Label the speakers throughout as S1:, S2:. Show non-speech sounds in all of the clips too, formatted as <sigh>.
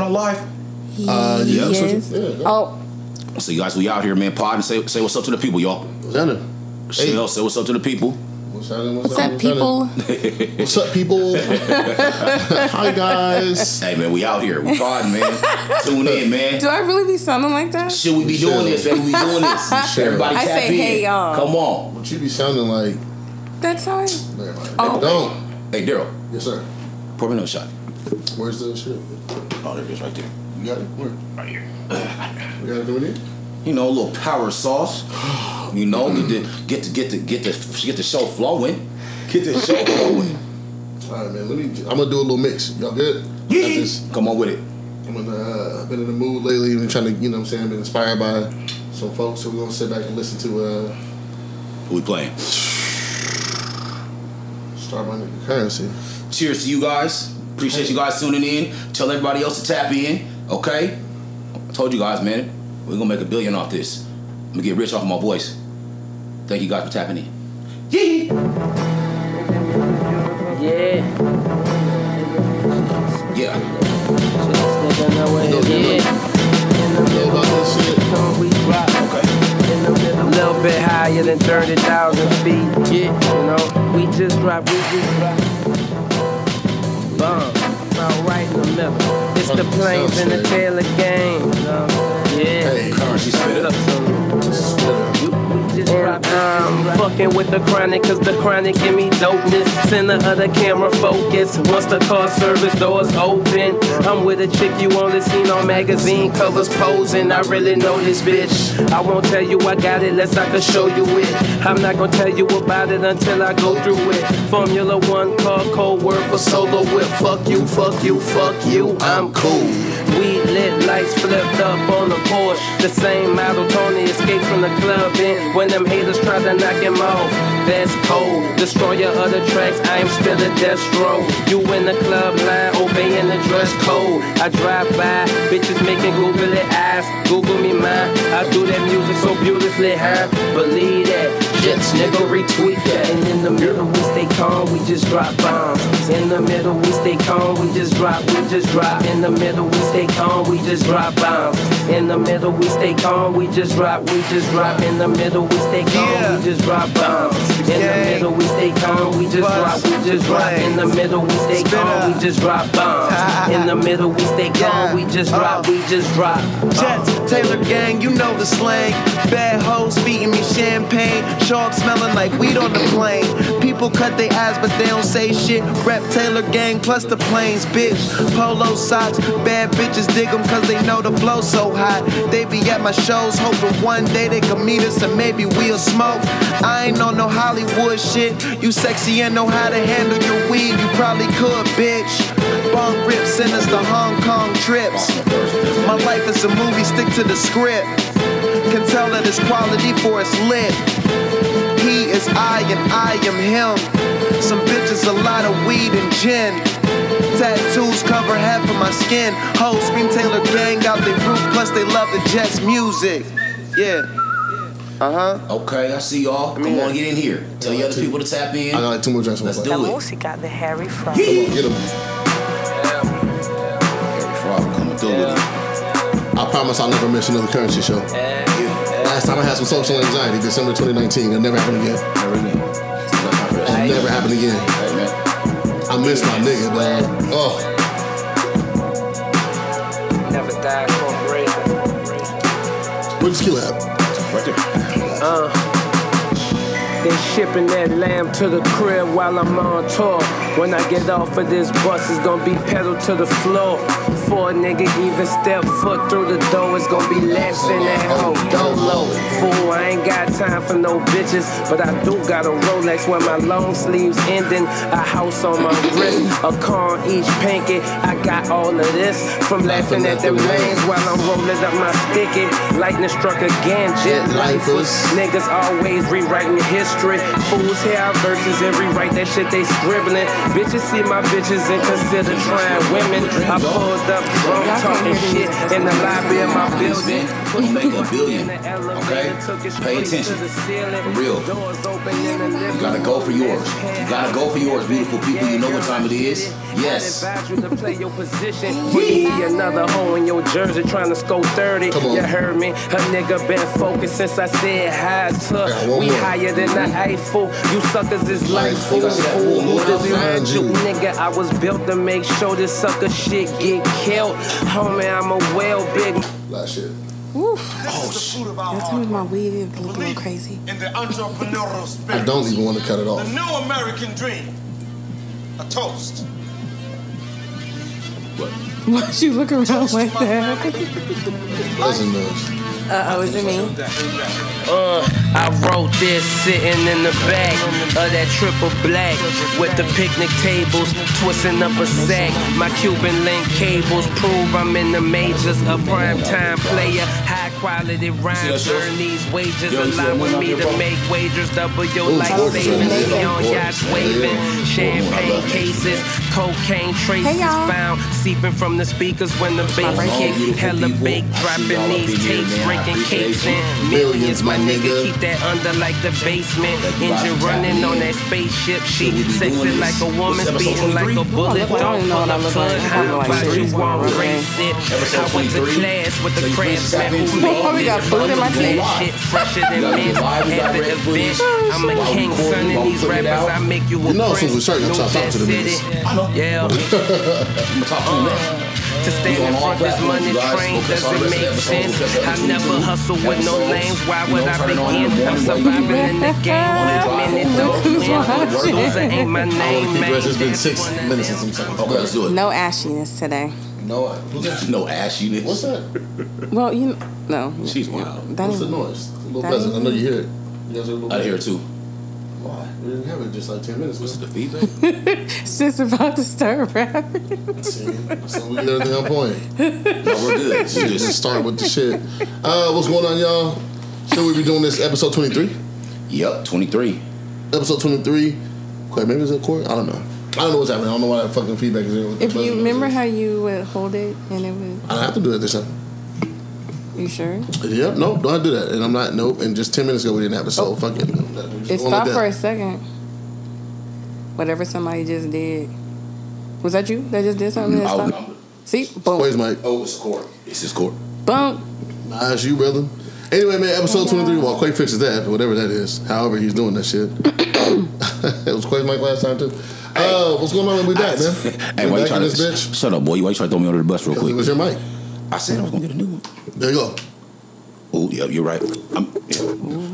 S1: on live?
S2: Uh, yeah, that's what you-
S3: Yes.
S2: yeah, yeah.
S3: Oh,
S1: So guys, we out here, man. Pod and say say what's up to the people, y'all.
S2: What's happening?
S1: Say,
S2: Hey.
S1: say what's up to the people.
S2: What's happening?
S3: what's that,
S2: happening? <laughs>
S3: people?
S2: What's up, people? <laughs> Hi, guys.
S1: Hey man, we out here. We podding, man. Tune in, man.
S3: Do I really be sounding like that?
S1: Should we be
S2: Sure.
S1: doing this, man? We be doing this.
S2: Sure.
S1: Everybody
S3: I
S1: tap
S3: say,
S1: in.
S3: hey, y'all.
S1: Come on.
S2: What you be sounding like?
S3: That's how I.
S2: Man,
S3: Oh.
S2: Don't.
S1: Hey Daryl,
S2: Yes, sir.
S1: pour me another shot.
S2: Where's the shit?
S1: Oh, there it is right there.
S2: You got it. Where? Right here. We got to do it.
S1: You know, a little power sauce. You know, get the get the get the get the get the show flowing. Get the show flowing.
S2: All right, man. Let me. I'm gonna do a little mix. Y'all good?
S1: Yeah.
S2: I just,
S1: Come on with it.
S2: I'm in, uh, I've been in the mood lately. Been trying to, you know, what I'm saying, been inspired by some folks. So we're gonna sit back and listen to uh,
S1: Who we playing?
S2: Star by Nigga Currency.
S1: Cheers to you guys. Appreciate you guys tuning in. Tell everybody else to tap in. Okay. I told you guys, man. We're gonna make a billion off this. I'm gonna get rich off my voice. Thank you guys for tapping in. Yee!
S4: Yeah.
S1: Yeah.
S4: Just nigga know what it is.
S2: You know about this shit?
S4: Come we rock. Little bit higher than 30,000 feet. Yeah. You know, we just dropped, we just dropped. Bomb. Found right in the middle. It's the planes and the Taylor game. You know what I'm saying? Yeah.
S2: Hey,
S1: Currency spit it up.
S4: And I'm fucking with the chronic, cause the chronic give me dopeness. Center of the camera focus. Once the car service doors open, I'm with a chick you only seen on magazine covers posing. I really know this bitch. I won't tell you I got it unless I can show you it. I'm not gonna tell you about it until I go through it. Formula One car, code word for solo whip. Fuck you, fuck you, fuck you. I'm cool. Weed lit lights flipped up on the porch. The same model Tony escaped from the club in. When them haters try to knock him off, that's cold. Destroyer of the tracks, I am still a death row. You in the club line, obeying the dress code. I drive by, bitches making googly eyes. Google me mine. I do that music so beautifully high. Believe that. Jets nigga retweet that. And in the middle we stay calm, we just drop bombs. In the middle we stay calm, we just drop, we just drop. In the middle we stay calm, we just drop bombs. In the middle we stay calm, we just drop, we just drop. In the middle we stay calm, we just drop bombs. In the middle we stay calm, we just drop, we just drop. In the middle we stay calm, we just drop bombs. In the middle we stay calm, we just drop, we just drop.
S5: Jets, Taylor gang, you know the slang. Bad hoes feeding me champagne. Sharks smelling like weed on the plane. People cut their eyes, but they don't say shit. Rep Taylor gang plus the planes, bitch. Polo socks, bad bitches dig them cause they know the flow so hot. They be at my shows, hoping one day they can meet us and maybe we'll smoke. I ain't on no Hollywood shit. You sexy and know how to handle your weed. You probably could, bitch. Bong rip send us the Hong Kong trips. My life is a movie, stick to the script. Can tell that it's quality for it's lit. He is I and I am him. Some bitches, a lot of weed and gin. Tattoos cover half of my skin. Whole scream Taylor gang out they roof, plus they love the Jets music. Yeah. Uh huh.
S1: Okay, I see y'all. Come on, get in here. Tell the other people to tap in.
S2: I got like two more drinks. on my
S1: Let's
S2: plate.
S1: do it.
S6: música de Harry Fry.
S2: Come on, get 'em.
S1: Rob coming through with it.
S2: I promise I'll never miss another currency show. Last time I had some social anxiety, December 2019. It'll never happen again.
S1: There we go. It's not my first time.
S2: It'll never happen again.
S1: Hey, man.
S2: I miss my nigga, man. Oh,
S4: Never die corporation.
S2: where'd this kill at?
S1: Right there.
S4: They shipping that lamb to the crib while I'm on tour. When I get off of this bus, it's gonna be pedal to the floor. Before a nigga even step foot through the door, it's gonna be less than that hoe. Dolo. Fool, I ain't got time for no bitches, but I do got a Rolex where my long sleeves ending. A house on my wrist, a car on each pinky. I got all of this from laughing at them lanes while I'm rolling up my sticky. Lightning struck again, jet life was. Niggas always rewriting history. district. Fools hear our verses and rewrite that shit they scribbling. Bitches see my bitches and consider trying women. I pulled up drunk talking shit in the lobby of my building.
S1: Gonna make a billion, okay? Pay attention.
S4: For
S1: For real.
S4: You
S1: You gotta go for yours. You gotta go for yours, beautiful people. You know what time it is. Yes.
S4: I advise you to play your position. You be another hole in your jersey trying to score 30.
S2: Come on.
S4: You heard me. Her nigga been focused since I said hi
S2: Yeah,
S4: to.
S2: one
S4: We
S2: more.
S4: higher than the Eiffel. You suckers is like
S2: Lightful.
S4: fool. fool.
S2: We'll
S4: I'll be
S2: define
S4: real,
S2: you.
S4: Nigga, I was built to make sure this sucker shit get killed. Homie, I'm a well big.
S2: Last shit.
S3: Oof.
S6: This is the fruit of our
S3: That's
S6: hard
S3: when my
S6: work.
S3: weed is looking a little
S6: Belief
S3: crazy. <laughs>
S6: In the entrepreneurial spirit.
S2: I don't even want to cut it
S6: The
S2: off.
S6: new American dream. A toast.
S3: Why you look around like that? <laughs>
S2: Listen, man.
S3: Uh oh, is it me?
S4: Uh, I wrote this sitting in the back of that triple black with the picnic tables twisting up a sack. My Cuban link cables prove I'm in the majors, a prime time player, high quality rhymes.
S1: shit?
S4: Earn these wages,
S1: Yo, you see that
S4: allow
S1: one out
S4: me
S1: there,
S4: to
S1: bro?
S4: make wagers, double your
S2: Ooh,
S4: life
S2: sports is
S4: savings.
S2: in there.
S4: Neon
S2: Sports.
S4: yachts
S2: Yeah.
S4: waving, champagne
S1: love it.
S4: cases, cocaine traces
S3: y'all.
S4: found seeping from the speakers when the bass
S1: All
S4: kick.
S1: beautiful
S4: Hella
S1: people.
S4: bake,
S1: I see y'all
S4: dropping
S1: up
S4: these
S1: in here,
S4: tapes,
S1: man. I
S4: breaking
S1: appreciate
S4: cakes
S1: you.
S2: Millions,
S4: in millions,
S2: my
S4: my nigga.
S2: nigga.
S4: Keep that under like the basement.
S1: That you
S4: Engine
S1: about to
S4: running
S1: tap
S4: on
S1: in.
S4: that spaceship.
S1: So we
S4: She
S1: be doing
S4: sexy
S1: this.
S4: like a woman,
S1: What's episode
S4: beating like a
S1: 23?
S4: bullet.
S3: Look, I don't
S4: Don't
S3: even know
S4: pull
S3: what I
S4: up
S3: look
S4: fun.
S3: like. I
S4: How
S3: look like
S4: about you
S3: shit.
S4: won't
S3: Okay.
S4: race it?
S1: Episode
S4: I went to
S1: 23?
S4: class with
S1: So
S4: the
S1: you
S4: crab
S1: finished
S4: man
S1: tapping
S4: who
S1: two
S3: Oh, we
S4: made
S3: got
S4: this
S3: food in my
S4: fucking
S3: teeth.
S4: shit fresher
S1: You
S4: than
S1: gotta
S4: mints
S1: get live, you
S4: at
S1: gotta
S4: the
S1: rap for
S4: event.
S1: this.
S4: I'm a
S1: While we
S4: king,
S1: recording, while
S4: son, and
S1: we
S4: these
S1: putting it out.
S4: rappers I make you a
S2: You know, since
S4: prince.
S2: we're starting to
S4: New
S2: chop
S4: Jack
S2: up to the
S4: City.
S2: minutes.
S1: I know.
S4: Yeah.
S1: I'm gonna talk to you next.
S4: To stand
S1: We on
S4: in
S1: all
S4: front this
S1: platforms,
S4: money
S1: you guys.
S4: train
S1: We'll catch all the
S4: doesn't
S1: rest of
S4: make
S1: the episodes.
S4: sense.
S1: We'll catch
S4: I
S1: episodes
S4: never
S1: too.
S4: hustle with no
S1: Episodes.
S4: lanes. Why
S1: You
S4: would
S1: know,
S4: I
S1: turn it on in the
S4: begin? I'm
S1: morning while you
S4: surviving
S1: eat.
S4: in
S1: <laughs>
S4: the game.
S1: On the
S4: One
S1: drive
S4: minute
S1: home.
S4: don't
S1: Who's
S4: win.
S1: watching?
S4: Loser ain't my
S2: I don't
S4: name.
S2: think
S4: man.
S2: rest. It's been
S4: That's
S2: six
S4: one of
S2: minutes
S4: them.
S2: since I'm talking.
S1: Okay, let's do it.
S3: No ashiness today.
S2: No. Who's that?
S1: No ass units.
S2: What's that?
S3: Well, you know, no.
S1: She's wild.
S3: That
S2: What's the
S3: ain't-
S2: noise? Little
S3: That
S2: peasant. I
S3: ain't-
S2: know you hear it. You guys hear a little
S1: I hear it too.
S2: Why? We didn't have it just like 10 minutes.
S1: Is <laughs> it
S2: ago.
S1: the feed thing?
S3: It's <laughs> just about to start <laughs> rapping.
S2: See? so we get everything on point.
S1: No, we're good.
S2: <laughs>
S1: We
S2: We
S1: just
S2: just start with the shit. Uh, what's going on, y'all? Should we be doing this episode 23?
S1: Yep, 23.
S3: Oh,
S2: Episode 23. Quite maybe it's a court? I don't know. I don't know what's happening. I don't know why that fucking feedback is in. with the
S3: If you
S2: buzzing
S3: remember
S2: noises.
S3: how you would hold it and it would,
S2: I don't have to do it this time.
S3: you sure?
S2: Yep, nope, don't do that. And I'm not, nope. And just 10 minutes ago, we didn't have it. So fuck it. We just
S3: Oh. It
S2: going like
S3: stopped
S2: that.
S3: for a second. Whatever somebody just did. Was that you that just did something? That
S1: Oh,
S3: stopped?
S1: no.
S3: See? Boom.
S2: Where's Mike?
S1: Oh, it's court. It's his court.
S3: Boom.
S2: Nice, you, brother. Anyway, man, episode 23, while Quake fixes that, whatever that is, however he's doing
S3: <coughs>
S2: that shit. it was Quake Mike last time, too. Uh, what's going on? We <laughs> back, man.
S1: Hey,
S2: we
S1: why you
S2: back in
S1: trying to
S2: this bitch.
S1: shut up, boy? Why you trying to throw me under the bus real
S2: It was
S1: quick?
S2: your mic.
S1: I said I was gonna get a new one.
S2: There you go.
S1: Oh, yeah, you're right. I'm, yeah.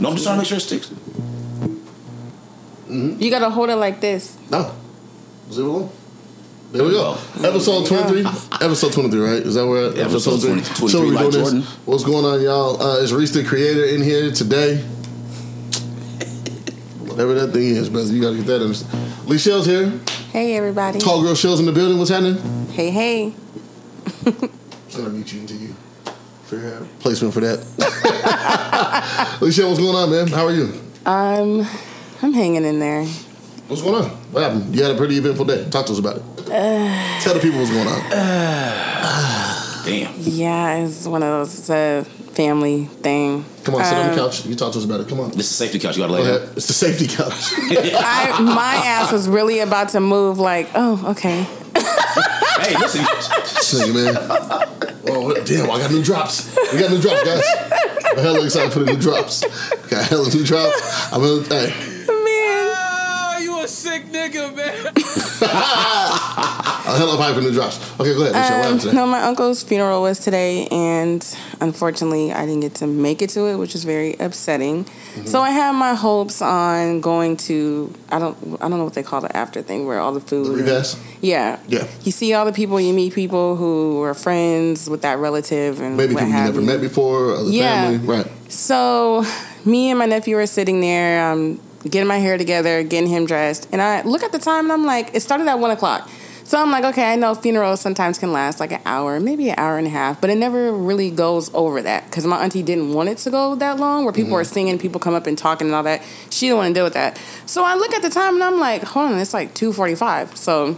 S1: No, I'm just trying to make sure it sticks.
S3: You gotta hold it like this.
S2: No. Zero one. There we go. Episode 23. Episode 23, right? Is that where?
S1: Episode 23,
S2: So we
S1: like
S2: doing this.
S1: Jordan.
S2: What's going on, y'all? Uh, it's Reese the Creator in here today. Whatever that thing is, brother. You got to get that understood. Lee Shell's here.
S3: Hey, everybody.
S2: Tall Girl Shell's in the building. What's happening?
S3: Hey, hey.
S2: I'm going to mute you until you figure out a placement for that. <laughs> Lee Shell, what's going on, man? How are you?
S3: Um, I'm hanging in there.
S2: What's going on? What happened? You had a pretty eventful day. Talk to us about it. Tell the people what's going on.
S1: Damn.
S3: Yeah, it's one of those it's a family thing.
S2: Come on, sit on the
S3: Um,
S2: couch. You talk to us about it. Come on.
S1: This is safety couch. You gotta lay
S2: Go
S1: down.
S2: ahead. It's the safety couch.
S3: I my ass was really about to move. Like, oh, okay.
S1: Hey, listen.
S2: Shit, man. Oh, what- damn, I got new drops. We got new drops, guys. I'm hella excited for the new drops. We got hella new drops. I'm hella, hey,
S3: Man,
S7: Ah,
S4: Oh, you a sick nigga, man.
S2: I'm hella hyped for new drops. Okay, go ahead. What's your
S3: um,
S2: line today?
S3: no, my uncle's funeral was today, and unfortunately, I didn't get to make it to it, which is very upsetting.
S2: Mm-hmm.
S3: So I had my hopes on going to I don't I don't know what they call the after thing where all the food. and-
S2: Repass?
S3: Yeah.
S2: Yeah.
S3: You see all the people, you meet people who were friends with that relative and
S2: Maybe
S3: what
S2: people you
S3: have
S2: never
S3: you.
S2: met before, other
S3: Yeah.
S2: family. Right.
S3: So, me and my nephew are sitting there, um, getting my hair together, getting him dressed, and I look at the time and I'm like, it started at one o'clock. So I'm like, okay, I know funerals sometimes can last like an hour, maybe an hour and a half, but it never really goes over that because my auntie didn't want it to go that long where people are singing, people come up and talking and all that. She didn't want to deal with that. So I look at the time and I'm like, hold on, it's like 2.45. So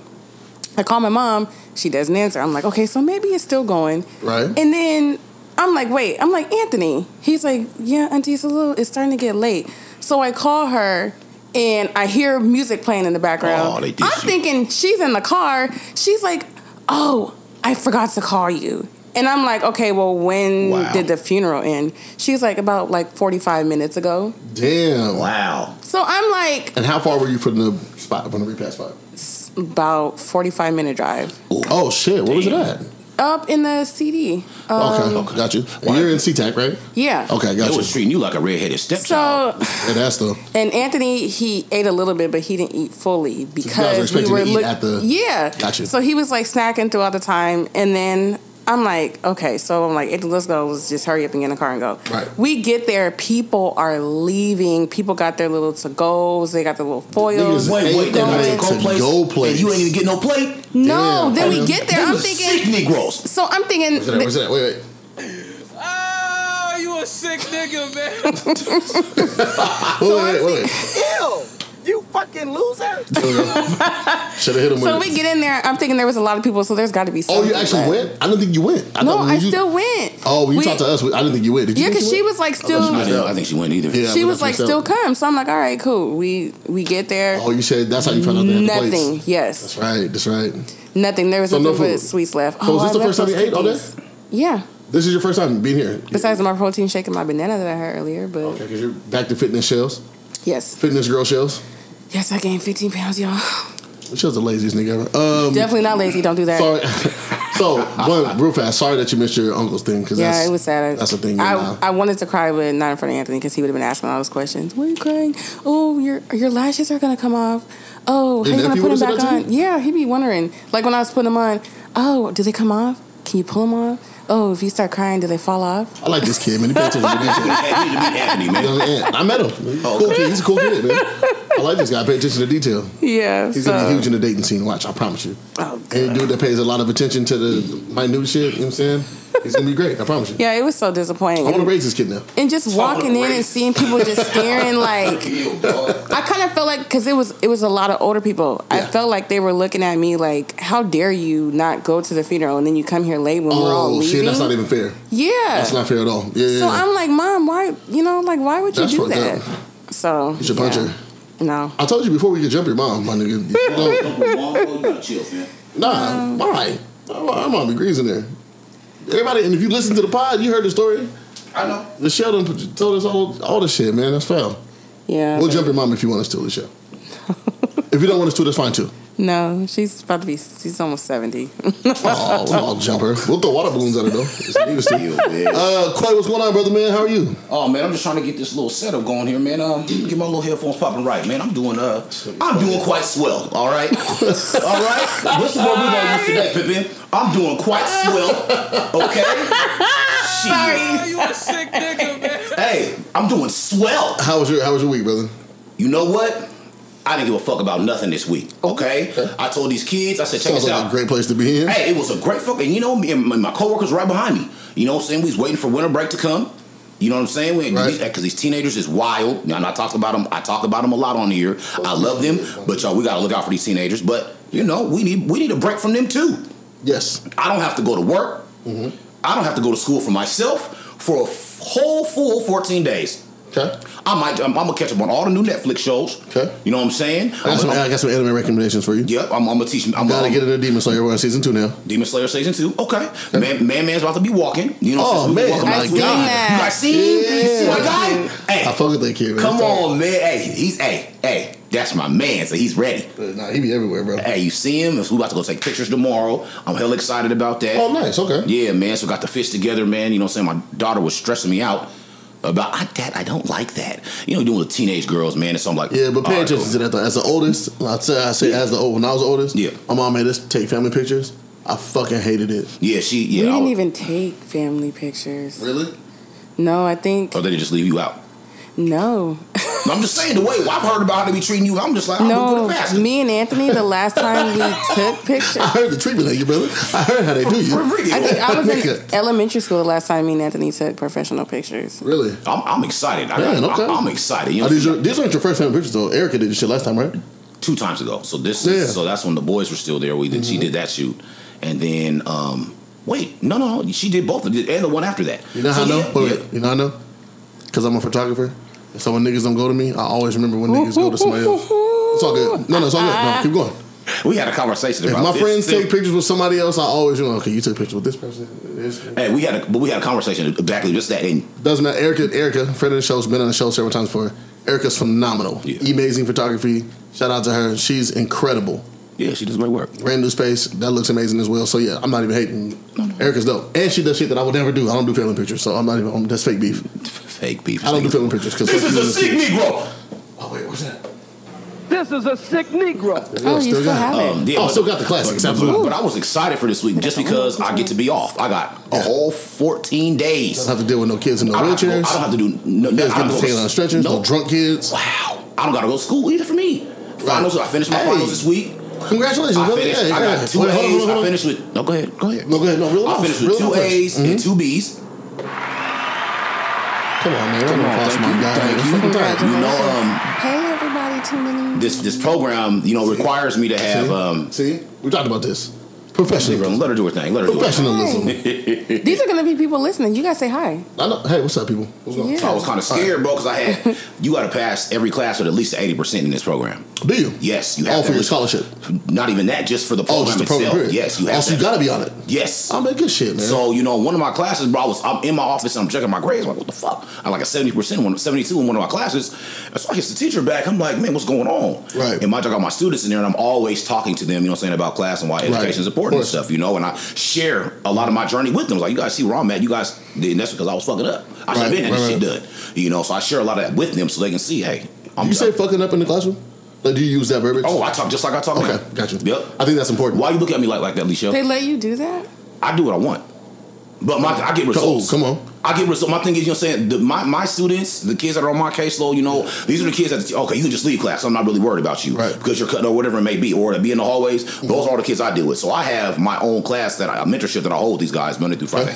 S3: I call my mom. She doesn't answer. I'm like, okay, so maybe it's still going.
S2: Right.
S3: And then I'm like, wait. I'm like, Anthony. He's like, yeah, Auntie, it's a little. It's starting to get late. So I call her. And I hear music playing in the background.
S1: Oh, they diss you.
S3: I'm thinking she's in the car. She's like, "Oh, I forgot to call you." And I'm like, "Okay, well, when
S1: Wow.
S3: did the funeral end?" She's like, "About like 45 minutes ago."
S2: Damn.
S1: Wow.
S3: So I'm like,
S2: And how far were you from the spot from the repass spot?
S3: "About 45 minute drive
S2: Oh shit! Where was it at?
S3: up in the CD."
S2: Okay, got you.
S1: Why-
S2: You're in SeaTac, right?
S3: Yeah.
S2: Okay,
S1: They
S2: got you.
S1: was treating you like a redheaded stepchild.
S3: So
S2: And that's the
S3: and Anthony he ate a little bit, but he didn't eat fully because we
S2: expecting
S3: were
S2: to eat
S3: look-
S2: at the-
S3: yeah.
S2: Gotcha.
S3: So he was like snacking throughout the time, and then I'm like, okay, so I'm like, "Anthony, let's go, let's just hurry up and get in the car and go.
S2: Right.
S3: We get there, people are leaving. People got their little to goes, they got their little foils.
S2: Niggas
S1: wait, wait, they got
S2: Going
S1: to
S2: to
S1: go place,
S2: go
S1: and you
S2: place.
S1: ain't even get no plate.
S3: no,
S2: Damn,
S3: then we
S2: homie.
S3: get there.
S1: They
S3: I'm
S1: was sick
S3: thinking.
S1: Negroes.
S3: So I'm thinking.
S2: where's it at? Where's it at? Wait, wait.
S7: Oh, you a sick nigga, man.
S2: Wait, wait, wait, wait.
S5: <laughs> Ew! You fucking loser!
S3: <laughs>
S2: Should have hit him
S3: so
S2: with
S3: we
S2: it.
S3: get in there. I'm thinking there was a lot of people, so there's got to be.
S2: Oh, you
S3: something
S2: actually
S3: left.
S2: went? I didn't think you went. I
S3: No,
S2: thought-
S3: I
S2: you-
S3: still went.
S2: Oh, when you
S3: We-
S2: talked to us, I didn't think you went. Did you
S3: Yeah,
S2: think
S3: because
S2: you
S3: she
S2: went?
S3: was like
S2: thought she
S3: still.
S1: I,
S2: was
S1: didn't,
S2: out.
S1: I think she went either.
S2: Yeah.
S3: she
S2: but
S3: was like,
S2: that's
S3: still
S2: messed up.
S3: come. So I'm like, all right, cool. We we get there.
S2: Oh, you said that's how you found out they had the plates.
S3: nothing. Yes,
S2: That's right. That's right.
S3: nothing. There was
S2: So no
S3: nothing but
S2: food.
S3: sweets left. Oh,
S2: So was
S3: I
S2: this the
S3: left
S2: first time
S3: those
S2: you ate all
S3: cookies.
S2: that?
S3: Yeah.
S2: This is your first time being here.
S3: Besides my protein shake and my banana that I had earlier, but
S2: Okay, because you're back to fitness shells,
S3: yes,
S2: fitness girl shells.
S3: yes, I gained 15 pounds, y'all.
S2: Shell's the laziest nigga ever. Um,
S3: Definitely not lazy. Don't do that.
S2: sorry. <laughs> so one real fast. Sorry that you missed your uncle's thing. Cause
S3: Yeah,
S2: that's,
S3: it was sad. I-
S2: That's the thing.
S3: I,
S2: now.
S3: I wanted to cry, but not in front of Anthony because he would have been asking all those questions. Why are you crying? Oh, your your lashes are gonna come off. Oh,
S2: Your
S3: how you gonna
S2: nephew
S3: put them
S2: would've said
S3: back
S2: that to
S3: on? Yeah, he'd be wondering. Like when I was putting them on. Oh, do they come off? Can you pull them off? Oh, if you start crying, do they fall off?
S2: I like this kid, man. He pays attention to
S3: <laughs>
S2: this shit.
S1: Anthony, to meet Anthony, man.
S2: I met him.
S3: Oh,
S2: Cool kid. He's a cool
S3: <laughs>
S2: kid, man. I like this guy. Pay attention to detail.
S3: Yeah.
S2: He's
S3: so,
S2: gonna be huge in the dating scene. Watch, I promise you.
S3: Oh,
S2: Any
S3: God.
S2: dude that pays a lot of attention to the minute shit, you know what I'm saying? He's gonna be great. I promise you.
S3: yeah, it was so disappointing.
S2: I want to
S3: And,
S2: raise this kid now.
S3: and just walking in and
S1: race.
S3: seeing people just
S2: <laughs>
S3: staring like I kind of felt like because it was it was a lot of older people. I
S2: Yeah.
S3: felt like they were looking at me like, "How dare you not go to the funeral and then you come here late when we're all
S2: Oh
S3: leaving?"
S2: shit, that's not even fair.
S3: yeah.
S2: That's not fair at all. Yeah, yeah.
S3: so
S2: yeah.
S3: I'm like, "Mom, why? You know, like, why would you
S2: That's
S3: do
S2: fucked
S3: that?"
S2: up.
S3: So
S2: You should punch
S3: yeah.
S2: her.
S3: No,
S2: I told you before we could jump your mom, my
S3: <laughs>
S2: nigga. You know- nah,
S3: Um,
S2: why? My mom agrees in there. Everybody, and if you listen to the pod, you heard the story.
S1: I know.
S2: The Sheldon told us all all the shit, man. That's foul.
S3: yeah,
S2: We'll jump your mom if you want us
S3: <laughs>
S2: to, Alicia. if you don't want us to, that's fine too.
S3: no. She's about to be. She's almost seventy.
S2: Oh, I'll jump her. We'll throw water balloons at her though. It's needless to you. Uh, Clay, what's going on, brother man? How are you?
S1: Oh man, I'm just trying to get this little setup going here, man. Um, get my little headphones popping right, man. I'm doing uh, I'm doing quite swell. All right, all right. This is what we're gonna use today, Pippin. I'm doing quite swell. Okay. Sorry.
S7: Oh, you a sick nigga, man.
S1: Hey, I'm doing swell.
S2: How was your How was your week, brother?
S1: You know what? I didn't give a fuck about nothing this week. Okay. I told these kids. I said, check
S2: Oh. Sounds
S1: this
S2: like
S1: out.
S2: a great place to be in.
S1: Hey, it was a great fucking. You know, me and my- my coworkers right behind me. You know what I'm saying? We was waiting for winter break to come. You know what I'm saying? Because
S2: Right.
S1: these, 'cause these teenagers is wild. Now, and I talk about them. I talk about them a lot on here. I love them, but y'all, we gotta look out for these teenagers. But you know, we need we need a break from them too.
S2: Yes,
S1: I don't have to go to work.
S2: Mm-hmm.
S1: I don't have to go to school for myself for a f- whole full 14 days.
S2: okay.
S1: I might. I'm, I'm gonna catch up on all the new Netflix shows.
S2: Okay.
S1: You know what I'm saying?
S2: I got, some, I got some anime recommendations for you.
S1: Yep. I'm, I'm gonna teach. I'm
S2: Gotta
S1: gonna
S2: get into Demon Slayer. We're on season two now.
S1: Demon Slayer season two. Okay. Man, man man's about to be walking. You know,
S2: Oh,
S1: since we
S2: man.
S1: walking
S2: I
S1: like
S2: seen
S1: God.
S3: that.
S1: You guys seen?
S2: Yeah.
S1: See my guy?
S2: I
S1: Hey,
S2: fuck with that kid, man.
S1: come
S2: That's all.
S1: on, man. Hey, he's hey, hey, that's my man, so he's ready.
S2: But Nah, he be everywhere, bro.
S1: Hey, you see him? We about to go take pictures tomorrow. I'm hell excited about that.
S2: Oh, nice. Okay.
S1: Yeah, man. So got the fish together, man. You know what I'm saying? My daughter was stressing me out about I that I don't like that. You know, doing with teenage girls, man. And so I'm like, "Oh,
S2: Yeah, but pay
S1: all right,
S2: attention
S1: cool.
S2: to that though. As the oldest, I say, I say as the old when I was the oldest.
S1: Yeah.
S2: My mom made us take family pictures. I fucking hated it.
S1: Yeah, she yeah.
S3: we
S1: I
S3: didn't
S1: was-
S3: even take family pictures.
S2: Really?
S3: No, I think
S1: or they just leave you out.
S3: no.
S1: No, I'm just saying the way I've heard about how they be treating you. I'm
S2: Ah,
S1: just like, I'm gonna
S3: No,
S1: put it past
S3: me and Anthony, the last time we took pictures,
S2: I heard the treatment of you, brother. I heard how they do you.
S3: I think I was in
S2: <laughs> Nigga.
S3: elementary school the last time me and Anthony took professional pictures.
S2: Really?
S1: I'm, I'm excited. I,
S2: Man, okay.
S1: I, am excited. You know,
S2: Are these, your, these aren't your first time pictures though. Erica did this shit last time, right?
S1: two times ago. So this
S2: Yeah. Mm-hmm.
S1: is so that's when the boys were still there. We did she did that shoot, and then um wait no no no she did both of it and the one after that.
S2: You know
S1: so,
S2: how I know?
S1: yeah,
S2: Wait,
S1: yeah.
S2: wait. You know how I know? Because I'm a photographer. And So when niggas don't go to me, I always remember when niggas go to somebody else. It's all
S3: Oh,
S2: good. No, no, it's all good. No, keep going.
S1: we had a conversation
S2: If
S1: about
S2: my
S1: this.
S2: friends
S1: still.
S2: take pictures with somebody else, I always remember. Okay, you took a picture with this person. This.
S1: Hey, we had a but we had a conversation exactly just that and
S2: Doesn't matter. Erica, Erica, friend of the show's been on the show several times before. Erica's phenomenal.
S1: Yeah.
S2: Amazing photography. Shout out to her. She's incredible.
S1: yeah she does great work.
S2: Brand new space that looks amazing as well. So yeah, I'm not even hating. Erica's dope, and she does shit that I would never do. I don't do family pictures, so I'm not even. I'm, that's fake beef.
S1: Fake beef.
S2: I don't do family pictures because
S1: This is a sick Negro.
S2: Oh wait, what's that?
S4: This is a sick Negro.
S2: Yeah,
S3: Oh, you still
S2: got
S3: have it.
S1: Um, yeah,
S2: Oh,
S1: but-
S2: still got the classics,
S1: But, but,
S2: absolutely.
S1: but I was excited for this week just because I get to be off. I got a
S2: Yeah.
S1: whole 14 days.
S2: Don't have to deal with no kids in no
S1: I don't have to go-
S2: wheelchairs.
S1: I don't have to do no, no,
S2: Kids
S1: I don't
S2: getting
S1: go-
S2: taken on stretchers. No.
S1: no.
S2: drunk kids.
S1: Wow. I don't got to go to school either for me. Finals, I finished my
S2: Hey.
S1: finals this week.
S2: Congratulations,
S1: I
S2: brother.
S1: finished.
S2: Yeah,
S1: I
S2: yeah.
S1: got two
S2: Wait,
S1: A's.
S2: hold on, hold on, hold
S1: I
S2: on.
S1: finished with. No, go ahead. Go ahead.
S2: No, go ahead. No, real
S1: I
S2: off.
S1: finished
S2: Real Mm-hmm.
S1: with two
S2: off first.
S1: A's and two B's.
S2: Come on, man. Come
S1: on,
S2: on,
S1: thank
S2: my
S1: you,
S2: guy.
S1: thank
S2: It's
S1: you.
S2: fucking time.
S1: You
S3: Congratulations.
S1: know, um,
S3: hey everybody, tuning in.
S1: this this program, you know, requires me to have.
S2: See?
S1: Um,
S2: See, we talked about this. Professionalism.
S1: let her do her thing. Let her do her thing.
S2: Professionalism.
S1: <laughs>
S3: These are gonna be people listening. You guys say hi.
S2: I know. Hey, what's up, people? What's going on?
S3: Yeah.
S1: I was kind of scared, bro, because I had you got to pass every class with at least eighty percent in this program.
S2: Do you?
S1: Yes, you have
S2: All
S1: to
S2: for your
S1: have-
S2: scholarship.
S1: Not even that, just for the program
S2: Oh, just the
S1: itself.
S2: program. period.
S1: Yes, you have.
S2: Also,
S1: to
S2: you gotta be on it.
S1: Yes.
S2: I'm good shit, man.
S1: So you know, one of my classes, bro, I was I'm in my office and I'm checking my grades. I'm like, what the fuck? I'm like a seventy percent, one seventy two in one of my classes. And so I hit the teacher back. I'm like, man, what's going on?
S2: Right.
S1: And my I got my students in there, and I'm always talking to them. You know, what I'm saying about class and why
S2: Right.
S1: education is important and
S2: Of course.
S1: stuff. You know, and I share a lot of my journey with them. Like, you guys see where I'm at. You guys, and that's because I was fucking up. I should have
S2: Right,
S1: been had this
S2: right,
S1: shit done. You know, so I share a lot of that with them so they can see, hey, I'm
S2: you say fucking up in the classroom? Like, do you use that verbiage?
S1: Oh, I talk just like I talk.
S2: okay,
S1: now.
S2: gotcha.
S1: Yep.
S2: I think that's important.
S1: Why you look at me like like that, Alicia?
S3: They
S2: Oh.
S3: let you do that?
S1: I do what I want, but my I get
S2: Oh,
S1: results.
S2: come on.
S1: I get results. My thing is, you know, what I'm saying the, my my students, the kids that are on my caseload, you know, these are the kids that okay, you can just leave class. I'm not really worried about you
S2: Right. Mm-hmm.
S1: because you're cutting or whatever it may be, or to be in the hallways. Those are the kids I deal with. So I have my own class that I a mentorship that I hold these guys Monday through Friday,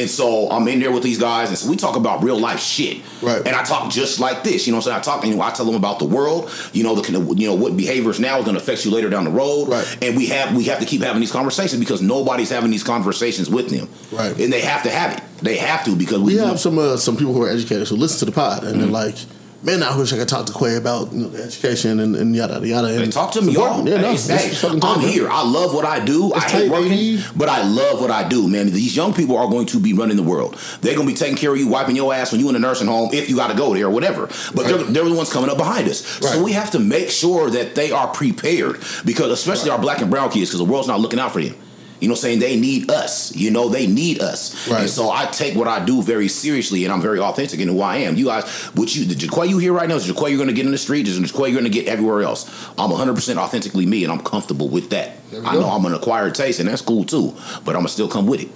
S1: and so I'm in there with these guys, and so we talk about real life shit.
S2: Right.
S1: And I talk just like this. You know what I'm saying? I talk, you know, I tell them about the world, you know, the you know what behaviors now is going to affect you later down the road.
S2: Right.
S1: And we have we have to keep having these conversations because nobody's having these conversations with them.
S2: Right.
S1: And they have to have it. They have to because we,
S2: We have some uh, some people who are educators who listen to the pod and they're
S1: Mm-hmm.
S2: like, "Man, I wish I could talk to Quay about you know, education and, and yada yada yada."
S1: Hey,
S2: And
S1: talk to me,
S2: it's
S1: y'all.
S2: important. Yeah, no,
S1: Hey,
S2: it's-
S1: hey,
S2: it's fucking
S1: I'm
S2: time, bro.
S1: here. I love what I do. I
S2: It's
S1: hate
S2: tight,
S1: working,
S2: baby.
S1: but I love what I do, man. These young people are going to be running the world. They're going to be taking care of you, wiping your ass when you in a nursing home, if you got to go there or whatever. But they're, they're the ones coming up behind us.
S2: Right.
S1: So we have to make sure that they are prepared because, especially our black and brown kids, because the world's not looking out for them. You know what I'm saying? They need us. You know, they need us.
S2: Right.
S1: And so I take what I do very seriously and I'm very authentic in who I am. You guys, what you, the Jaquay you hear right now is the Jaquay you're going to get in the street, is the Jaquay you're going to get everywhere else. I'm 100% authentically me and I'm comfortable with that.
S2: we
S1: I
S2: go.
S1: know I'm an acquired taste and that's cool too, but I'm going to still come with it.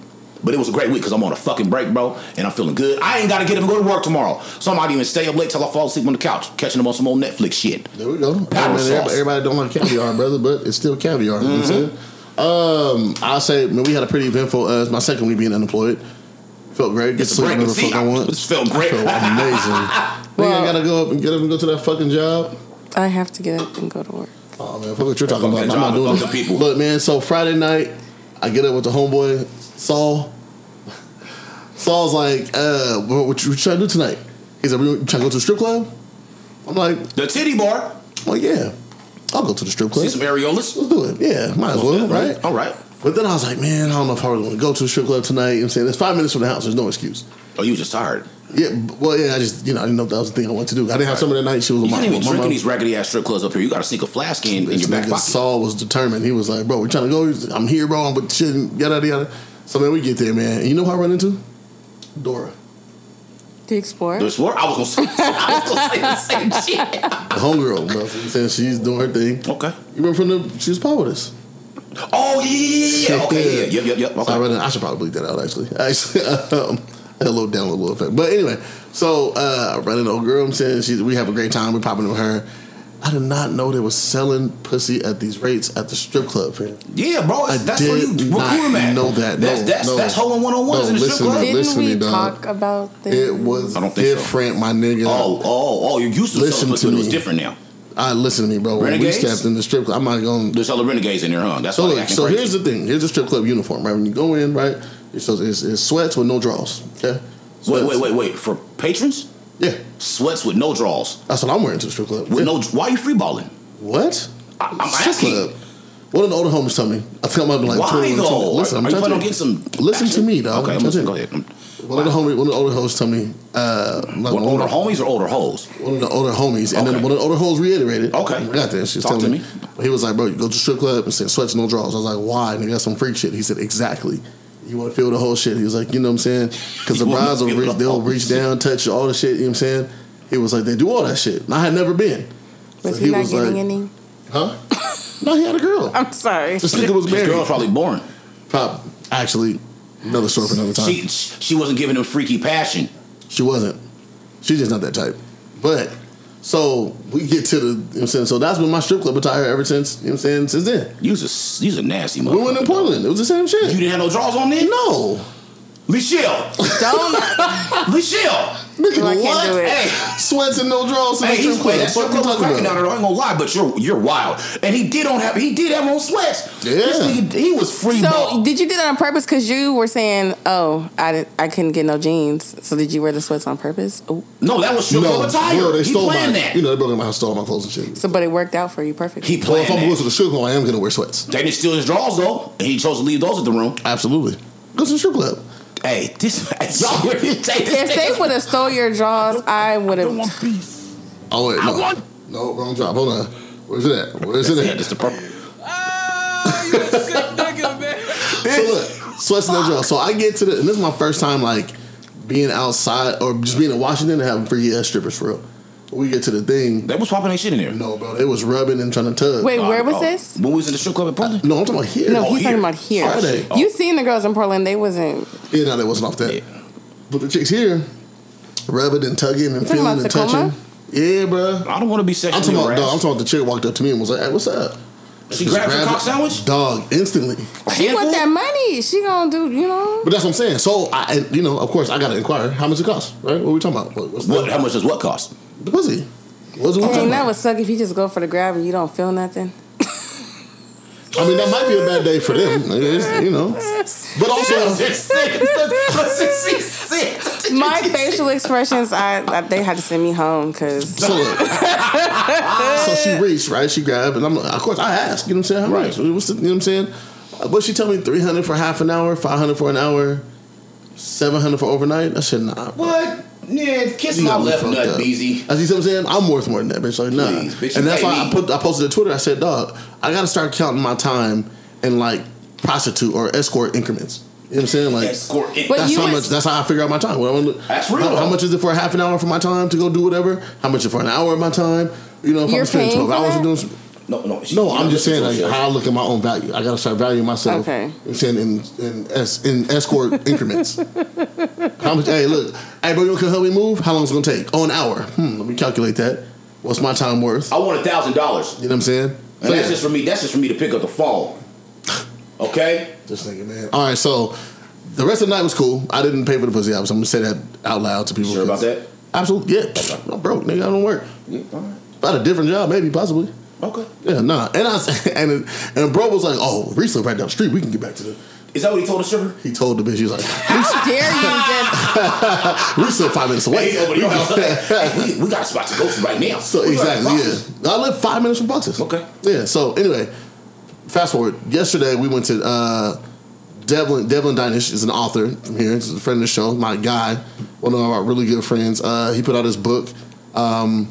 S1: But it was a great week because I'm on a fucking break, bro, and I'm feeling good. I ain't got to get up and go to work tomorrow. So I might even stay up late till I fall asleep on the couch, catching them on some old Netflix shit.
S2: There we go.
S1: Power
S2: Hey, man,
S1: sauce.
S2: everybody, everybody don't
S1: <laughs>
S2: like caviar, brother, but it's still caviar. You know what I'm saying? Um, I'll say, man, we had a pretty eventful. Uh, it's my second week being unemployed. Felt great. Get
S1: It's
S2: to sleep
S1: great.
S2: whenever
S1: See,
S2: fuck I
S1: I-
S2: want.
S1: it felt great.
S2: I
S1: <laughs>
S2: amazing. Well,
S3: Well-
S2: I gotta go up and get up and go to that fucking job.
S3: I have to get up and go to work.
S2: Oh man, fuck what you're talking about. I'm
S1: that job,
S2: not doing
S1: fuck
S2: it.
S1: the people.
S2: Look, man. So Friday night, I get up with the homeboy Saul. Saul's like, uh, what, what you trying to do tonight? He's like, we trying to go to the strip club? I'm like,
S1: The titty bar.
S2: well, yeah, I'll go to the strip club.
S1: See some areolas.
S2: Let's do it. Yeah, might as well, right?
S1: All right.
S2: But then I was like, man, I don't know if I really want to go to the strip club tonight. You know what I'm saying it's five minutes from the house. There's no excuse.
S1: Oh, you were just tired.
S2: Yeah, b- well, yeah, I just, you know, I didn't know if that was the thing I wanted to do. I didn't have someone that night. She was on
S1: You
S2: my
S1: can't even
S2: my
S1: drink in
S2: mom-
S1: these raggedy ass strip clubs up here. You got to sneak a flask in in
S2: This
S1: your back
S2: nigga
S1: pocket.
S2: Saul was determined. He was like, bro, we're trying to go. He's- I'm here, bro. I'm with shit, and yada, yada, yada. So, man, we get there, man. And you know who I run into? Dora.
S3: To explore?
S1: This word, I was gonna say, I was gonna say the same shit.
S2: The homegirl, bro. So, I'm saying she's doing her thing.
S1: Okay.
S2: You remember from the, she was part with us.
S1: Oh yeah, yeah, yeah, yeah. Okay, yeah, yeah, yep, yep, yep.
S2: So I,
S1: Okay.
S2: ran in- I should probably bleep that out, <laughs> actually. Actually, um, Had a little down, a little effect. But anyway, so uh, I ran into old girl. I'm saying she, we have a great time. We're popping with her. I did not know they was selling pussy at these rates at the strip club. Fam.
S1: Yeah, bro,
S2: I
S1: it's, that's where you
S2: did
S1: recruit
S2: not
S1: them at.
S2: know that.
S1: That's
S2: No,
S1: that's
S2: no.
S1: that's holding one on ones
S2: No,
S1: in the strip
S2: listen to
S1: club.
S2: me.
S3: Didn't
S2: listen to
S3: we
S2: me, dog.
S3: talk about this?
S2: It was
S1: I don't think so.
S2: different, my nigga.
S1: Oh, oh, oh! You used to
S2: Listen
S1: listen
S2: to
S1: to it was
S2: me.
S1: different now.
S2: I listen to me, bro. When we
S1: Renegades?
S2: stepped in the strip club, I'm not going. to
S1: There's hella renegades in there, huh? That's
S2: So
S1: why they
S2: look,
S1: acting
S2: so
S1: crazy.
S2: here's the thing. Here's the strip club uniform, right? When you go in, right? It's, so it's, it's sweats with no draws. Okay.
S1: wait,
S2: Sweats.
S1: wait, wait, wait. For patrons,
S2: Yeah,
S1: sweats with no draws.
S2: that's what I'm wearing to the strip club.
S1: With
S2: Yeah.
S1: no, why are you freeballing?
S2: what?
S1: I, I'm
S2: strip
S1: asking.
S2: club. One of the older homies told me. I think I'm about to be like
S1: why
S2: 21,
S1: though?
S2: 22. Listen,
S1: are,
S2: I'm
S1: are you
S2: trying
S1: planning
S2: to
S1: on getting some?
S2: Listen to me, dog.
S1: Okay,
S2: I'm
S1: I'm listening.
S2: trying
S1: Go
S2: to-
S1: ahead. I'm-
S2: One of the homie, one of the older hosts told me. Uh, like
S1: What,
S2: one
S1: older
S2: of-
S1: homies or older hoes?
S2: one of the older homies, and then
S1: Okay.
S2: one of the older hoes reiterated.
S1: Okay.
S2: I got that. She's
S1: Talk
S2: telling
S1: to
S2: me.
S1: me.
S2: He was like, "Bro, you go to strip club and say sweats no draws." I was like, "Why?" Nigga, that's some freak shit. He said, "Exactly." You want to feel the whole shit. He was like, "You know what I'm saying?" Because
S1: <laughs>
S2: the
S1: You wanna
S2: brides will
S1: feel
S2: reach,
S1: the
S2: they'll
S1: whole
S2: reach
S1: shit.
S2: down, touch you, all the shit. You know what I'm saying? He was like, "They do all that shit." And I had never been.
S3: Was
S2: So
S3: he, not getting any?
S2: Huh? no, he had a girl.
S3: I'm sorry.
S2: This nigga was
S1: This
S2: married.
S1: girl's probably born.
S2: Pop, actually, another story for another time.
S1: She she wasn't giving him freaky passion.
S2: She wasn't. She's just not that type. But so we get to the, you know what I'm saying? So that's been my strip club attire ever since, you know what I'm saying? Since then.
S1: You's a you's a nasty motherfucker.
S2: We went in
S1: dog.
S2: Portland. It was the same shit.
S1: You didn't have no draws on then.
S2: no.
S1: Michelle,
S3: Don't.
S1: <laughs> Michelle.
S2: Nigga,
S3: I can't
S2: what?
S3: do it.
S1: Hey.
S2: Sweats and no draws in
S1: Hey,
S2: the
S1: he's
S2: strip club.
S1: playing
S2: The
S1: that strip
S2: fuck you
S1: club
S2: talking
S1: cracking out
S2: about?
S1: there. I ain't gonna lie, but you're you're wild. And he did on have he did have on sweats.
S2: Yeah.
S1: This nigga, he was free.
S3: So
S1: ball.
S3: did you do that on purpose? Because you were saying, "Oh, I did, I couldn't get no jeans." So did you wear the sweats on purpose? Oh,
S1: no, that was strip
S2: no,
S1: club attire.
S2: bro, they
S1: he
S2: stole my,
S1: planned that.
S2: you know, they broke in my house, stole my clothes and shit.
S3: so but it worked out for you perfectly.
S1: he
S2: Well,
S1: planned
S2: if I'm
S1: that.
S2: going to the strip club, I am going to wear sweats.
S1: They didn't steal his drawers though, and he chose to leave those at the room.
S2: Absolutely. Go to the strip club.
S1: Hey, this <laughs> y'all were take
S3: if they would have stole your draws, I would have.
S2: Oh, wait, no. no, wrong drop. Hold on. Where's it at? Where's it
S1: Yeah,
S2: at?
S1: just the purple.
S7: Oh, you a sick nigga, man.
S2: So look, sweats no drill. So I get to the, and this is my first time like being outside or just being in Washington and having free ass strippers for real. We get to the thing.
S1: They was popping that shit in there.
S2: No, bro, they was rubbing and trying to tug.
S3: Wait, where was
S1: Oh,
S3: this?
S1: When we was in the strip club in Portland.
S2: no, I'm talking about here.
S3: No,
S1: oh,
S3: he's talking
S1: here.
S3: about here.
S2: Friday.
S3: You seen the girls in Portland? They wasn't.
S2: yeah, no, they wasn't off that.
S1: Yeah.
S2: But the chicks here, rubbing and tugging and
S3: Talking
S2: feeling
S3: about
S2: and
S3: Tacoma?
S2: touching. Yeah, bro.
S1: I don't want to be
S2: I'm
S1: sexually
S2: talking about.
S1: harassed.
S2: Dog, I'm talking about the chick walked up to me and was like, "Hey, what's up?"
S1: she
S2: Just
S1: grabbed her
S2: grabbed
S1: cock
S2: it.
S1: sandwich.
S2: Dog, instantly.
S3: She want that money. She gonna do. You know.
S2: But that's what I'm saying. So I, and, you know, of course, I gotta inquire how much it costs, right? What we talking about? What, what's
S1: What?
S2: the-
S1: How much does what cost?
S2: The pussy. What's, what's
S3: Dang, that would suck if you just go for the grab and you don't feel nothing.
S2: I mean, that might be a bad day for them. It is, you know. But
S1: <laughs>
S2: also, <laughs>
S3: My facial expressions, I, I they had to send me home because
S1: <laughs>
S2: so, look. so she reached, right? She grabbed, and I'm, of course, I asked, you know what I'm saying? How much? What's the, you know what I'm saying? Uh, But she told me 300 for half an hour, 500 for an hour, 700 for overnight. I said, nah. Bro.
S1: What? Yeah, kiss
S2: You
S1: my
S2: got me
S1: left
S2: fucked
S1: nut,
S2: up.
S1: BZ.
S2: I see what I'm saying. I'm worth more than that, bitch. Like, nah.
S1: Please, bitch, you
S2: and that's
S1: pay
S2: why
S1: me.
S2: I put I posted to Twitter. I said, dog, I gotta start counting my time in like prostitute or escort increments. You know what I'm saying? Like,
S1: Escort it.
S3: But
S2: that's
S3: you
S2: how
S3: was-
S2: much. That's how I figure out my time. What I wanna-
S1: That's real,
S2: How, how
S1: though.
S2: much is it for half an hour for my time to go do whatever? How much is it for an hour of my time? You know, if
S3: You're
S2: I'm spending
S3: paying
S2: twelve hours
S3: for that?
S2: doing. Some,
S1: No, no. she-
S2: no,
S1: you
S2: I'm
S1: know,
S2: just
S1: listen
S2: saying
S1: to
S2: like
S1: yourself.
S2: how I look at my own value. I gotta start valuing myself.
S3: Okay.
S2: I'm saying in in es, in escort
S3: <laughs>
S2: increments. How much? Hey, look, hey, bro, you wanna help me move? How long is it gonna take? Oh, an hour. Hmm. Let me calculate that. What's my time worth?
S1: I want a thousand dollars,
S2: You know what I'm saying?
S1: and
S2: So,
S1: that's
S2: yeah.
S1: just for me. That's just for me to pick up the phone. Okay.
S2: Just thinking, man. All right, so the rest of the night was cool. I didn't pay for the pussy obviously. I'm gonna say that out loud to people.
S1: Sure about
S2: 'cause-
S1: that?
S2: Absolutely, yeah. Pfft, I'm broke, nigga. I don't work.
S1: Yeah, all right.
S2: If I had a different job, maybe possibly.
S1: Okay.
S2: Yeah, nah. And I <laughs> and and bro was like, oh, Reese live right down the street. We can get back to the.
S1: Is that what he told the stripper?
S2: He told the bitch, he was like,
S3: how dare <laughs> you just
S2: <laughs> Reese live five minutes away.
S1: Hey, over to your house.
S2: <laughs>
S1: <laughs> Hey, we, we got a spot to go to right now.
S2: So
S1: We got
S2: exactly,
S1: boxes.
S2: yeah. I live five minutes from Boxes.
S1: Okay.
S2: Yeah. So anyway, fast forward. Yesterday we went to uh, Devlin. Devlin Dinish is an author from here. He's a friend of the show. My guy, one of our really good friends. Uh, he put out his book. Um,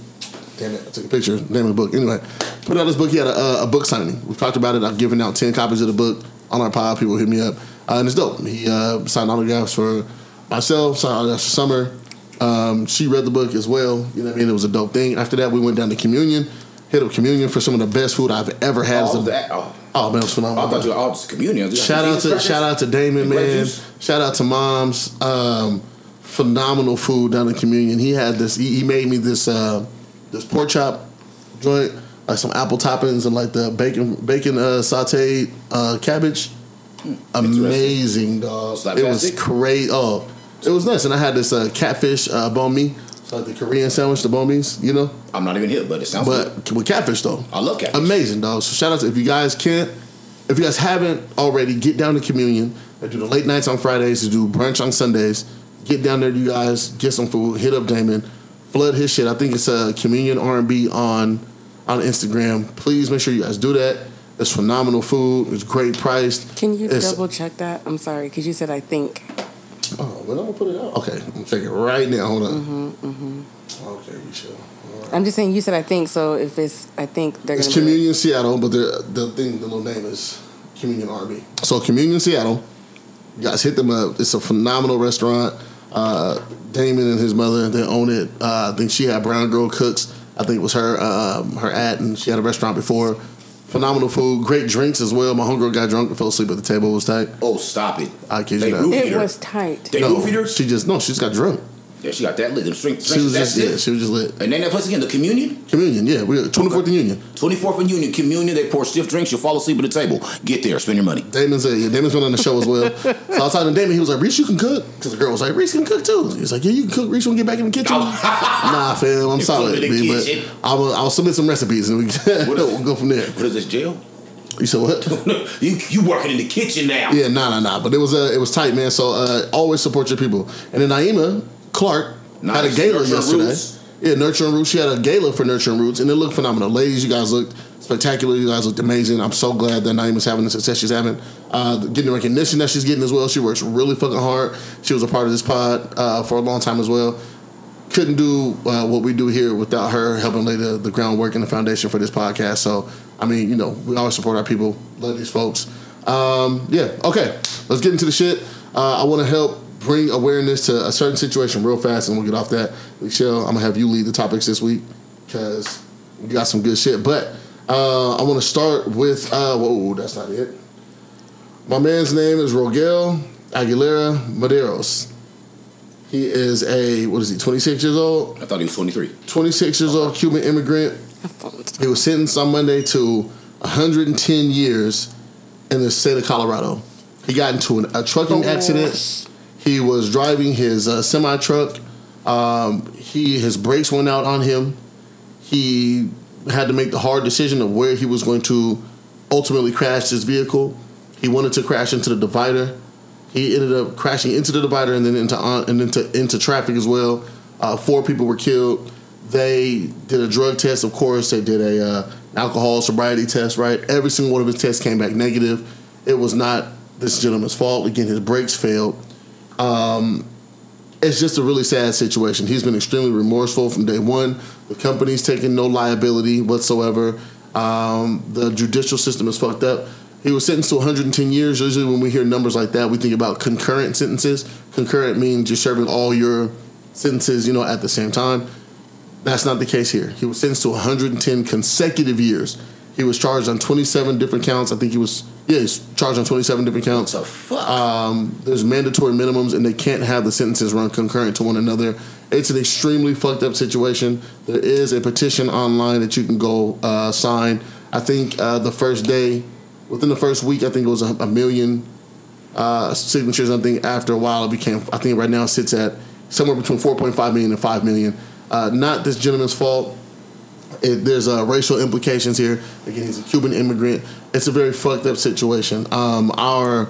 S2: damn it, I took a picture. Name of the book. Anyway, put out his book. He had a, uh, a book signing. We've talked about it. I've given out ten copies of the book on our pod. People hit me up, uh, and it's dope. He uh, signed autographs for myself. Signed autographs for Summer. Um, she read the book as well. You know what I mean? It was a dope thing. After that, we went down to communion. Hit up communion for some of the best food I've ever had.
S1: All
S2: It's the-
S1: that. Oh,
S2: Oh man, it was
S1: I
S2: phenomenal.
S1: thought you were all just communion.
S2: shout out to shout out to Damon,
S1: And grape
S2: man.
S1: juice.
S2: Shout out to moms. Um, phenomenal food down in communion. He had this. He, he made me this uh, this pork chop joint, like some apple toppings and like the bacon bacon uh, sauteed uh, cabbage.
S1: Hmm.
S2: Amazing, dog. It was
S1: Slaptastic?
S2: great. Oh, it was nice. And I had this uh, catfish uh, bone me. It's like the Korean sandwich, the bone me's, you know.
S1: I'm not even here, but it sounds good.
S2: But with catfish though,
S1: I love catfish.
S2: amazing dog. So shout out to if you guys can't, if you guys haven't already, get down to communion. They do the late nights on Fridays. They do brunch on Sundays. Get down there, you guys. Get some food. Hit up Damon. Flood his shit. I think it's a uh, communion R and B on on Instagram. Please make sure you guys do that. It's phenomenal food. It's great priced.
S3: Can you
S2: It's-
S3: double check that? I'm sorry, because you said I think.
S2: Oh, well, I'm gonna put it out. Okay, I'm gonna check it right now. Hold on. Okay, we should.
S3: Mm-hmm, I'm just saying you said I think. So if it's I think they're
S2: It's
S3: gonna be
S2: Communion Seattle, but the the thing, the little name is Communion RB. So Communion Seattle, you guys hit them up. It's a phenomenal restaurant. Uh, Damon and his mother they own it. Uh, I think she had Brown Girl Cooks. I think it was her um, her ad, and she had a restaurant before. Phenomenal food, great drinks as well. My homegirl got drunk and fell asleep at the table. It was tight.
S1: Oh, stop it.
S2: I kid you
S1: They
S2: not.
S1: roofied
S3: It
S1: her.
S3: was tight.
S1: They
S2: no,
S1: roofied her.
S2: she just no, she just got drunk.
S1: Yeah, she got that lit. Them strength,
S2: She was
S1: that's
S2: just yeah,
S1: it.
S2: she was just lit.
S1: and then that place again, the communion,
S2: Communion, yeah, we twenty fourth and Union.
S1: 24th and Union, communion. They pour stiff drinks. You'll fall asleep at the table. Get there, spend your money. <laughs>
S2: Damon's uh, yeah, Damon's been on the show as well. so I was talking to Damon. He was like, "Reese, you can cook," because the girl was like, "Reese can cook too." He was like, "Yeah, you can cook. Reese, want to get back in the kitchen?" nah, fam, I'm solid,
S1: Oh. in the
S2: B, but
S1: kitchen.
S2: I'll, I'll submit some recipes and we <laughs>
S1: What is-
S2: we'll go from there.
S1: What is this jail? <laughs>
S2: You said what?
S1: you you working in the kitchen now?
S2: yeah, nah, nah, nah. But it was uh, it was tight, man. So uh, always support your people. And then Naima Clark had a
S1: Nice.
S2: gala
S1: Nurturing
S2: yesterday.
S1: Roots.
S2: Yeah, Nurturing Roots. She had a gala for Nurturing Roots, and it looked phenomenal. Ladies, you guys looked spectacular. You guys looked amazing. I'm so glad that Naima's having the success she's having, uh, getting the recognition that she's getting as well. She works really fucking hard. She was a part of this pod uh, for a long time as well. Couldn't do uh, what we do here without her helping lay the, the groundwork and the foundation for this podcast. So, I mean, you know, we always support our people, love these folks. Um, yeah, okay, let's get into the shit. Uh, I want to help bring awareness to a certain situation real fast, and we'll get off that. Michelle, I'm gonna have you lead the topics this week because you got some good shit. But uh, I want to start with uh, whoa, that's not it. My man's name is Rogel Aguilera Maderos. He is a what is he? 26 years old.
S1: I thought he was 23.
S2: 26 years old Cuban immigrant. He was sentenced on Monday to 110 years in the state of Colorado. He got into an, a trucking accident. He was driving his uh, semi truck. Um, he his brakes went out on him. He had to make the hard decision of where he was going to ultimately crash his vehicle. He wanted to crash into the divider. He ended up crashing into the divider and then into on, and into into traffic as well. Uh, four people were killed. They did a drug test, of course. They did a uh, alcohol sobriety test, right? Every single one of his tests came back negative. It was not this gentleman's fault. Again, his brakes failed. Um, it's just a really sad situation. He's been extremely remorseful from day one. The company's taking no liability whatsoever. Um, the judicial system is fucked up. He was sentenced to 110 years. Usually, when we hear numbers like that, we think about concurrent sentences. Concurrent means you're serving all your sentences, you know, at the same time. That's not the case here. He was sentenced to 110 consecutive years. He was charged on 27 different counts. I think he was, yeah, he's charged on 27 different counts.
S1: The fuck?
S2: Um, there's mandatory minimums, and they can't have the sentences run concurrent to one another. It's an extremely fucked up situation. There is a petition online that you can go uh, sign. I think uh, the first day, within the first week, I think it was a, a million uh, signatures. I think after a while, it became. I think right now it sits at somewhere between 4.5 million and 5 million. Uh, not this gentleman's fault it, there's uh, racial implications here. Again, he's a Cuban immigrant. It's a very fucked up situation. Um, our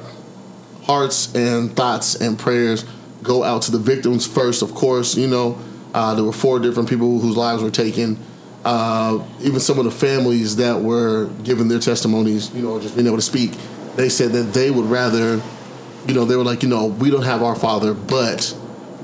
S2: hearts and thoughts and prayers go out to the victims first, of course. You know, uh, there were four different people whose lives were taken. Uh, even some of the families that were giving their testimonies, you know, or just being able to speak, they said that they would rather, you know, they were like, you know, we don't have our father, but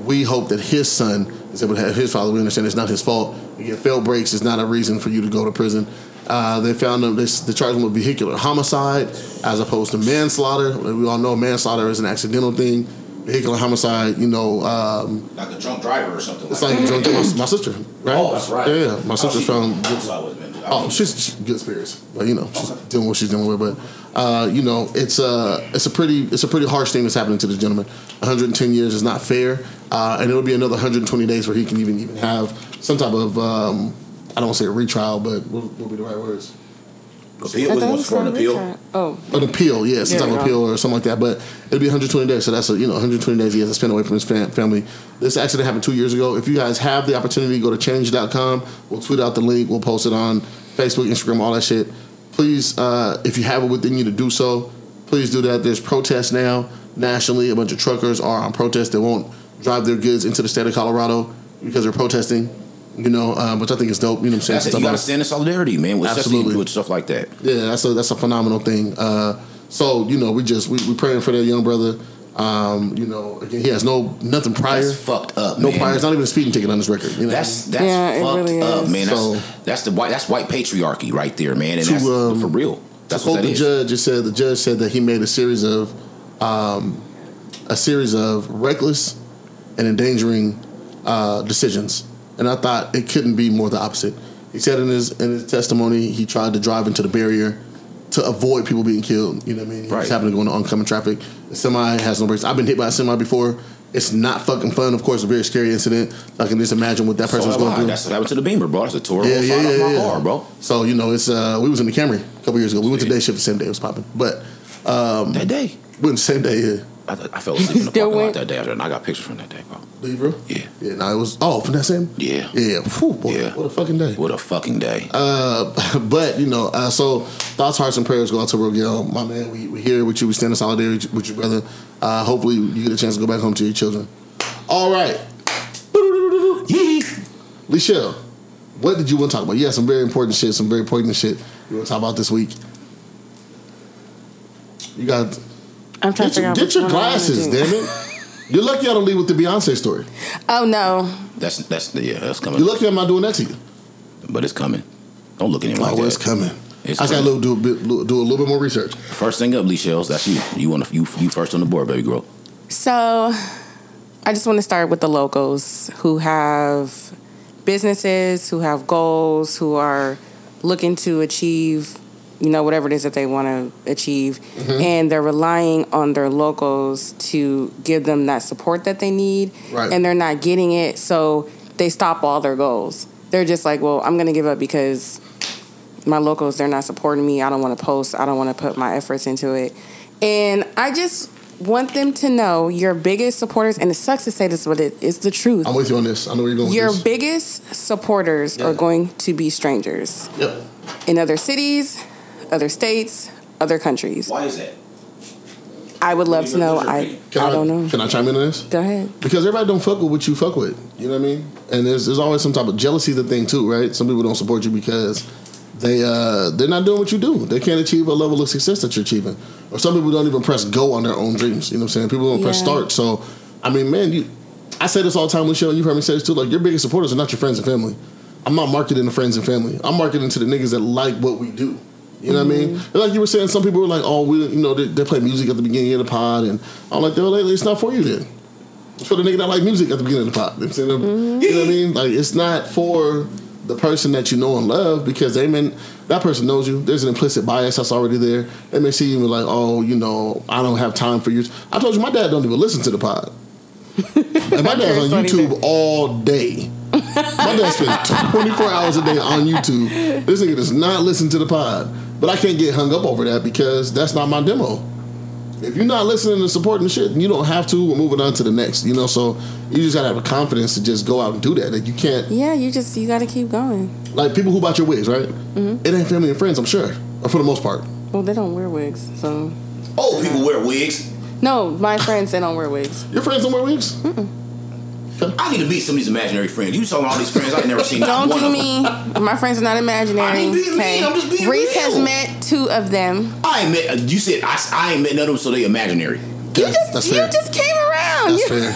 S2: we hope that his son is able to have his father. We understand it's not his fault. Again, failed breaks is not a reason for you to go to prison. Uh, they found them. They, they charged him with vehicular homicide as opposed to manslaughter. We all know manslaughter is an accidental thing. Vehicular homicide, you know, um,
S1: like a drunk driver or something. <laughs>
S2: it's like my, my sister, right?
S1: Oh, that's right.
S2: Yeah, yeah. my
S1: Oh,
S2: sister
S1: she-
S2: found
S1: That's what I was meant to
S2: Oh, she's she's good spirits, but you know she's dealing with what she's dealing with. But uh, you know it's a it's a pretty it's a pretty harsh thing that's happening to this gentleman. 110 years is not fair, uh, and it'll be another 120 days where he can even even have some type of um, I don't want to say a retrial, but what what would be the right words?
S1: Appeal was what's for an appeal.
S3: Oh,
S2: An appeal, yeah, some
S3: There
S2: type
S3: we
S2: of
S3: go.
S2: appeal or something like that. But it'll be 120 days, so that's a, you know 120 days he has to spend away from his fam- family. This accident happened two years ago. If you guys have the opportunity, go to change.com. We'll tweet out the link. We'll post it on Facebook, Instagram, all that shit. Please, uh, if you have it within you to do so, please do that. There's protests now nationally. A bunch of truckers are on protest. They won't drive their goods into the state of Colorado because they're protesting. You know, um, which I think is dope. You know what I'm saying?
S1: That's it.
S2: Stuff
S1: You gotta
S2: like-
S1: stand in solidarity, man. With stuff that you
S2: Absolutely.
S1: do with stuff like that.
S2: yeah, that's a that's a phenomenal thing. Uh, so you know, we just we, we praying for that young brother. Um, you know, again, he has no nothing prior,
S1: That's fucked up,
S2: no
S1: man.
S2: prior. It's not even a speeding ticket on his record. You know?
S1: That's that's
S3: Yeah, it
S1: fucked
S3: really
S1: up,
S3: is.
S1: man. That's,
S2: So-
S1: that's the white that's white patriarchy right there, man. And
S2: To,
S1: that's
S2: um,
S1: for real. That's
S2: To quote
S1: what that
S2: the
S1: is.
S2: judge. It said the judge said that he made a series of um, a series of reckless and endangering uh, decisions, and I thought it couldn't be more the opposite. He said in his in his testimony he tried to drive into the barrier to avoid people being killed. You know what I mean? He
S1: Right.
S2: just happened to go into oncoming traffic. The semi has no brakes. I've been hit by a semi before. It's not fucking fun. Of course, a very scary incident. I can just imagine what that
S1: So
S2: person was
S1: am
S2: going
S1: I.
S2: through.
S1: That's what happened to the Beamer, bro. That's a tour yeah,
S2: Yeah, yeah,
S1: off
S2: yeah,
S1: my
S2: yeah.
S1: car, bro.
S2: So you know, it's uh, we was in the Camry a couple years ago. We went to day shift the same day. It was popping, but um,
S1: that day.
S2: we went the same day. Yeah,
S1: I, I fell asleep in the
S3: Still
S1: parking lot
S3: went?
S1: that day after, and I got pictures from that day, bro.
S2: leave bro.
S1: Yeah.
S2: Yeah, no, it was oh from that same.
S1: Yeah.
S2: yeah, Phew, boy,
S1: Yeah.
S2: What a fucking day.
S1: What a fucking day.
S2: Uh, <laughs> but you know, uh, so thoughts, hearts, and prayers go out to Rogel, my man. We we here with you. We stand in solidarity with you, brother. Uh, hopefully, you get a chance to go back home to your children. All right, Lishelle, what did you want to talk about? You had some very important shit, some very poignant shit you want to talk about this week. You got
S3: I'm trying
S2: get
S3: to figure
S2: your,
S3: out
S2: get
S3: which
S2: your
S3: one I wanna
S2: glasses,
S3: do.
S2: damn it.
S3: <laughs>
S2: You're lucky I don't leave with the Beyonce story.
S3: Oh no,
S1: that's that's yeah, that's coming.
S2: You're lucky I'm not doing that to you.
S1: but it's coming. Don't look at him like
S2: oh,
S1: that.
S2: it's coming.
S1: It's
S2: I got to
S1: coming.
S2: do a bit, do a little bit more research.
S1: First thing up, Lee Shells. That's you. You want to, you you first on the board, baby girl.
S3: So, I just want to start with the locals who have businesses, who have goals, who are looking to achieve, you know, whatever it is that they want to achieve, and they're relying on their locals to give them that support that they need,
S2: Right.
S3: and they're not getting it, so they stop all their goals. They're just like, well, I'm going to give up because my locals they're not supporting me. I don't want to post. I don't want to put my efforts into it. And I just want them to know your biggest supporters and it sucks to say this but it is the truth.
S2: I'm with you on this. I know where you're going with
S3: Your
S2: this.
S3: biggest supporters
S2: Yeah.
S3: are going to be strangers
S2: Yep.
S3: in other cities, other states, other countries.
S1: Why is that?
S3: I would love
S1: What
S3: to
S1: is your-
S3: know.
S1: what's your
S3: I I
S1: opinion?
S2: Can
S3: don't know.
S2: Can I chime in on this?
S3: Go ahead.
S2: Because everybody don't fuck with what you fuck with. You know what I mean? And there's there's always some type of jealousy the thing too, right? Some people don't support you because they uh they're not doing what you do. They can't achieve a level of success that you're achieving. Or some people don't even press go on their own dreams. You know what I'm saying? People don't press
S3: Yeah.
S2: start. So I mean, man, you I say this all the time with you and you've heard me say this too, like your biggest supporters are not your friends and family. I'm not marketing to friends and family. I'm marketing to the niggas that like what we do. You know what I mean? And like you were saying, some people were like, "Oh, we, you know, they, they play music at the beginning of the pod," and I'm like, "Well, it's not for you then." It's for the nigga that like music at the beginning of the pop. You know what I'm saying? You know what I
S3: Mm-hmm.
S2: mean? Like it's not for the person that you know and love because they mean that person knows you. There's an implicit bias that's already there. They may see you and be like, oh, you know, I don't have time for you. I told you my dad don't even listen to the pod.
S3: <laughs>
S2: And my dad's on
S3: That's funny,
S2: YouTube all day. My dad spends 24 hours a day on YouTube. This nigga does not listen to the pod. But I can't get hung up over that because that's not my demo if you're not listening and supporting shit, you don't have to. We're moving on to the next, you know. So you just gotta have a confidence to just go out and do that. Like you can't,
S3: Yeah, you just you got to keep going.
S2: like people who bought your wigs, right?
S3: Mm-hmm.
S2: It ain't family and friends, I'm sure, or for the most part.
S3: Well, they don't wear wigs, so
S1: Old people wear wigs.
S3: no, my friends they don't wear
S1: <laughs>
S3: wigs.
S2: Your friends don't wear wigs.
S3: Mm-hmm.
S1: I need to meet some of these imaginary friends. You talking all these friends I've never seen. not
S3: Don't
S1: one
S3: do
S1: of them.
S3: me. My friends are not imaginary.
S1: I ain't being mean,
S3: okay?
S1: I'm just being
S3: Reese has
S1: real.
S3: met two of them.
S1: I ain't met. You said I, I ain't met none of them, so they imaginary.
S3: You just
S2: that's
S3: you
S2: fair.
S3: just came around.
S2: That's
S3: You-
S2: fair.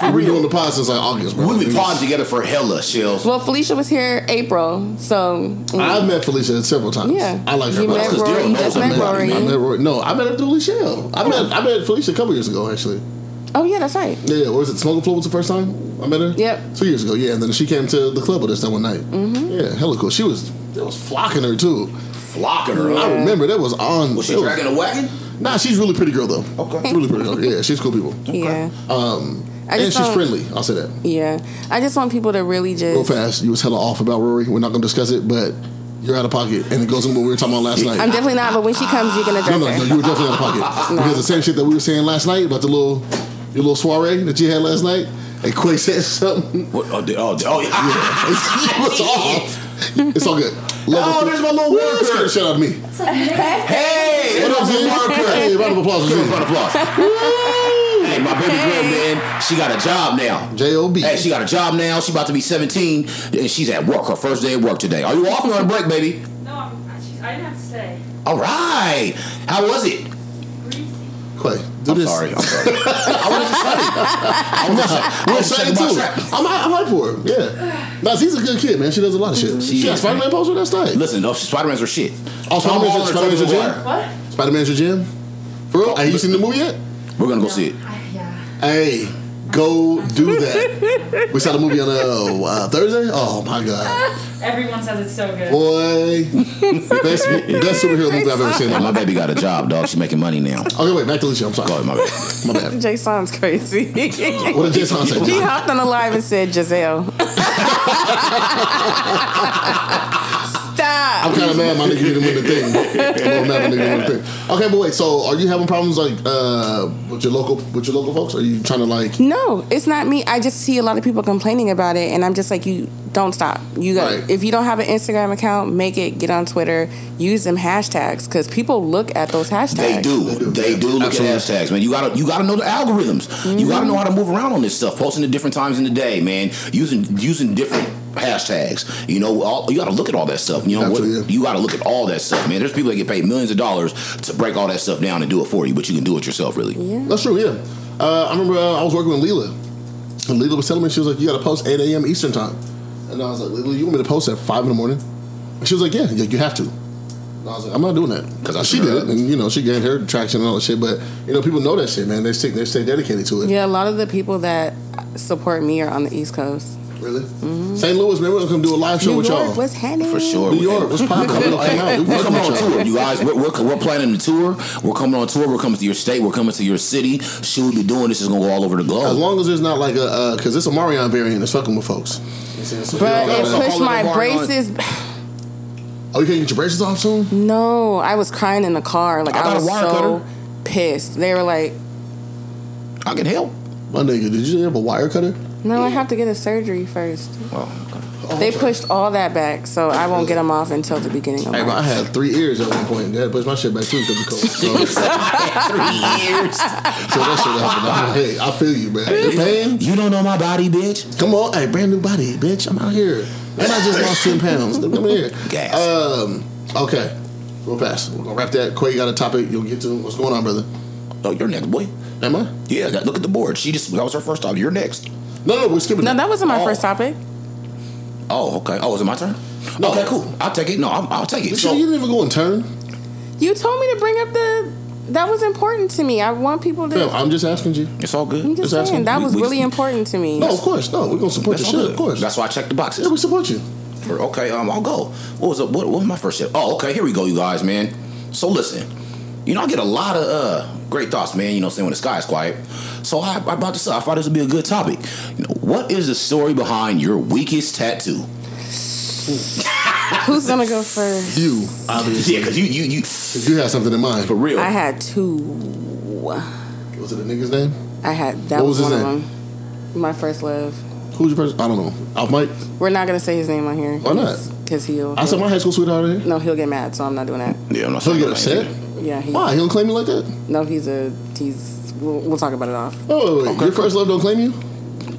S3: <laughs>
S2: fair. We've been doing the pod since like August, bro.
S1: We've been
S2: It's-
S1: partying together for hella shells.
S3: Well, Felicia was here April, so mm,
S2: I've met Felicia several times.
S3: yeah.
S2: I like her.
S3: You
S2: bro.
S3: met
S1: That's 'cause
S3: Rory.
S1: Daryl
S3: You
S1: knows
S3: just
S1: I'm
S3: met
S1: not-
S2: I
S3: Rory.
S2: met Roy. No, I met her through Lachelle. I met I met Felicia a couple years ago actually.
S3: Oh yeah, that's right.
S2: Yeah, yeah. What was it? Smoking Flow was the first time I met her?
S3: Yep.
S2: Two years ago, yeah. And then she came to the club with us that one night. Mm-hmm. Yeah, hella cool. She was, they was flocking her too.
S1: Flocking her.
S2: I
S1: up.
S2: remember that was on.
S1: Was she
S2: that was-
S1: dragging a wagon?
S2: Nah, she's really pretty girl though.
S1: Okay.
S2: Really pretty girl. Yeah, she's
S1: <laughs>
S2: cool people.
S3: Yeah.
S1: Oh.
S3: Um, I
S2: and
S3: just
S2: she's
S3: don't-
S2: friendly. I'll say that.
S3: Yeah, I just want people to really
S2: Real
S3: just.
S2: fast, you was hella off about Rory. We're not gonna discuss it, but you're out of pocket, and it goes into what we were talking about last night.
S3: I'm definitely not, but when she comes, you're gonna
S2: no,
S3: address
S2: no,
S3: her.
S2: no, you were definitely out
S3: <laughs>
S2: of pocket because the same shit that we were saying last night about the little your little soiree that you had last night, and Quay said something.
S1: What? Oh, did- oh, did- oh, yeah.
S2: <laughs>
S1: <laughs>
S2: It was off. It's all good. Love
S1: Oh,
S2: the-
S1: there's my little
S2: Woo,
S1: worker.
S2: scared the shit out of me.
S1: Hey,
S2: What up, Zane? Hey, round of applause.
S1: Give us a round of applause.
S2: <laughs>
S1: hey, my baby girl, man, she got a job now.
S2: J.O.B.
S1: Hey, she got a job now. She about to be 17, and she's at work. Her first day at work today. Are you off or on break, baby?
S8: No, I'm, I didn't have to say.
S1: All right. How was it?
S8: Greasy.
S2: Quay, do
S1: I'm
S2: this.
S1: sorry. I'm sorry. I was excited.
S2: <laughs>
S1: I was excited. I
S2: We're
S1: was
S2: excited
S1: excited
S2: too.
S1: about trap.
S2: I'm, I'm hype for her. Yeah. Nah, she's a good kid, man. She does a lot of shit. She,
S1: She
S2: got
S1: is,
S2: Spider Man
S1: man.
S2: poster. That's tight.
S1: Listen, no, Spider Man's her shit.
S2: Oh, Spider-Man's-
S1: Tom Holland or
S2: Spider-Man's
S1: Tobey
S2: your
S1: Maguire.
S8: What?
S2: Spider Man's your gym. For real? Hey, you seen the movie yet?
S1: We're gonna go see it.
S8: I, yeah.
S2: Hey, go do that. <laughs> we saw the movie on uh, uh, Thursday. Oh my god,
S8: Everyone says it's so good.
S1: <laughs>
S2: boy, best, best superhero movie I've ever seen. in
S1: Yeah,
S2: my
S1: my
S2: life.
S1: baby got a job, dog. She's making money now.
S2: Okay, wait, back to Alicia. I'm sorry.
S1: Go ahead, my baby.
S2: My bad.
S3: <laughs> Jay sounds crazy. <laughs> he
S2: What did Jason say?
S3: hopped on the live and said, "Giselle, <laughs> stop."
S2: I'm kind of mad my nigga didn't win the thing. I'm mad my nigga didn't win the thing. Okay, but wait. So, are you having problems like uh, with your local with your local folks? Are you trying to like?
S3: No, it's not me. I just see a lot of people complaining about it, and I'm just like, you don't stop. You got
S2: Right.
S3: if you don't have an Instagram account, make it. Get on Twitter. Use them hashtags because people look at those hashtags.
S1: They do. They do look
S2: Absolutely.
S1: at hashtags, man. You gotta you gotta know the algorithms. You gotta know how to move around on this stuff. Posting at different times in the day, man. Using using different hashtags. You know, all, you gotta look at all that stuff. You know what?
S2: Absolutely, yeah.
S1: You gotta look at all that stuff, man. There's people that get paid millions of dollars to break all that stuff down and do it for you, but you can do it yourself, really.
S2: That's true. Yeah. Uh, I remember uh, I was working with Leela, and Leela was telling me she was like, "You got to post 8 a.m. Eastern time," and I was like, "Leela, you want me to post at five in the morning?" And she was like, "Yeah, yeah, you have to." And I was like, "I'm not doing that
S1: 'Cause I
S2: she
S1: screwed
S2: did it,
S1: up.
S2: and you know she gained her traction and all that shit." But you know people know that shit, man. They stick, they stay dedicated to it.
S3: Yeah, a lot of the people that support me are on the East Coast.
S2: Really. St. Louis, man, we're gonna come do a live
S3: Mm-hmm.
S2: show
S3: New
S2: with
S3: York,
S2: y'all.
S3: what's happening?
S1: For sure.
S2: New York, what's <laughs> poppin'?
S1: We're coming,
S2: Come out.
S1: hey,
S2: We
S1: we're coming
S2: fucking
S1: on
S2: with
S1: tour, you guys. We're, we're, we're planning the tour. We're coming on tour. We're coming to your state. We're coming to your city. Shoot, we be doing this. is going to go all over the globe.
S2: As long as there's not like a because it's a Marion variant that's fucking with folks.
S3: But
S1: Yeah,
S3: it
S1: so all
S3: pushed
S1: of
S3: my
S1: them are on-
S3: braces.
S2: Oh, you can't get your braces off soon.
S3: No, I was crying in the car. Like
S1: I
S3: I,
S1: got a
S3: was
S1: wire
S3: so
S1: cutter.
S3: pissed. They were like,
S1: I can help.
S2: My nigga, did you have a wire cutter?
S3: "No, I have to get a surgery first.
S1: Oh, okay.
S3: They pushed all that back, so I won't get them off until the beginning of
S2: Hey, bro, I
S3: March.
S2: had three ears at one point. They had to push my shit back too because <laughs> of COVID. So, so
S1: Three years.
S2: that shit happened. I'm like, hey, I feel you, man. The pain.
S1: You don't know my body, bitch.
S2: Come on, hey, brand new body, bitch. I'm out here, and I just lost ten pounds. Come here.
S1: Gas.
S2: Um. Okay. Real fast. We're gonna wrap that. Quay got a topic. You'll get to. What's going on, brother?
S1: Oh, you're next, boy.
S2: Am I?
S1: Yeah, that- look at the board. She just that was her first time. You're next.
S2: No, no, we're skipping.
S3: No, that wasn't my
S1: Oh.
S3: first topic.
S1: Oh, okay. Oh, is it my turn?
S2: No.
S1: Okay, cool. I'll take it. No, I'll, I'll take it.
S2: You sure
S1: So,
S2: you didn't even go and turn.
S3: You told me to bring up the. That was important to me. I want people to.
S2: Fam, I'm just asking you.
S1: it's all good.
S3: I'm just
S2: that's
S3: saying
S2: asking-
S3: that
S1: we-
S3: was
S1: we
S3: really
S1: just-
S3: important to me.
S2: No, of course. No, we're gonna support
S1: That's
S2: your
S1: all
S2: shit.
S1: good.
S2: Of course.
S1: That's why I checked the boxes.
S2: yeah, we support you.
S1: Or, Okay, um, I'll go. What was up? What, what was my first step? Oh, okay, here we go, you guys, man. So listen, you know I get a lot of uh, great thoughts, man. You know, what I'm saying when the sky is quiet. So I, I brought this up. I thought this would be a good topic. You know, what is the story behind your weakest tattoo?
S3: <laughs> Who's gonna go first?
S1: <laughs>
S2: You
S1: Yeah,
S2: obviously.
S1: because you, you, you,
S2: You had something in mind.
S1: for real.
S3: I had two.
S2: Was it a nigga's name?
S3: I had that
S2: What
S3: was,
S2: was his
S3: one
S2: name?
S3: of them. My first love.
S2: Who's your person? I don't know. Off mic.
S3: We're not gonna say his name on here.
S2: Why not?
S3: Because he'll.
S2: I saw my high school sweetheart in here.
S3: no, he'll get mad, so I'm not doing that.
S1: yeah, I'm not
S2: He'll
S1: saying
S2: get
S1: that
S2: upset.
S1: either.
S3: Yeah. He,
S2: Why? He don't claim you like that?
S3: No, he's a he's. We'll, we'll talk about it off.
S2: Oh, wait, wait, your first love don't claim you?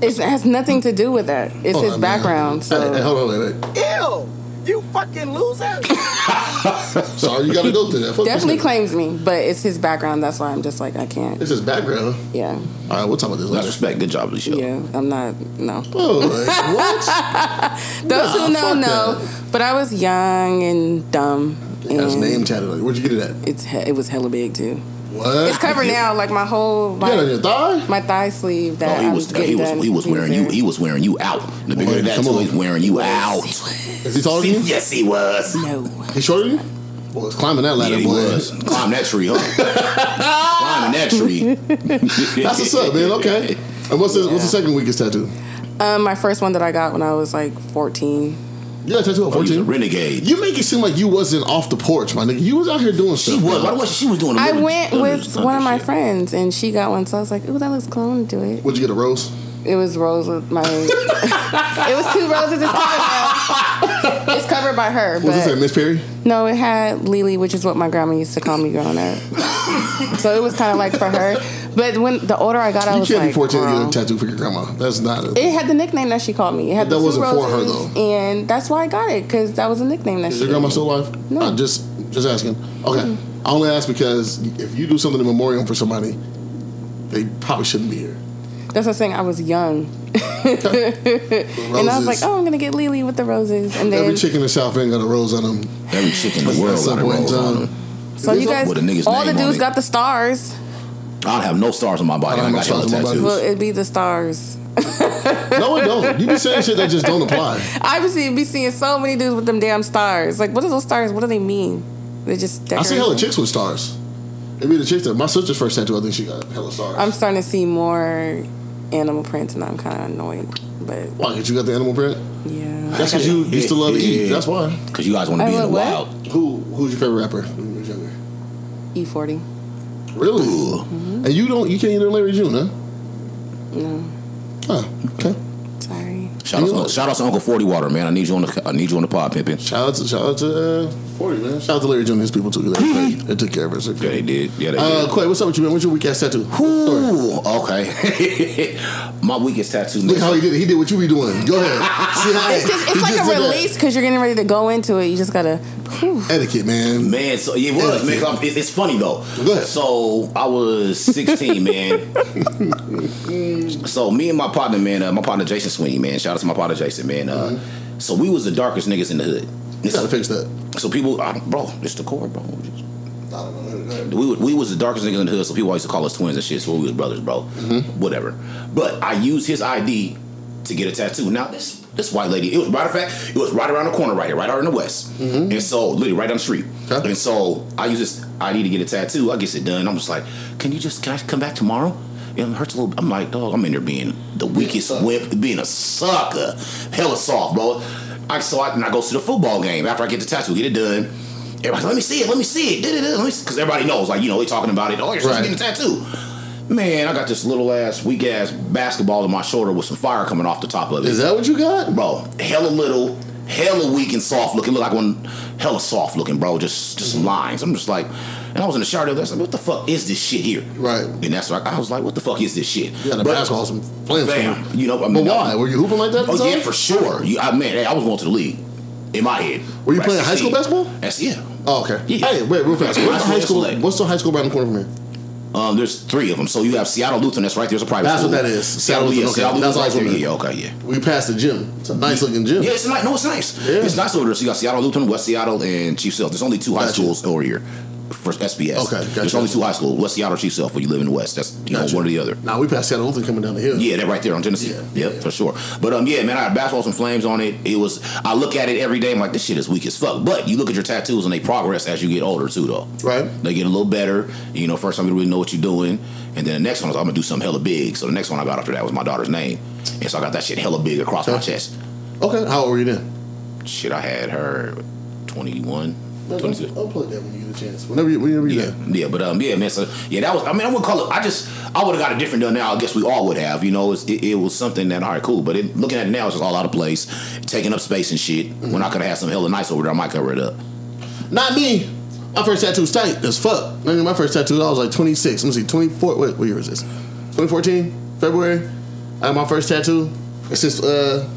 S3: It's, it has nothing to do with that. It's
S2: Hold
S3: his
S2: on, man.
S3: background. So
S2: Hey, hey, hold on, wait, wait.
S7: Ew! You fucking
S3: <laughs>
S7: loser!
S2: <laughs> Sorry, you gotta go through that. Fuck this
S3: definitely
S2: nigga.
S3: claims me, but it's his background. That's why I'm just like I can't.
S2: It's his background.
S3: Yeah.
S2: All right, we'll talk about this
S1: That's
S2: later.
S1: respect. Good job, Alicia.
S3: Yeah. I'm not. No.
S2: Oh, wait,
S3: <laughs>
S2: what?
S3: Those
S2: Nah,
S3: who know
S2: fuck
S3: know. But I was young and dumb.
S2: That's
S3: and
S2: name tatted. on you. Where'd you get it
S1: <laughs>
S2: at?
S3: It's he- it was hella big too.
S2: What?
S3: It's covered now, like my whole
S2: You got it on
S3: like,
S2: your thigh?
S3: my thigh sleeve that
S1: Oh, he
S3: I
S1: was
S3: was getting
S1: he was
S3: done.
S1: he was wearing you
S3: there.
S1: he was wearing you out. In the beginning of that
S2: Oh, Come
S1: too,
S2: on.
S1: he's wearing you out.
S2: Is he taller than you?
S1: <laughs> Yes, he was.
S3: No,
S2: He shorter than you? Boy, it's climbing that ladder,
S1: Yeah, he
S2: boy.
S1: was. Climb that tree, huh? Climb that tree.
S2: That's what's up, man. Okay. And what's the, what's the second weakest tattoo?
S3: um, my first one that I got when I was like 14.
S2: Yeah, tattoo at
S1: Oh, he's a
S2: 14.
S1: renegade.
S2: You make it seem like you wasn't off the porch, my nigga. You was out here doing
S1: She
S2: stuff.
S1: was.
S2: bro.
S1: Why was she was doing? the
S3: I
S1: Rene-
S3: went
S1: the
S3: with
S1: Thunder
S3: one of my
S1: shit.
S3: friends, and she got one, so I was like, "Ooh, that looks cool. I'm gonna do it."
S2: Would you get a rose?
S3: It was rose
S1: <laughs>
S3: with my. <laughs> it was two roses. It's covered.
S1: <laughs>
S3: Now. It's covered by her,
S2: Was this at
S3: but
S2: Miss Perry?
S3: no, it had Lily, which is what my grandma used to call me growing up. so it was kind of like for her. But when the older I got, I
S2: You
S3: was
S2: can't
S3: like,
S2: be 14 and
S3: "Girl."
S2: get a tattoo for your grandma. That's not. A,
S3: It had the nickname that she called me. It had
S2: That
S3: the two
S2: wasn't for her,
S3: roses, and that's why I got it because that was a nickname that
S2: is
S3: she.
S2: your grandma still alive?
S3: No.
S2: I just just asking. Okay. I only ask because if you do something in memoriam for somebody, they probably shouldn't be here.
S3: That's what I'm saying. I was young, and I was like,
S2: Roses.
S3: "Oh, I'm gonna get Lily with the roses," and
S2: Every
S3: then
S2: chick in the South End got a rose on them.
S1: Every chick in the
S2: At
S1: world
S2: some
S1: got a
S2: point in
S1: rose on
S2: time.
S1: him.
S3: so you guys,
S1: With a nigga's
S3: all the
S1: name on
S3: dudes
S1: it.
S3: got the stars.
S1: I don't have no stars on my body.
S2: I
S1: I,
S2: don't
S1: got
S2: have
S1: no
S2: stars on my
S1: tattoos.
S2: body.
S3: Well, it'd be the stars.
S2: No, it don't. You be saying shit that just don't apply.
S3: I be seeing, be seeing so many dudes with them damn stars. Like, what are those stars? What do they mean? They just.
S2: I
S3: Decorate.
S2: see hella chicks with stars. It be the chicks that my sister's first tattoo. I think she got hella stars.
S3: I'm starting to see more animal prints, and I'm kind of annoyed. But
S2: why? Cause you got the animal print.
S3: yeah,
S2: That's because you used to love to eat. That's why.
S1: Because you guys want to
S3: I
S1: be in the
S3: love what?
S1: wild.
S2: Who Who's your favorite rapper when you was younger?
S3: E40.
S2: Really?
S3: Mm-hmm.
S2: And you don't? You can't even Larry June, huh? No. Oh, okay.
S3: Sorry.
S1: Shout out,
S2: Yeah.
S1: to, shout out to Uncle Forty Water, man. I need you on the I need you on the pod, pimpin'.
S2: Shout out to shout out to uh, Forty man. Shout out to Larry June and his people too. 'cause They,
S3: <laughs>
S2: they took care of us.
S1: Yeah, they did. Yeah, they
S2: Uh,
S1: did.
S2: Quay, what's up with you, man? What's your weak ass tattoo? Story.
S1: Ooh, okay. <laughs> my weakest tattoo.
S2: Look
S1: man.
S2: how he did it. He did what you be doing.
S3: <laughs>
S2: Go ahead. See how
S3: It's just it's
S2: he
S3: like
S2: just
S3: a
S2: did that.
S3: release because you're getting ready to go into it. You just gotta. whew.
S2: Etiquette, man.
S1: Man, so yeah, it was, man. 'cause I'm- It's, it's funny though.
S2: Go ahead.
S1: So I was 16, man. so me and my partner, man, uh, my partner Jason Sweeney, man. Shout out to my partner Jason, man. Uh, So we was the darkest niggas in the hood.
S2: You gotta fix that.
S1: So people, I, bro, it's the core, bro.
S2: I don't know.
S1: We, wa- we was the darkest niggas in the hood, so people always used to call us twins and shit. So we was brothers, bro.
S2: Mm-hmm.
S1: Whatever. But I used his ID to get a tattoo. Now this this white lady, it was matter of fact, it was right around the corner, right here, right out in the west, and so literally right down the street.
S2: Mm-hmm. Okay.
S1: And so I use this ID to get a tattoo. I get it done. I'm just like, can you just can I come back tomorrow? It hurts a little. I'm like, dog, I'm in there being the weakest
S2: sucker.
S1: wimp, being a sucker, hella soft, bro. I so I, and I go to the football game after I get the tattoo, get it done. Everybody's like, let me see it, let me see it, because everybody knows, like you know, they talking about it. Oh, you're supposed to
S2: Right.
S1: get a tattoo. Man, I got this little ass weak ass basketball in my shoulder with some fire coming off the top of it
S2: Is that what you got?
S1: bro. Hella little, hella weak and soft looking. Look like one hella soft looking, bro. Just just some lines. I'm just like, and I was in the shower. the other day, I was like, what the fuck is this shit here?
S2: Right.
S1: And that's like, I was like, what the fuck is this shit?
S2: You got a
S1: But-
S2: basketball, some playing
S1: Bam. You know, I
S2: But
S1: mean, I-
S2: why? Were you hooping like that? at the
S1: Oh yeah,
S2: time?
S1: for sure. You, I man, hey, I was going to the league. In my head.
S2: Were you
S1: At
S2: playing high school
S1: 16.
S2: basketball?
S1: That's yeah.
S2: Oh, okay.
S1: Yeah.
S2: Hey, wait, real fast.
S1: High
S2: What's the high
S1: school
S2: school?
S1: athletic.
S2: What's the high school around the corner from here?
S1: Um, there's three of them. So you have Seattle Lutheran. That's right. There's a private.
S2: That's
S1: school.
S2: what that is.
S1: Seattle,
S2: Seattle Lutheran,
S1: Lutheran.
S2: okay.
S1: Seattle
S2: That's
S1: Lutheran.
S2: what I was
S1: Yeah, okay, yeah.
S2: We passed the gym. It's a nice looking gym.
S1: <laughs> Yeah, it's nice. No, it's nice.
S2: Yeah.
S1: It's nice over there. So you got Seattle Lutheran, West Seattle, and Chief Self. There's only two high
S2: Gotcha.
S1: schools over here for SBS.
S2: Okay, gotcha.
S1: There's only two high schools, West Seattle or Chief Self, when you live in the West. That's you
S2: Gotcha.
S1: know one or the other.
S2: Now we passed Seattle Lutheran coming down the hill.
S1: Yeah, that right there on Tennessee.
S2: Yeah,
S1: yep, for sure. But um, yeah, man, I had basketballs and flames on it. It was. I look at it every day. I'm like, this shit is weak as fuck. But you look at your tattoos and they progress as you get older too, though.
S2: Right.
S1: They get a little better. You know, first time you really know what you're doing, and then the next one is I'm gonna do something hella big. So the next one I got after that was my daughter's name, and so I got that shit hella big across my
S2: Okay.
S1: chest.
S2: Okay. How old were you then?
S1: Shit, I had her 21, 22.
S2: I'll plug that when you get a chance. Whenever you, whenever you
S1: Yeah,
S2: yeah.
S1: yeah, but um, yeah, man. So yeah, that was. I mean, I would not call it. I just, I would have got it different done now. I guess we all would have. You know, it's, it, it was something that all right, cool. But it, looking at it now, it's just all out of place, taking up space and shit.
S2: Mm-hmm.
S1: When I could have had some hella nice over there, I might cover it up.
S2: Not me. My first tattoo's tight as fuck. I mean, my first tattoo, I was like 26. Let me see, 24. Wait, what year is this? 2014, February. I had my first tattoo. It's just, uh,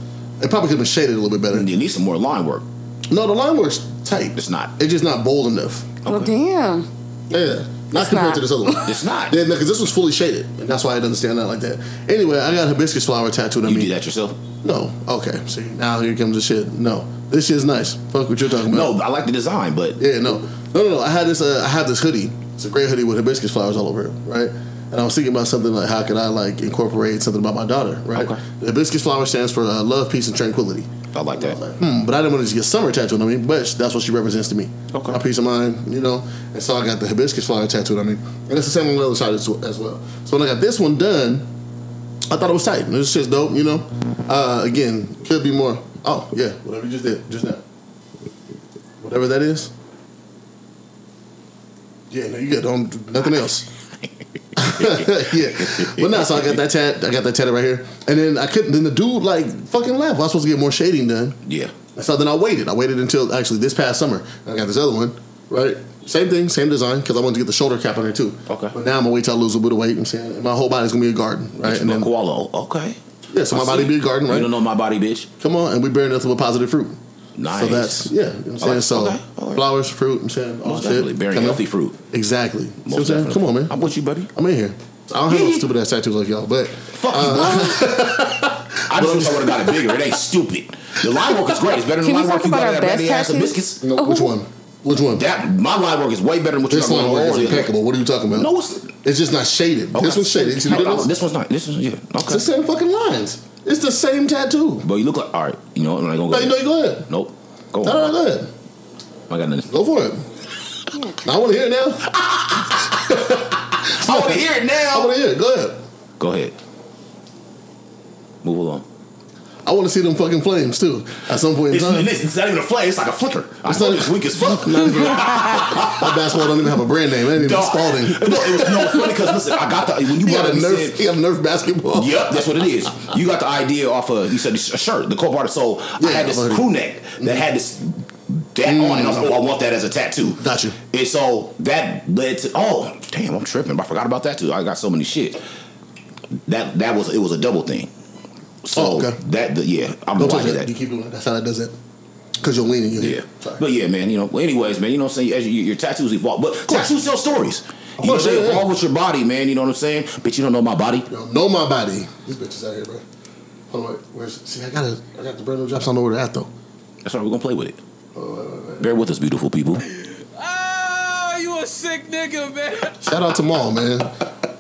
S2: it probably could have been shaded a little bit better.
S1: You need some more line work.
S2: No, the line work's tight.
S1: It's not.
S2: It's just not bold enough.
S3: Oh damn. <laughs>
S2: Yeah. Not
S3: It's
S2: compared
S3: not.
S2: to this other one.
S1: It's not.
S2: Yeah, because this was fully shaded, and that's why it doesn't stand out like that. Anyway, I got a hibiscus flower tattooed on
S1: You
S2: me.
S1: did that yourself?
S2: No, okay. See, now here comes the shit. No, this shit's nice. Fuck what you're talking about.
S1: No, I like the design, but
S2: yeah, no, no, no. no. I had this. Uh, I had this hoodie It's a gray hoodie with hibiscus flowers all over it, right? And I was thinking about something like how could I like incorporate something about my daughter, right?
S1: Okay.
S2: The hibiscus flower stands for uh, love, peace, and tranquility.
S1: I like that.
S2: Hmm, but I didn't want to just get summer tattooed on me, but that's what she represents to me.
S1: Okay.
S2: My peace of mind, you know. And so I got the hibiscus flower tattooed on me. And it's the same on the other side as, as well. So when I got this one done, I thought it was tight. This shit's dope, you know. Uh, again, could be more. Oh, yeah, whatever you just did, just now. Whatever that is. Yeah, no, you got don't nothing else. <laughs> yeah, but no. So I got that tat. I got that tat right here, and then I couldn't. Then the dude like fucking left. I was supposed to get more shading done.
S1: Yeah.
S2: So then I waited. I waited until actually this past summer. I got this other one, right? Same thing, same design, because I wanted to get the shoulder cap on there too.
S1: Okay.
S2: But now I'm gonna wait till I lose a bit of weight. I'm saying and my whole body's gonna be a garden, right? And
S1: No
S2: then
S1: koala. Oh, Okay.
S2: yeah, so my
S1: I
S2: body
S1: see.
S2: be a garden,
S1: You
S2: right?
S1: don't know my body, bitch.
S2: Come on, and we bear nothing but positive fruit.
S1: Nice.
S2: So that's yeah. You know what I'm saying
S1: like-
S2: so
S1: okay, all right.
S2: flowers, fruit. I'm saying all
S1: most
S2: that
S1: definitely
S2: shit.
S1: very
S2: Come on.
S1: healthy fruit.
S2: Exactly. See what I'm
S1: Most
S2: saying?
S1: definitely.
S2: Come on, man.
S1: I'm with you, buddy.
S2: I'm in here. I don't have no stupid ass tattoos like y'all, but
S1: Fuck you, bro. Uh, <laughs> I just wish I would have got it bigger. It ain't stupid. The line work is great. It's better than
S3: Can
S1: the line
S3: we
S1: work
S3: talk
S1: you got
S3: about
S1: at
S3: our best
S1: Randy Ass
S3: tattoos?
S1: Hibiscus.
S2: no, which one? Which one?
S1: That my line work is way better than what you
S2: this
S1: got
S2: one
S1: going
S2: is
S1: on.
S2: impeccable. What are you talking about?
S1: No, it's
S2: It's just not shaded.
S1: okay.
S2: This one's shaded. You see the
S1: No,
S2: difference?
S1: this one's not. This one's yeah.
S2: It's the
S1: Okay.
S2: same fucking lines. It's the same tattoo.
S1: But you look like all right. You know what? I'm not gonna go.
S2: No, you know, you go ahead.
S1: Nope. Go
S2: No, no, no,
S1: on.
S2: go ahead.
S1: I got nothing.
S2: Go for it. I want to hear it now.
S1: I want to hear it
S2: I
S1: now.
S2: want to hear it. Go ahead.
S1: Go ahead. Move along.
S2: I want to see them fucking flames too. At some point in
S1: It's,
S2: time,
S1: it's, it's not even a flame. It's like a flicker. I
S2: It's
S1: thought
S2: not-
S1: it was weak as fuck.
S2: <laughs> Not even- my basketball don't even have a brand name. It ain't even
S1: Dog.
S2: Spalding.
S1: No, it was no it's funny because listen, I got the when you
S2: He
S1: brought
S2: got
S1: up,
S2: a
S1: you
S2: Nerf.
S1: said,
S2: He got a Nerf basketball.
S1: Yep, that's what it is. You got the idea off of you said this shirt, the cold part. So
S2: Yeah,
S1: I had
S2: I've
S1: this
S2: heard it.
S1: crew neck that had this that on, it. I was like, oh, I want that as a tattoo.
S2: Got you.
S1: And so that led to oh damn, I'm tripping. I forgot about that too. I got so many shit. That that was it was a double thing. So
S2: Oh, okay.
S1: that the, yeah, I'm
S2: Don't touch
S1: watching
S2: that.
S1: that.
S2: You keep doing that. That's how that does it. Cause you're leaning. You're
S1: Yeah.
S2: Sorry.
S1: But yeah, man, you know, well, anyways, man, you know what I'm saying? As you, your tattoos evolve. But tattoos tell stories. You know,
S2: course,
S1: they
S2: yeah, yeah.
S1: evolve with your body, man. You know what I'm saying? But you don't know my body.
S2: Yo, know my body. These bitches out here, bro. Hold on. Wait, where's? See, I got to I got the brand new drops. I don't know where they're at though.
S1: That's why we're going to play with it. Bear with us, beautiful people.
S7: Oh, you a sick nigga, man.
S2: Shout out to Maul, man.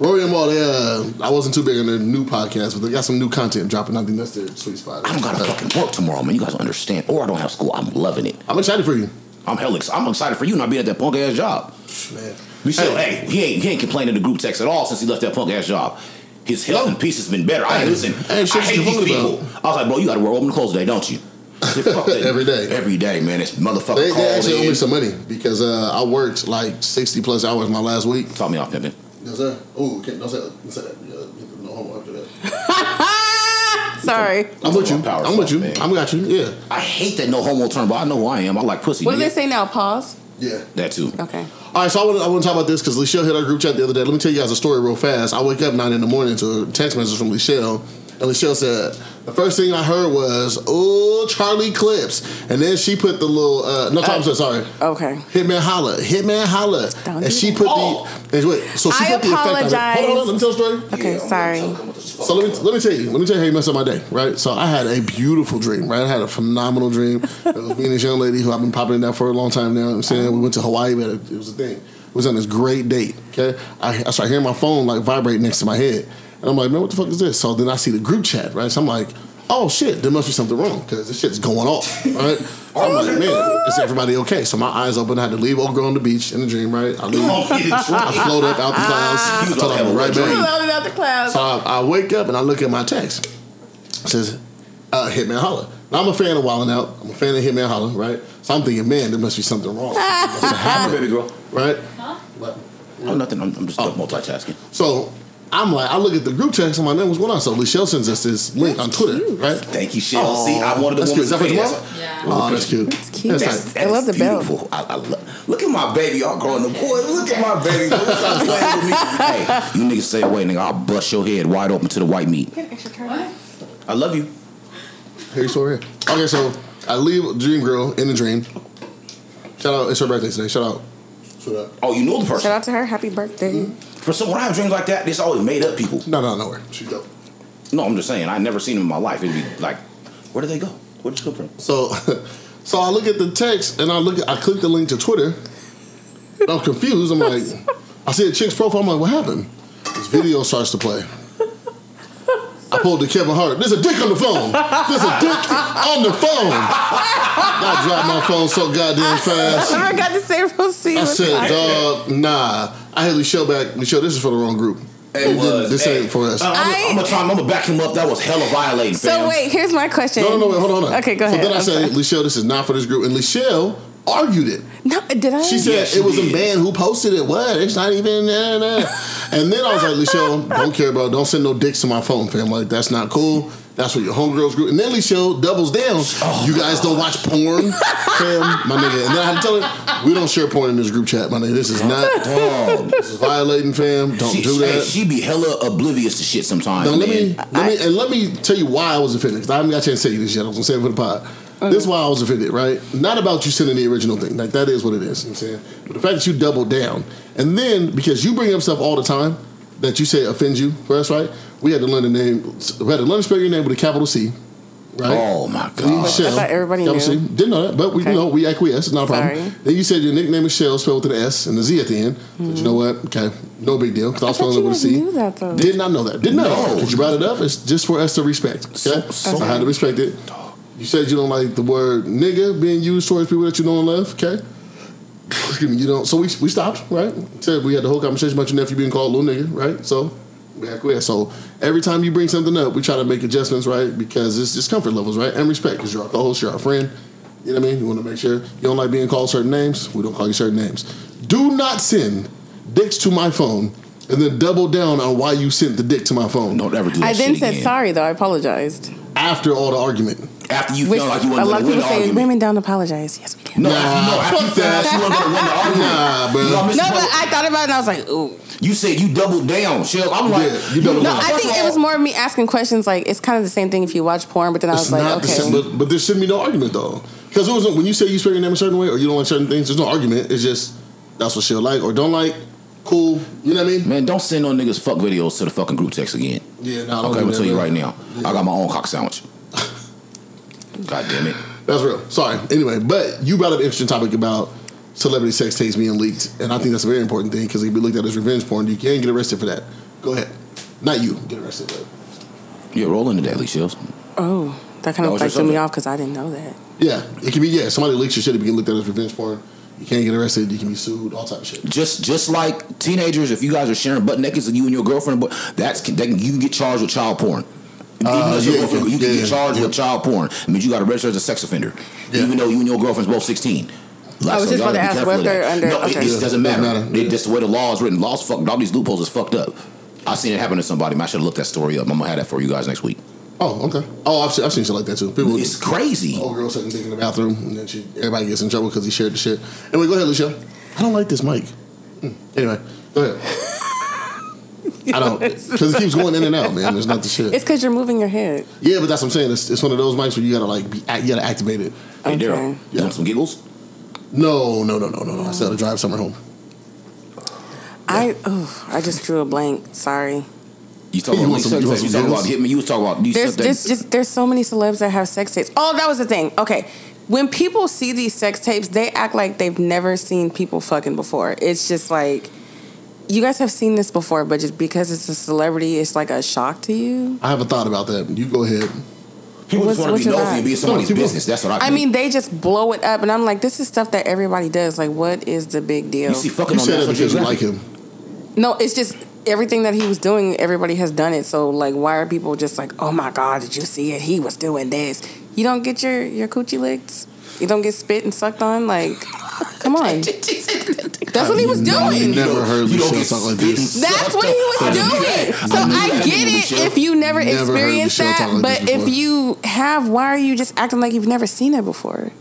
S2: Rory and Maul, they, uh, I wasn't too big on their new podcast, but they got some new content dropping. I think that's their sweet spot. Uh,
S1: I don't got to fucking work tomorrow, man. You guys don't understand. Or I don't have school. I'm loving it.
S2: I'm excited for you,
S1: I'm hell ex- I'm excited for you not being at that punk ass job.
S2: man.
S1: We still, hey, he ain't he ain't complaining to group text at all since he left that punk ass job. His health and peace has been better. I
S2: Hey,
S1: listen.
S2: hey, shit
S1: I hate
S2: you
S1: these
S2: complain
S1: people. I was like, bro, you got to wear open clothes today, don't
S2: <laughs>
S1: you? I said, Fuck that.
S2: Every day.
S1: Every day, man. It's motherfucker
S2: They,
S1: cold
S2: they actually owe me
S1: in.
S2: some money because uh, I worked like 60 plus hours my last week.
S1: Taught me off pimping.
S2: Yes, sir. Oh, okay. Don't say that. Don't say that. Yeah, no homo after that.
S3: Sorry.
S2: I'm with you.
S1: Power
S2: I'm with you.
S1: stuff, man.
S2: I'm got you. Yeah.
S1: I hate that no homo term, but I know who I am. I like pussy.
S3: What do
S1: nigga.
S3: they say now? Pause.
S2: Yeah.
S1: That too.
S3: Okay.
S2: All right, so I want to I wanna talk about this because Lachelle hit our group chat the other day. Let me tell you guys a story real fast. I wake up nine in the morning to a text message from Lachelle, and Lachelle said the first thing I heard was "Oh, Charlie Clips," and then she put the little uh, no, Thompson, sorry,
S3: Okay.
S2: Hitman holla, Hitman holla,
S3: Don't
S2: and
S3: do
S2: she
S3: that.
S2: put
S1: Oh.
S2: the and wait, so she
S3: I
S2: put the effect on it. Hold on,
S3: apologize.
S2: let me tell a story.
S3: Okay. sorry.
S2: So let me let me tell you let me tell you how you messed up my day, right? So I had a beautiful dream, right? I had a phenomenal dream. It was me and this young lady who I've been popping down for a long time now. You know what I'm saying we went to Hawaii, but it was a thing. We was on this great date. Okay, I, I start hearing my phone like vibrate next to my head, and I'm like, man, what the fuck is this? So then I see the group chat, right? So I'm like, oh shit, there must be something wrong because this shit's going off, right? I'm like, man, is everybody okay? So my eyes open. I had to leave old girl on the beach in the dream, right? I leave. I float up out the clouds. I told her I'm right back.
S3: Loaded out the clouds.
S2: So I, I wake up and I look at my text. It says, uh, Hitman Holla. Now I'm a fan of Wildin' Out. I'm a fan of Hitman Holla, right? So I'm thinking, man, there must be something wrong. Something must have happened,
S1: baby girl.
S2: right?
S1: Oh, nothing. I'm, I'm just multitasking.
S2: So I'm like, I look at the group text. I'm like, man, what's going on? So Lachelle sends us this link on Twitter, right?
S1: Thank you, Shell. Oh, See, I wanted the
S2: Oh. That's
S1: woman.
S2: cute. Is that for tomorrow?
S8: Yeah.
S2: Oh, that's cute.
S3: cute.
S2: That's
S1: That's,
S2: nice.
S1: that
S3: I love
S1: is
S3: the belt.
S1: beautiful. I, I love, look at my baby, y'all growing up. Boy, look at my baby. Boy, stop playing with me. Hey, you niggas stay away, nigga. I'll bust your head wide open to the white meat.
S8: What?
S1: I love you.
S2: Here, you still here. Okay, so I leave Dream Girl in the dream. Shout out, it's her birthday today. Shout out. Shout out.
S1: Oh, you know the
S3: Shout
S1: person.
S3: out to her. Happy birthday.
S1: For some, when I have dreams like that, it's always made up people.
S2: No, no, nowhere. She's dope.
S1: No, I'm just saying. I never seen them in my life. It'd be like, where did they go? Where did you come from?
S2: So, <laughs> so I look at the text and I look. At, I click the link to Twitter. And I'm confused. I'm like, I see a chick's profile. I'm like, what happened? This video starts to play. I pulled the Kevin Hart. There's a dick on the phone. There's a dick on the phone. I dropped my phone so goddamn fast.
S3: I forgot to say proceed.
S2: I
S3: with
S2: said,
S3: that.
S2: dog, nah. I had Michelle back. Michelle, this is for the wrong group.
S1: It
S2: We didn't-
S1: was.
S2: This
S1: Hey.
S2: ain't for us.
S1: I'm, I'm, gonna try- I'm gonna back him up. That was hella violating.
S3: So
S1: fam.
S3: wait, here's my question.
S2: No, no, no, wait, hold on. hold on.
S3: Okay, go
S2: so
S3: ahead.
S2: then I
S3: I'm
S2: said, Michelle, this is not for this group. And Michelle argued it.
S3: No, did I?
S2: She said
S1: Yes, she
S2: it was
S1: did.
S2: a band who posted it. What? It's not even. Nah, nah. and then I was like, Lichelle, don't care, bro. Don't send no dicks to my phone, fam. Like that's not cool. That's what your homegirls group. And then Lichelle doubles down.
S1: Oh,
S2: you guys don't watch porn, fam, my nigga. And then I had to tell her we don't share porn in this group chat, my nigga. This is not.
S1: Dog.
S2: This is violating, fam. Don't
S1: she,
S2: do that.
S1: hey, she be hella oblivious to shit sometimes.
S2: Now, let me,
S1: man.
S2: let me, and let me tell you why I was offended. 'cause I haven't got a chance to say this yet. I was gonna say it for the pod.
S3: Mm.
S2: This is why I was offended, right? Not about you sending the original thing. Like that is what it is. You know what I'm saying, but the fact that you doubled down, and then because you bring up stuff all the time that you say offends you, that's right. We had to learn the name. We had to learn to spell your name with a capital C, right?
S1: Oh my
S2: Then you
S1: god.
S2: shell.
S3: I thought everybody
S2: Capital
S3: knew.
S2: C. Didn't know that, but we
S3: Okay.
S2: you know we acquiesce. It's not a problem.
S3: Sorry.
S2: Then you said your nickname is Shell, spelled with an S and a Z at the end. But you know what? Okay, no big deal. Because I was
S3: Mm. thought
S2: spelling
S3: you
S2: it with a
S3: guys
S2: C.
S3: knew that, though.
S2: Did not know that. Didn't know.
S1: No.
S2: Because you brought it up. It's just for us to respect. Okay?
S1: So- so-
S2: I had to respect it. You said you don't like the word nigga being used towards people that you know and love. Okay. <laughs> Excuse me. You don't. So we we stopped. Right. Said we had the whole conversation about your nephew being called little nigga. Right. So. We acquiesce. So every time you bring something up, we try to make adjustments, right? Because it's just comfort levels, right? And respect, because you're our co-host, you're our friend. You know what I mean? You want to make sure you don't like being called certain names. We don't call you certain names. Do not send dicks to my phone and then double down on why you sent the dick to my phone
S1: Don't ever do that
S3: I then
S1: shit
S3: said
S1: again.
S3: sorry though. I apologized.
S2: after all the argument.
S1: After you
S3: Which
S1: feel like you
S3: a
S1: want to
S3: lot of
S1: win
S3: people
S1: the
S3: say
S1: argument.
S3: women don't apologize. Yes, we do.
S1: No,
S2: Nah,
S1: no, after you
S2: fuck
S1: feel
S2: that.
S1: like you want to win the argument.
S2: Nah, bro.
S1: You know, Mr.
S3: No, but
S1: President,
S3: I thought about it and I was like, ooh.
S1: You said you doubled down, Shell. I'm like,
S2: Yeah, you doubled
S1: know,
S2: down.
S3: I
S1: first
S3: think
S1: of
S3: it was
S1: all-
S3: more of me asking questions like it's kind of the same thing if you watch porn, but then I was
S2: It's
S3: like,
S2: not the
S3: okay.
S2: same, but, but there shouldn't be no argument though, because it wasn't when you say you spell your name a certain way or you don't like certain things. There's no argument. It's just that's what she'll like or don't like. Cool, you know what I mean?
S1: Man, don't send no niggas fuck videos to the fucking group text again.
S2: Yeah, no,
S1: Okay, I'm gonna tell you right now. I got my own cock
S2: <laughs>
S1: sandwich. God damn it.
S2: That's real. Sorry. Anyway, but you brought up an interesting topic about celebrity sex tapes being leaked, and I think that's a very important thing because it can be looked at as revenge porn. You can get arrested for that. Go ahead. Not you. Get arrested. But
S1: Yeah, roll into that, Lee Shells.
S3: Oh, that kind
S1: That
S3: of
S1: was
S3: like
S1: your
S3: threw me
S1: subject.
S3: off because I didn't know that.
S2: yeah, it can be. Yeah, somebody leaks your shit. It can be looked at as revenge porn. You can't get arrested. You can be sued. All type of shit.
S1: Just just like teenagers, if you guys are sharing butt nakeds and you and your girlfriend, but that's that can, you can get charged with child porn. Even
S2: Uh,
S1: as your
S2: yeah,
S1: girlfriend, you can
S2: yeah,
S1: get charged
S2: yeah.
S1: with child porn. I mean, you got to register as a sex offender,
S2: Yeah.
S1: even though you and your girlfriend's both sixteen. Like,
S3: I was
S1: so
S3: just
S1: y'all gotta
S3: about to
S1: be
S3: ask
S1: careful
S3: what
S1: of that.
S3: they're under.
S1: No, it,
S3: Okay.
S1: it
S2: Yeah,
S1: doesn't
S2: doesn't
S1: matter.
S2: matter.
S1: It- just the way the law is written, laws fucked. All these loopholes is fucked up. I seen it happen to somebody. Man, I should have looked that story up. I'm gonna have that for you guys next week.
S2: Oh, okay. Oh, I've seen, I've seen shit like that too. People,
S1: It's crazy.
S2: old girl sitting dick in the bathroom, and then she, everybody gets in trouble because he shared the shit. Anyway, go ahead, Lucia. I don't like this mic. Mm. Anyway, go ahead. I don't because it keeps going in and out, man. It's not the shit.
S3: It's because you're moving your head.
S2: yeah, but that's what I'm saying. It's, it's one of those mics where you gotta like be, act- you gotta activate it.
S1: Hey,
S3: Okay.
S1: Daryl, you
S2: Yeah.
S1: want some giggles?
S2: No, no, no, no, no, no. I still gotta drive somewhere home.
S3: I oh, I just drew a blank. Sorry.
S1: You talking
S2: You
S1: about
S2: want some-
S1: sex
S2: you want
S1: tapes, you
S2: some
S1: talking about
S2: giggles?
S1: hit me? You was talking about these
S3: There's
S1: sex tapes.
S3: just, just there's so many celebs that have sex tapes. Oh, that was the thing. Okay. When people see these sex tapes, they act like they've never seen people fucking before. It's just like you guys have seen this before, but just because it's a celebrity, it's like a shock to you.
S2: I haven't thought about that. You go ahead.
S1: People
S3: What's-
S1: just want
S3: what's
S1: to be
S3: your
S1: nosy
S3: vibe?
S1: and be in somebody's
S2: No, people-
S1: business. That's what I.
S3: I
S1: think.
S3: mean, they just blow it up, and I'm like, this is stuff that everybody does. Like, what is the big deal?
S1: you see fucking
S2: You
S1: on
S2: said that
S1: National
S2: because you
S1: Geographic.
S2: like him.
S3: No, it's just everything that he was doing, everybody has done it. So like why are people just like, Oh my god, did you see it? He was doing this. You don't get your, your coochie licked? You don't get spit and sucked on? Like come on. That's what he was doing.
S2: Never heard
S1: You don't
S2: Lucia
S1: get
S2: talk like
S1: spit and
S2: this.
S3: That's
S1: sucked
S3: what he
S1: up.
S3: was
S1: I didn't do
S3: doing.
S1: that.
S3: So
S1: didn't do
S3: I
S1: that.
S3: get it
S1: Michelle.
S3: if you never,
S2: Never heard
S3: experienced
S2: Michelle
S3: that,
S2: talk like
S3: but
S2: this before.
S3: if you have, why are you just acting like you've never seen it before?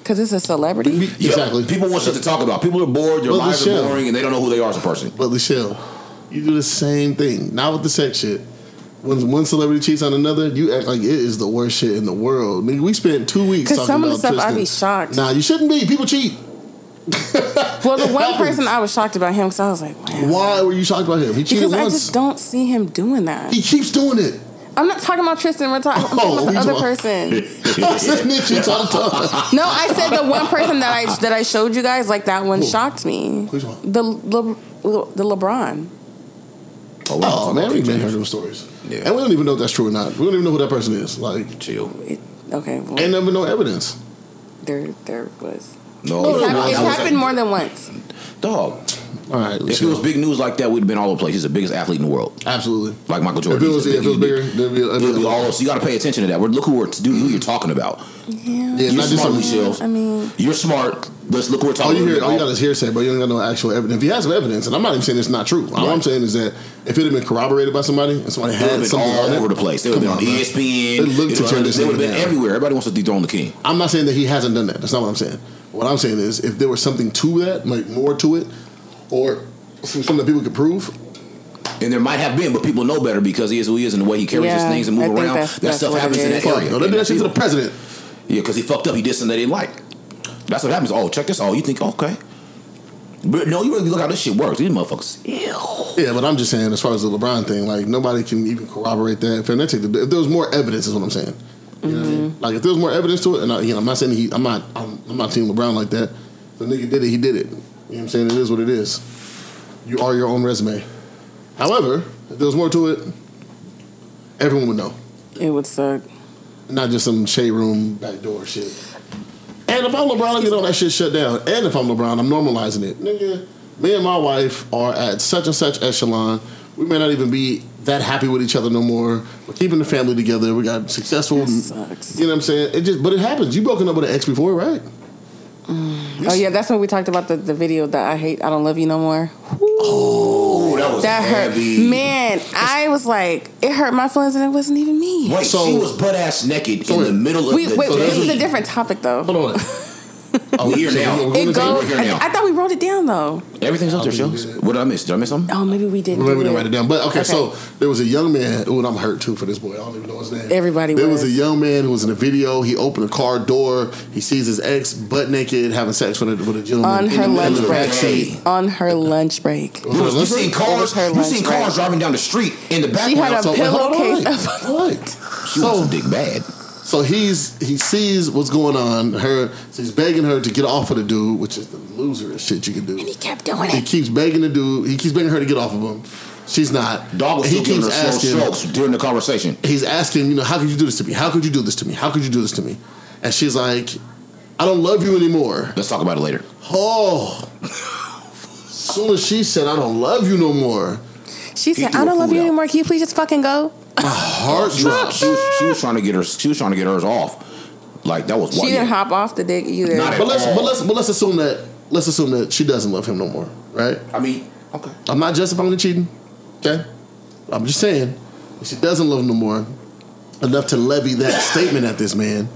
S3: Because it's a celebrity.
S1: Yeah,
S2: Exactly.
S1: People want shit to talk about. People are bored. Their
S2: Well,
S1: lives
S2: Michelle.
S1: are boring, and they don't know who they are as a person.
S2: But Michelle, you do the same thing. Not with the sex shit. When one celebrity cheats on another, you act like it is the worst shit in the world. Nigga, we spent two weeks
S3: 'Cause
S2: talking
S3: some of the
S2: about
S3: stuff I'd be
S2: Tristan.
S3: shocked.
S2: Nah, you shouldn't be. People cheat.
S3: Well, the one
S2: happens.
S3: person I was shocked about him because I was like, wow.
S2: Why were you shocked about him? He cheated
S3: Because I
S2: once.
S3: just don't see him doing
S1: <laughs>
S3: that.
S2: he keeps doing it.
S3: I'm not talking about Tristan. We're talking I'm
S2: Oh,
S3: talking about
S2: we
S3: the other
S2: talking-
S3: person.
S2: I said Nick, you talking
S1: <laughs>
S2: to
S3: No, I said the one person that I that I showed you guys, like that one shocked me.
S2: Which one?
S3: The Le, Le- the LeBron.
S1: Oh, we
S2: Oh man, we
S1: Dick
S2: may heard
S1: James.
S2: those stories,
S1: Yeah.
S2: and we don't even know if that's true or not. We don't even know who that person is. Like,
S1: Chill.
S3: It, okay, well,
S2: ain't never no evidence.
S3: there there was.
S1: No,
S2: Oh,
S3: It's,
S2: no,
S3: hap-
S2: no,
S3: it's
S2: no.
S3: happened more than once.
S1: dog.
S2: All right,
S1: If it
S2: chill.
S1: was big news like that, we'd have been all over the place. He's the biggest athlete in the world,
S2: absolutely.
S1: like Michael
S2: If
S1: Jordan.
S2: it was,
S1: He's
S2: yeah, if it was
S1: big-
S2: bigger, there'd be,
S1: It'll be
S2: a
S1: all. So you got to pay attention to that. We're, look who we're dude, who you're talking about.
S3: Yeah.
S2: yeah,
S1: You're
S2: not just
S1: smart,
S2: something.
S1: Lucille.
S3: I mean,
S1: You're smart. Let's look who we're
S2: All
S1: talking
S2: you hear,
S1: about.
S2: all you got is hearsay, but you don't got no actual evidence. If you have some evidence, and I'm not even saying it's not true. All I'm
S1: Right.
S2: saying is that if it had been corroborated by somebody, and somebody
S1: They would
S2: had
S1: have been
S2: something
S1: all
S2: on it,
S1: over the place. They would have
S2: come
S1: been on E
S2: on, man.
S1: ESPN.
S2: They looked
S1: you
S2: to
S1: know,
S2: tear this
S1: They would have
S2: nigga
S1: been
S2: down.
S1: everywhere. Everybody wants to dethrone the king.
S2: I'm not saying that he hasn't done that. That's not what I'm saying. What I'm saying is, if there was something to that, like more to it, or some- something that people could prove,
S1: And there might have been, but people know better because he is who he is and the way he carries
S3: Yeah,
S1: his things and move
S3: I think
S1: around.
S3: that's-
S1: that
S3: that's
S1: stuff
S3: what it
S1: happens in
S3: is.
S1: that
S2: fuck,
S1: area.
S2: no, they did that shit to the president.
S1: Yeah, because he fucked up. He did something they didn't like. That's what happens. Oh, check this out. You think okay? But no, you really look how this shit works. These motherfuckers. Ew.
S2: Yeah, but I'm just saying, as far as the LeBron thing, like nobody can even corroborate that. If, that's it, if there was more evidence, is what I'm saying. You know what I mean? Like if there was more evidence to it, and I, you know, I'm not saying he, I'm not, I'm, I'm not team LeBron like that. If the nigga did it, he did it. You know what I'm saying? It is what it is. You are your own resume. However, if there was more to it, everyone would know,
S3: it would suck.
S2: not just some shade room backdoor shit. And if I'm LeBron, I'm getting all that shit shut down. And if I'm LeBron, I'm normalizing it. Nigga, me and my wife are at such and such echelon. We may not even be that happy with each other no more. We're keeping the family together. We got successful.
S3: That sucks.
S2: You know what I'm saying? It just, but it happens. You broken up with an ex before, right?
S3: Oh yeah, that's when we talked about the, the video that I hate. I don't love you no more.
S1: Oh, that was
S3: That hurt.
S1: heavy.
S3: Man, I was like, it hurt my feelings, and it wasn't even me.
S1: Wait,
S2: So-
S1: she was butt ass naked in
S2: Sorry.
S1: the middle of
S3: We,
S1: the
S3: wait,
S2: so
S3: this
S2: that's-
S3: is a different topic though.
S2: Hold on. oh,
S1: We here
S2: so
S1: now.
S2: we're gonna
S3: It
S2: take-
S1: go-
S3: goes.
S1: we're here now.
S3: I, I thought we wrote it down though.
S1: Everything's up there,
S2: I'll be
S1: shows.
S2: good.
S1: What did I miss? Did I miss something?
S3: Oh, maybe we didn't.
S2: Maybe
S3: do
S2: we didn't
S3: it.
S2: write it down. But okay,
S3: Okay.
S2: so there was a young man. Ooh, and I'm hurt too for this boy. I don't even know his name.
S3: Everybody
S2: There was.
S3: was.
S2: a young man who was in a video. He opened a car door. He sees his ex butt naked having sex with a, with a gentleman
S3: On
S2: in
S3: her
S2: the middle of
S3: lunch
S2: the
S3: break.
S1: backseat.
S3: On her lunch break.
S2: Was it
S1: You
S2: lunch
S1: seen
S2: break?
S1: cars?
S3: Her
S1: You seen
S3: lunch, right.
S1: cars driving down the street in the
S3: She had
S1: background?
S3: a
S2: So, wait, hold on,
S3: pillowcase
S2: wait.
S3: of
S2: Wait.
S1: She was
S2: So-
S1: a dick bad.
S2: So he's he sees what's going on. Her, so he's begging her to get off of the dude, which is the loserest shit you can do.
S3: He kept doing
S2: He
S3: it.
S2: keeps begging the dude. He keeps begging her to get off of him. She's not.
S1: Dog was
S2: And
S1: still giving her slow strokes during the conversation.
S2: he's asking, you know, how could you do this to me? How could you do this to me? How could you do this to me? And she's like, I don't love you anymore.
S1: Let's talk about it later.
S2: Oh. Soon as she said, I don't love you no more,
S3: She said,
S1: threw
S3: "I
S1: her
S3: don't love
S1: food
S3: you
S1: out.
S3: anymore. Can you please just fucking go?"
S2: heart
S1: She was,
S2: drops.
S1: she, was, she was trying to get her. She was trying to get hers off. Like that was
S3: She
S1: one.
S3: didn't hop off the dick either.
S1: Not
S2: But let's but let's but let's assume that let's assume that she doesn't love him no more, right?
S1: I mean, okay.
S2: I'm not justifying the cheating. Okay? I'm just saying, if she doesn't love him no more, enough to
S3: <laughs>
S2: levy that statement at this man.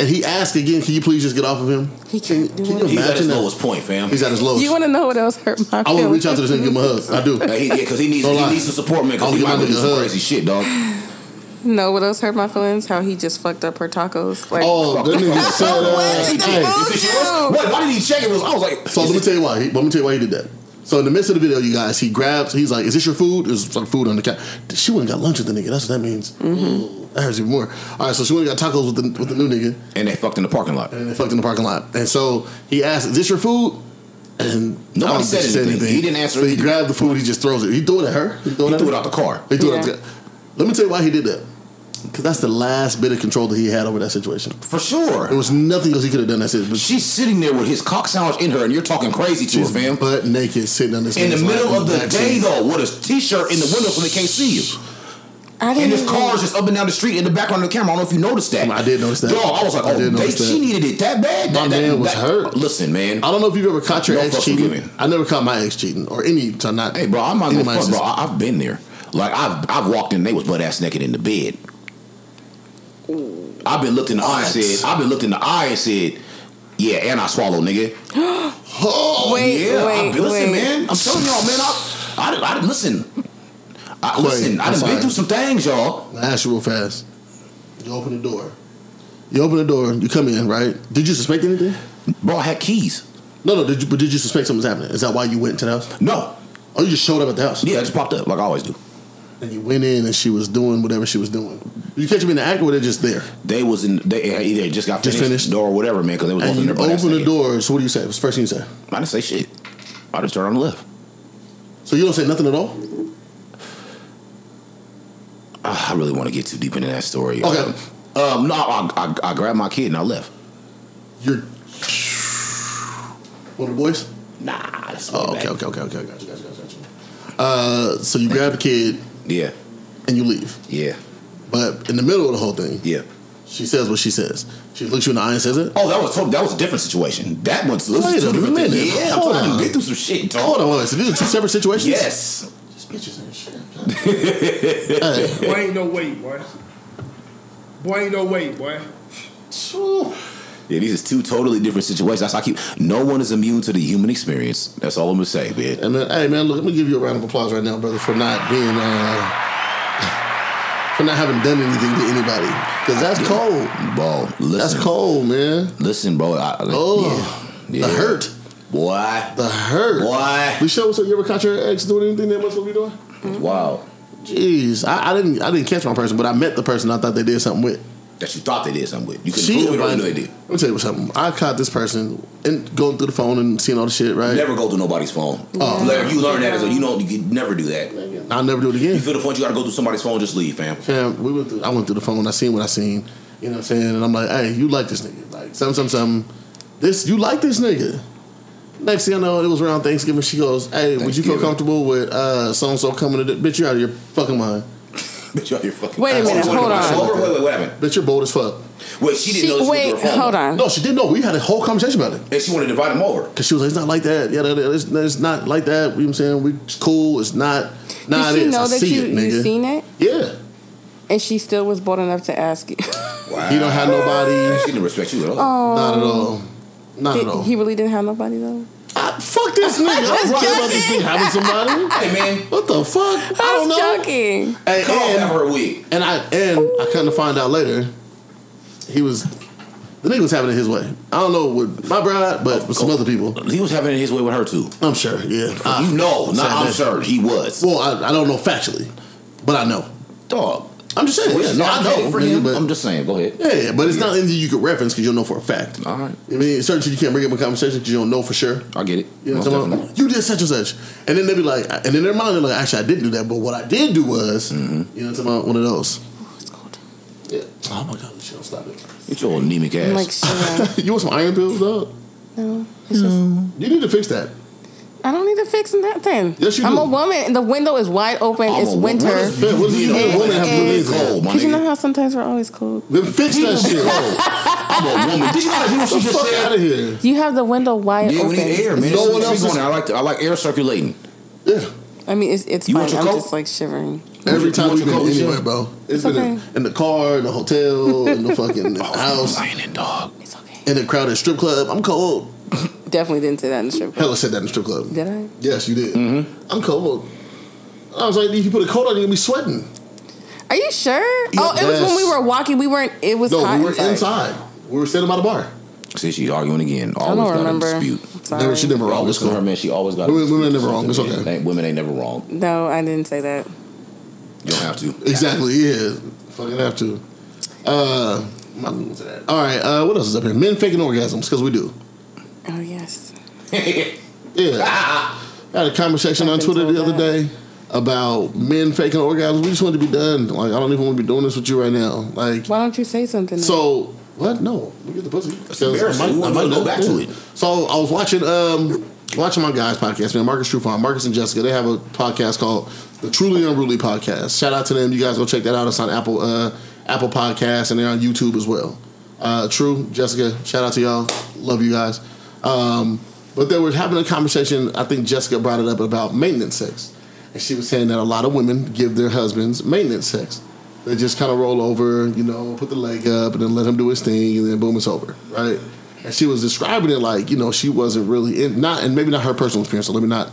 S2: And he asked again, can you please just get off of him?
S3: He can't do
S2: Can you
S3: it.
S1: He's at his
S2: imagine that?
S1: lowest point, fam.
S2: He's at his lowest.
S3: You want to know what else hurt my feelings?
S2: I want to reach out to this nigga and give him a hug. I do.
S1: Like, he, yeah, because he needs
S2: Don't lie.
S1: he needs some support, man. Because
S2: I'll
S1: he
S2: give
S1: might
S2: my
S1: go do
S2: nigga a
S1: some
S2: hug.
S1: crazy shit, dog.
S3: No, what else hurt my feelings? How he just fucked up her tacos. Like,
S2: Oh, that nigga said
S3: did
S2: that.
S3: they
S2: Hey,
S3: do?
S1: You see, she was- Wait, why did he check it? Was I was like,
S2: So let me tell you why. He, let me tell you why he did that. So in the midst of the video, you guys, he grabs. He's like, "Is this your food?" There's some food on the couch. She went and got lunch with the nigga. That's what that means. Ooh, That hurts even more. All right, so she went and got tacos with the with the new nigga,
S1: and they fucked in the parking lot.
S2: and they fucked in the parking lot. And so he asked, "Is this your food?" And
S1: Nobody
S2: I don't think
S1: said
S2: she
S1: anything. He didn't answer
S2: So he
S1: either.
S2: grabbed the food. He just throws it. He threw it at her. He threw it,
S1: He
S2: at
S1: threw it
S2: her.
S1: out the car.
S2: He threw it. Out
S3: Yeah.
S2: the, let me tell you why he did that. Because that's the last bit of control that he had over that situation.
S1: For
S2: There
S1: sure.
S2: was nothing else he could have done. That's it. But
S1: She's sitting there with his cock sandwich in her, and you're talking crazy to her,
S2: She's
S1: fam.
S2: butt naked sitting on this
S1: In the
S2: man's lap
S1: middle of the
S2: back
S1: day,
S2: seat.
S1: though, with a t-shirt in the window so they can't see you.
S3: I didn't
S1: And his
S3: even-
S1: car's just up and down the street in the background of the camera. I don't know if you noticed that.
S2: I did notice that.
S1: Dog, I was like,
S2: I
S1: oh,
S2: did
S1: they,
S2: notice that.
S1: she needed it that bad.
S2: My
S1: That- that-
S2: man was
S1: that-
S2: hurt.
S1: Listen, man.
S2: I don't know if you've ever caught your
S1: No
S2: ex
S1: fucks
S2: cheating.
S1: forgiven.
S2: I never caught my ex cheating or any. So not.
S1: Hey, bro, I'm not
S2: any
S1: gonna
S2: of my
S1: fuck,
S2: exes.
S1: bro. I, I've been there. Like, I've I've walked in, and they was butt ass naked in the bed. I've been looked in the eye and
S2: What?
S1: said, I've been looked in the eye and said, yeah, and I swallow,
S3: <gasps>
S1: nigga.
S2: Oh,
S3: Wait,
S1: yeah,
S3: wait,
S1: I, listen,
S3: wait.
S1: man. I'm telling y'all, man. I, I, done- I, done- listen. I,
S2: Clay,
S1: listen, I
S2: I'm
S1: done
S2: sorry.
S1: been through some things, y'all.
S2: I asked you real fast. You open the door. You open the door. You come in, right? Did you suspect anything?
S1: Bro, I had keys.
S2: No, no. Did you? But did you suspect something was happening? Is that why you went to the house?
S1: No.
S2: Oh, you just showed up at the house.
S1: Yeah, it just popped up like I always do.
S2: And you went in and she was doing whatever she was doing. You catch them in the act where they're just there.
S1: They was in. They had either just got
S2: Just
S1: finished,
S2: finished.
S1: or whatever, man. Because they was
S2: And
S1: open
S2: you
S1: their butt ass
S2: open the
S1: naked.
S2: door. So what do you say? What's the first thing you say?
S1: I didn't say shit. I just turned on the left.
S2: So you don't say nothing at all?
S1: Ah, I really want to get too deep into that story.
S2: Okay.
S1: Um, um, no, I, I, I grabbed my kid and I left.
S2: You're one of the boys?
S1: Nah. That's way
S2: Oh, okay,
S1: back.
S2: okay, okay, okay. Gotcha, gotcha, gotcha, gotcha. Uh, so you grab the kid
S1: Yeah.
S2: and you leave.
S1: Yeah.
S2: But in the middle of the whole thing,
S1: Yeah.
S2: she says what she says. She looks you in the eye and says it.
S1: Oh, that was tot- that was a different situation. That one's those
S2: Wait
S1: are two
S2: a
S1: different things.
S2: minute.
S1: Yeah, I'm
S2: Hold
S1: trying
S2: on.
S1: to get through some shit, dog.
S2: Hold on, hold on. So these are two separate situations?
S1: Yes.
S2: These bitches ain't shit. <laughs>
S9: Boy, ain't no way, boy. Boy, ain't no way, boy.
S1: Yeah, these is two totally different situations. That's why I keep. No one is immune to the human experience. That's all I'm gonna say, man.
S2: And then, hey man, look, let me give you a round of applause right now, brother, for not being uh, <laughs> for not having done anything to anybody. Cause that's cold.
S1: Bro, listen.
S2: That's cold, man.
S1: Listen, bro. I, I-
S2: Oh,
S1: yeah, yeah.
S2: the hurt,
S1: boy.
S2: the hurt.
S1: Why?
S2: We show so you ever caught your ex doing anything that much what we doing?
S1: Wow.
S2: Jeez, I, I didn't, I didn't catch my person, but I met the person I thought they did something with.
S1: That you thought they did something with. You could
S2: She
S1: prove it or you
S2: invited.
S1: know they did.
S2: Let me tell you something. I caught this person and going through the phone and seeing all the shit. Right?
S1: Never go through nobody's phone. Oh, you learn that as a, you know you could never do that.
S2: I'll never do it again.
S1: You feel the point you gotta go through somebody's phone, just leave, fam. <laughs>
S2: fam, we went through, I went through the phone. I seen what I seen. You know what I'm saying? And I'm like, hey, you like this nigga? Like some some some. This you like this nigga? Next thing I know, it was around Thanksgiving. She goes, hey, would you feel
S1: Thanksgiving.
S2: comfortable with uh so and so coming to? The, bitch, you out of your fucking mind.
S1: Bitch, you out your fucking.
S3: Wait a
S1: Oh,
S3: minute,
S1: wait,
S3: hold
S1: wait,
S3: on.
S1: Wait, wait, wait, what happened?
S2: Bitch, you're bold as fuck.
S1: Wait, she didn't know
S3: She,
S1: this
S3: wait,
S1: was through her phone.
S3: hold on.
S2: No, she didn't know. We had a whole conversation about it
S1: And she wanted to invite him over.
S2: because she was like, it's not like that. Yeah, that- it's, it's not like that. You know what I'm saying? We it's cool. It's not. Nah,
S3: Did she
S2: it is.
S3: know
S2: I
S3: that
S2: see
S3: you,
S2: it,
S3: you
S2: nigga.
S3: seen it?
S2: yeah,
S3: And she still was bold enough to ask you.
S1: Wow.
S2: he don't have nobody.
S1: She didn't respect you at all.
S2: <laughs> Not at all. Not at all.
S3: Um, Did, he really didn't have nobody though.
S2: I, fuck
S3: <laughs>
S2: this nigga. I'm right about this thing having somebody.
S1: Hey man,
S2: What the fuck? I
S3: was
S2: don't know.
S3: joking.
S2: And,
S1: come on, have
S2: and,
S1: her a wig.
S2: and I and I kind of find out later, he was the nigga was having it his way. I don't know with my bride, but with some other people,
S1: He was having it his way with her too.
S2: I'm sure. Yeah, I,
S1: Uh, you know, not
S2: Sad
S1: I'm
S2: day.
S1: sure he was.
S2: well, I, I don't know factually, but I know.
S1: Dog.
S2: I'm just saying. Yeah, no, I know.
S1: For
S2: nigga,
S1: him,
S2: but-
S1: I'm just saying. Go ahead.
S2: yeah, but it's not anything you could reference because you'll know for a fact.
S1: All right,
S2: I mean, certain shit you can't bring up in conversation because you don't know for sure.
S1: I get it.
S2: You know
S1: Most
S2: what I'm talking
S1: definitely.
S2: about? You did such and such. And then they'd be like, and in their mind, they're like, actually, I didn't do that. But what I did do was,
S1: Mm-hmm.
S2: you know what I'm talking about? One of those.
S1: Oh,
S2: Yeah. Oh my God, <laughs> Michelle, stop it.
S1: Get your anemic ass.
S3: I'm like, sure.
S2: you want some iron pills, dog? <laughs>
S3: no, it's just,
S2: You need to fix that.
S3: I don't need to fix nothing.
S2: Yes, you
S3: I'm
S2: do.
S3: a woman, and the window is wide open.
S1: I'm
S3: it's
S1: a woman.
S3: winter.
S1: What
S2: Man, what does you
S1: Yeah,
S2: women have to do
S3: yeah,
S2: this?
S1: cold, my
S3: Because you know
S1: nigga.
S3: how sometimes we're always cold.
S2: Then fix that shit. Get
S1: <laughs> I'm a woman. Did you not hear what she
S2: the
S1: just
S2: fuck out
S1: said?
S2: of here.
S3: You have the window wide
S1: Yeah, we
S3: open.
S1: need air, man.
S2: No
S1: There's some
S2: one else
S1: trees
S2: is-
S1: on there. I like the, I like air circulating.
S2: Yeah.
S3: I mean, it's it's
S1: You
S3: fine.
S1: want your
S3: I'm
S1: coat?
S3: just like shivering.
S2: Every
S1: you-
S2: time
S1: what
S2: we've
S1: you
S2: been
S1: call it,
S2: anywhere,
S1: Michelle?
S2: bro.
S3: It's
S2: It's been in-
S3: okay.
S2: in the car, in the hotel, in
S1: <laughs>
S2: the fucking house,
S1: Complaining, dog.
S3: It's okay.
S2: in the crowded strip club. I'm cold.
S3: Definitely didn't say that in the strip club.
S2: Hella said that in the strip club.
S3: Did I?
S2: Yes, you did. I'm cold. I was like, if you put a coat on, you're gonna be sweating.
S3: Are you sure? oh, it was
S2: Yes.
S3: when we were walking. We weren't. It was
S2: No,
S3: hot
S2: we were
S3: inside.
S2: inside. We were standing by the bar.
S1: See, she's arguing again.
S3: I
S1: Always
S3: don't
S1: got a
S3: remember.
S1: dispute.
S3: Sorry.
S2: Never- she never
S1: Bro,
S2: wrong. It's
S1: listen to her,
S2: cool.
S1: man. She always got. a
S2: Women- women
S1: dispute.
S2: never wrong. It's okay.
S1: Ain't- Women ain't never wrong.
S3: No, I didn't say that.
S1: You don't have to.
S2: Exactly. Yeah. Fucking have to. Uh, my- all right. Uh, what else is up here? Men faking orgasms because we do.
S3: Oh yes.
S2: Yeah. I had a conversation
S3: I've
S2: on
S3: been
S2: Twitter
S3: told
S2: the other
S3: that.
S2: day about men faking orgasms. We just want to be done. Like I don't even want to be doing this with you right now. Like
S3: Why don't you say something? then?
S2: So what? No, we get the pussy.
S1: embarrassing. We wanna go back to it.
S2: So I was watching um watching my guys podcast, man. Marcus Trufant, Marcus and Jessica, they have a podcast called the Truly Unruly Podcast. Shout out to them. You guys go check that out. It's on Apple uh Apple Podcasts and they're on YouTube as well. Uh, True, Jessica, shout out to y'all. Love you guys. Um, but they were having a conversation. I think Jessica brought it up about maintenance sex, and she was saying that a lot of women give their husbands maintenance sex. They just kind of roll over, you know, put the leg up, and then let him do his thing, and then boom, it's over, right? And she was describing it like, you know, she wasn't really in, not, and maybe not her personal experience. So let me not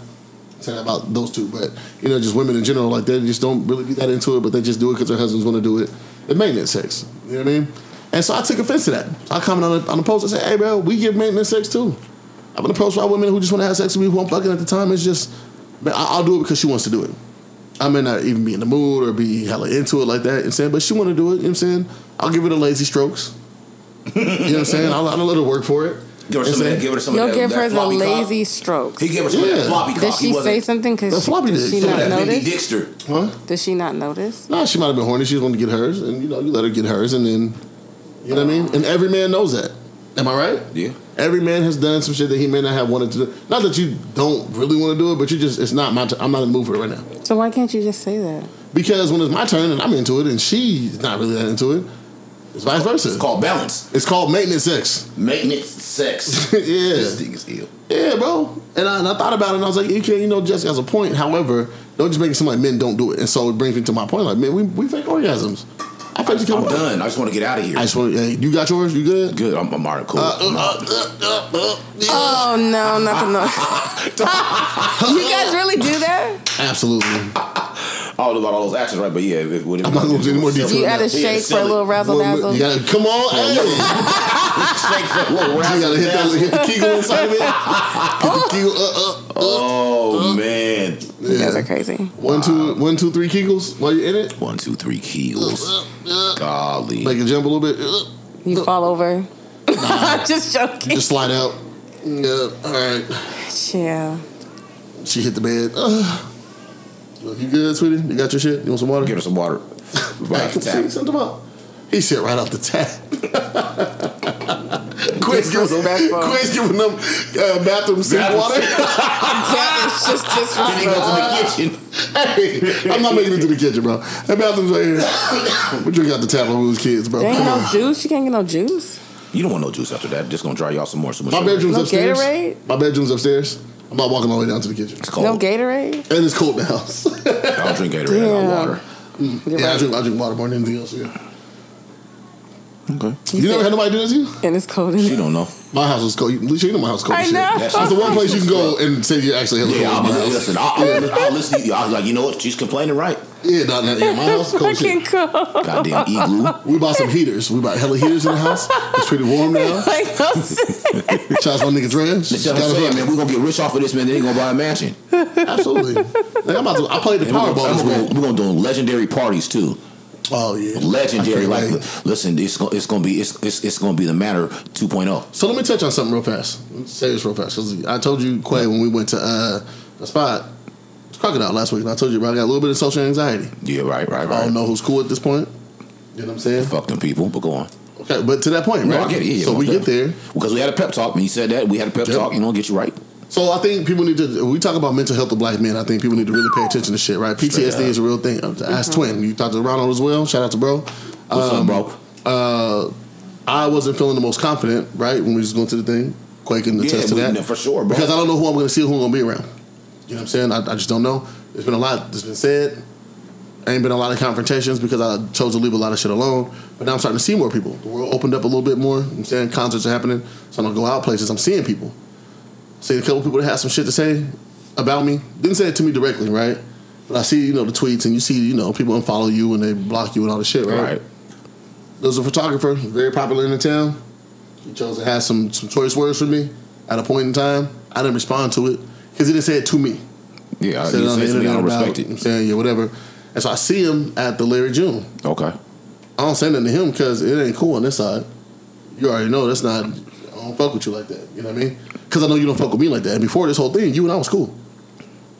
S2: say that about those two, but you know, just women in general, like they just don't really be that into it, but they just do it because their husbands want to do it. The maintenance sex, you know what I mean? And so I took offense to that. I commented on the, on the post. I said, "Hey, bro, we give maintenance sex too." I've been approached by women who just want to have sex with me who I'm fucking at the time. It's just, man, I- I'll do it because she wants to do it. I may not even be in the mood or be hella into it like that. You know what I'm saying, but she want to do it. You know what I'm saying, I'll give her the lazy strokes. you know what I'm saying? I'll, I'll let her work for it.
S1: <laughs> Give her some
S2: Yes,
S1: of
S2: sir.
S1: that. Give her some of
S3: You'll
S1: that.
S3: give
S1: that
S3: her the
S1: floppy cock.
S3: lazy strokes.
S1: He gave her some of that
S2: Yeah.
S1: floppy cock.
S3: Did
S1: he
S3: she
S1: wasn't-
S3: say something?
S2: The
S3: Cause she,
S2: floppy
S3: did
S2: dick.
S3: she
S2: Some of
S3: not
S1: That Mindy
S3: notice?
S1: Dixter.
S2: Huh?
S3: Did she not notice?
S2: No, she might have been horny. She just wanted to get hers, and you know, you let her get hers, and then you know what I mean. And every man knows that. Am I right?
S1: Yeah.
S2: Every man has done some shit that he may not have wanted to do. Not that you don't really want to do it, but you just it's not my. T- I'm not in the mood for it right now.
S3: So why can't you just say that?
S2: Because when it's my turn and I'm into it, and she's not really that into it, it's vice versa.
S1: It's called balance.
S2: It's called maintenance sex. <laughs>
S1: Maintenance <laughs> sex.
S2: yeah.
S1: This thing is ill.
S2: Yeah, bro. And I, and I thought about it, and I was like, you can, you know, Jessica has a point. However, don't just make it seem like men don't do it. And so it brings me to my point, like, man, we, we fake orgasms. I fake
S1: I'm
S2: come done.
S1: done. I just want to get out of here.
S2: I just want, hey, you got yours? You good?
S1: Good. I'm, I'm all right. Cool.
S2: Uh, uh, uh, uh, uh, yeah.
S3: Oh no, not the no.
S2: <laughs>
S3: you guys really do that?
S2: Absolutely.
S1: I don't know about all those actions, right? But yeah, if, whatever.
S2: uh, I'm not gonna do any more detail.
S3: You add a
S1: Yeah,
S3: shake for
S1: sell
S3: a
S1: it.
S3: little razzle dazzle.
S2: You gotta, come on, hey.
S1: Shake for a little
S2: you gotta hit, that,
S1: razzle-dazzle.
S2: hit the kegel inside of it. Hit the kegel, uh, uh, uh.
S1: Oh man.
S3: You guys are crazy.
S2: One, two, one, two, three kegels while you're in it.
S1: One, two, three keels.
S2: Uh, uh,
S1: Golly.
S2: Make it jump a little bit. Uh,
S3: You fall over. <laughs> I'm just joking.
S2: just slide out. Yeah, all right.
S3: yeah.
S2: She hit the bed. Uh, you good, sweetie? You got your shit? You want some water?
S1: Give her some water. Right off the
S2: See,
S1: tap.
S2: sent him up. He said right off the tap. Quiz giving them,
S3: Disrespectful.
S2: Quiz giving them uh, bathroom sink
S1: Bathroom
S2: water.
S3: That is just
S1: Then he goes
S3: disrespectful.
S1: to the kitchen.
S2: <laughs> hey, I'm not making it to the kitchen, bro. That bathroom's right here. we drink out the tap when we was kids, bro.
S3: There ain't
S2: Come
S3: no
S2: on.
S3: juice. You can't get no juice.
S1: You don't want no juice after that. Just gonna dry y'all some more. So much
S2: My bedroom's
S3: No
S2: upstairs.
S3: Gatorade?
S2: My bedroom's upstairs. I'm not walking all the way down to the kitchen.
S1: It's cold.
S3: No Gatorade.
S2: And it's cold in the house.
S1: I don't drink Gatorade. I
S3: Yeah.
S1: want water.
S3: You're
S2: yeah, I
S3: right.
S2: drink, I drink water more than anything else. Yeah.
S1: Okay.
S2: You, never had nobody do that to you?
S3: and it's cold in
S1: She
S3: here.
S1: don't know.
S2: My house was cold. You, Alicia, you know my house cold.
S3: I
S2: as shit.
S3: know.
S1: That's-
S2: That's the one place you can go and say you actually have a
S1: Yeah,
S2: cold.
S1: I'm,
S2: in my house.
S1: listen. I'll, I'll, I'll listen to you. I was like, you know what? She's complaining, right?
S2: Yeah, not that. Yeah, my house
S3: <laughs>
S2: cold. as
S3: Fucking
S2: shit.
S3: cold.
S1: Goddamn igloo.
S2: We bought some heaters. We bought hella heaters in the house. It's pretty warm now.
S3: Like those-
S2: Shout out to my nigga Dre. She
S1: That's what I'm
S2: got
S1: saying,
S2: it
S1: man. We're gonna get rich off of this, man. Then they gonna buy a mansion.
S2: right. Absolutely. Like, I'm about to, I played the
S1: And we're,
S2: Powerball
S1: gonna,
S2: this
S1: we're gonna-
S2: week.
S1: we're gonna do legendary parties too.
S2: Oh yeah,
S1: Legendary,
S2: I
S1: like,
S2: can't wait.
S1: listen, it's gonna, it's gonna be, it's, it's, it's gonna be the matter oh. 2.0.
S2: So let me touch on something real fast. Let's say this real fast because I told you, Quay, when we went to uh, a spot, it's crocodile last week, and I told you, bro, I got a little bit of social anxiety.
S1: Yeah, right, right,
S2: I
S1: right.
S2: don't know who's cool at this point. You know what I'm saying?
S1: Fuck them people, but go on.
S2: Okay, but to that point,
S1: No,
S2: right?
S1: I get it. Yeah, yeah,
S2: so we
S1: most
S2: get there.
S1: Because we had a pep talk, and you said that we had a pep
S2: Yep.
S1: talk. You know, get you right.
S2: So I think people need to. We talk about mental health of black men. I think people need to really pay attention to shit, right? PTSD
S1: up. Mm-hmm.
S2: is a real thing. Uh, Ask Twin. You talked to Ronald as well. Shout out to bro.
S1: What's up, Um, bro?
S2: Uh, I wasn't feeling the most confident, right, when we was going to the thing. Quake and the
S1: Yeah,
S2: test to
S1: we-
S2: that
S1: no, for sure, bro.
S2: Because I don't know who I'm going to see, who I'm going to be around. You know what I'm saying? I, I just don't know. There's been a lot that's been said. Ain't been a lot of confrontations because I chose to leave a lot of shit alone. But now I'm starting to see more people. The world opened up a little bit more. You know what I'm saying concerts are happening, so I'm gonna go out places. I'm seeing people. Seeing a couple people that had some shit to say about me. Didn't say it to me directly, right? But I see you know the tweets and you see you know people unfollow you and they block you and all this shit, right?
S1: Right.
S2: There's a photographer, very popular in the town. He chose to have some some choice words for me at a point in time. I didn't respond to it because he didn't say it to me.
S1: Yeah, I,
S2: Said it
S1: Uh, you say
S2: on the
S1: something, I
S2: internet
S1: don't
S2: about
S1: respect
S2: it. I'm
S1: it.
S2: saying yeah, whatever. And so I see him at the Larry June.
S1: Okay.
S2: I don't say nothing to him because it ain't cool on this side. You already know that's not. I don't fuck with you like that. You know what I mean? Because I know you don't fuck with me like that. And before this whole thing, you and I was cool.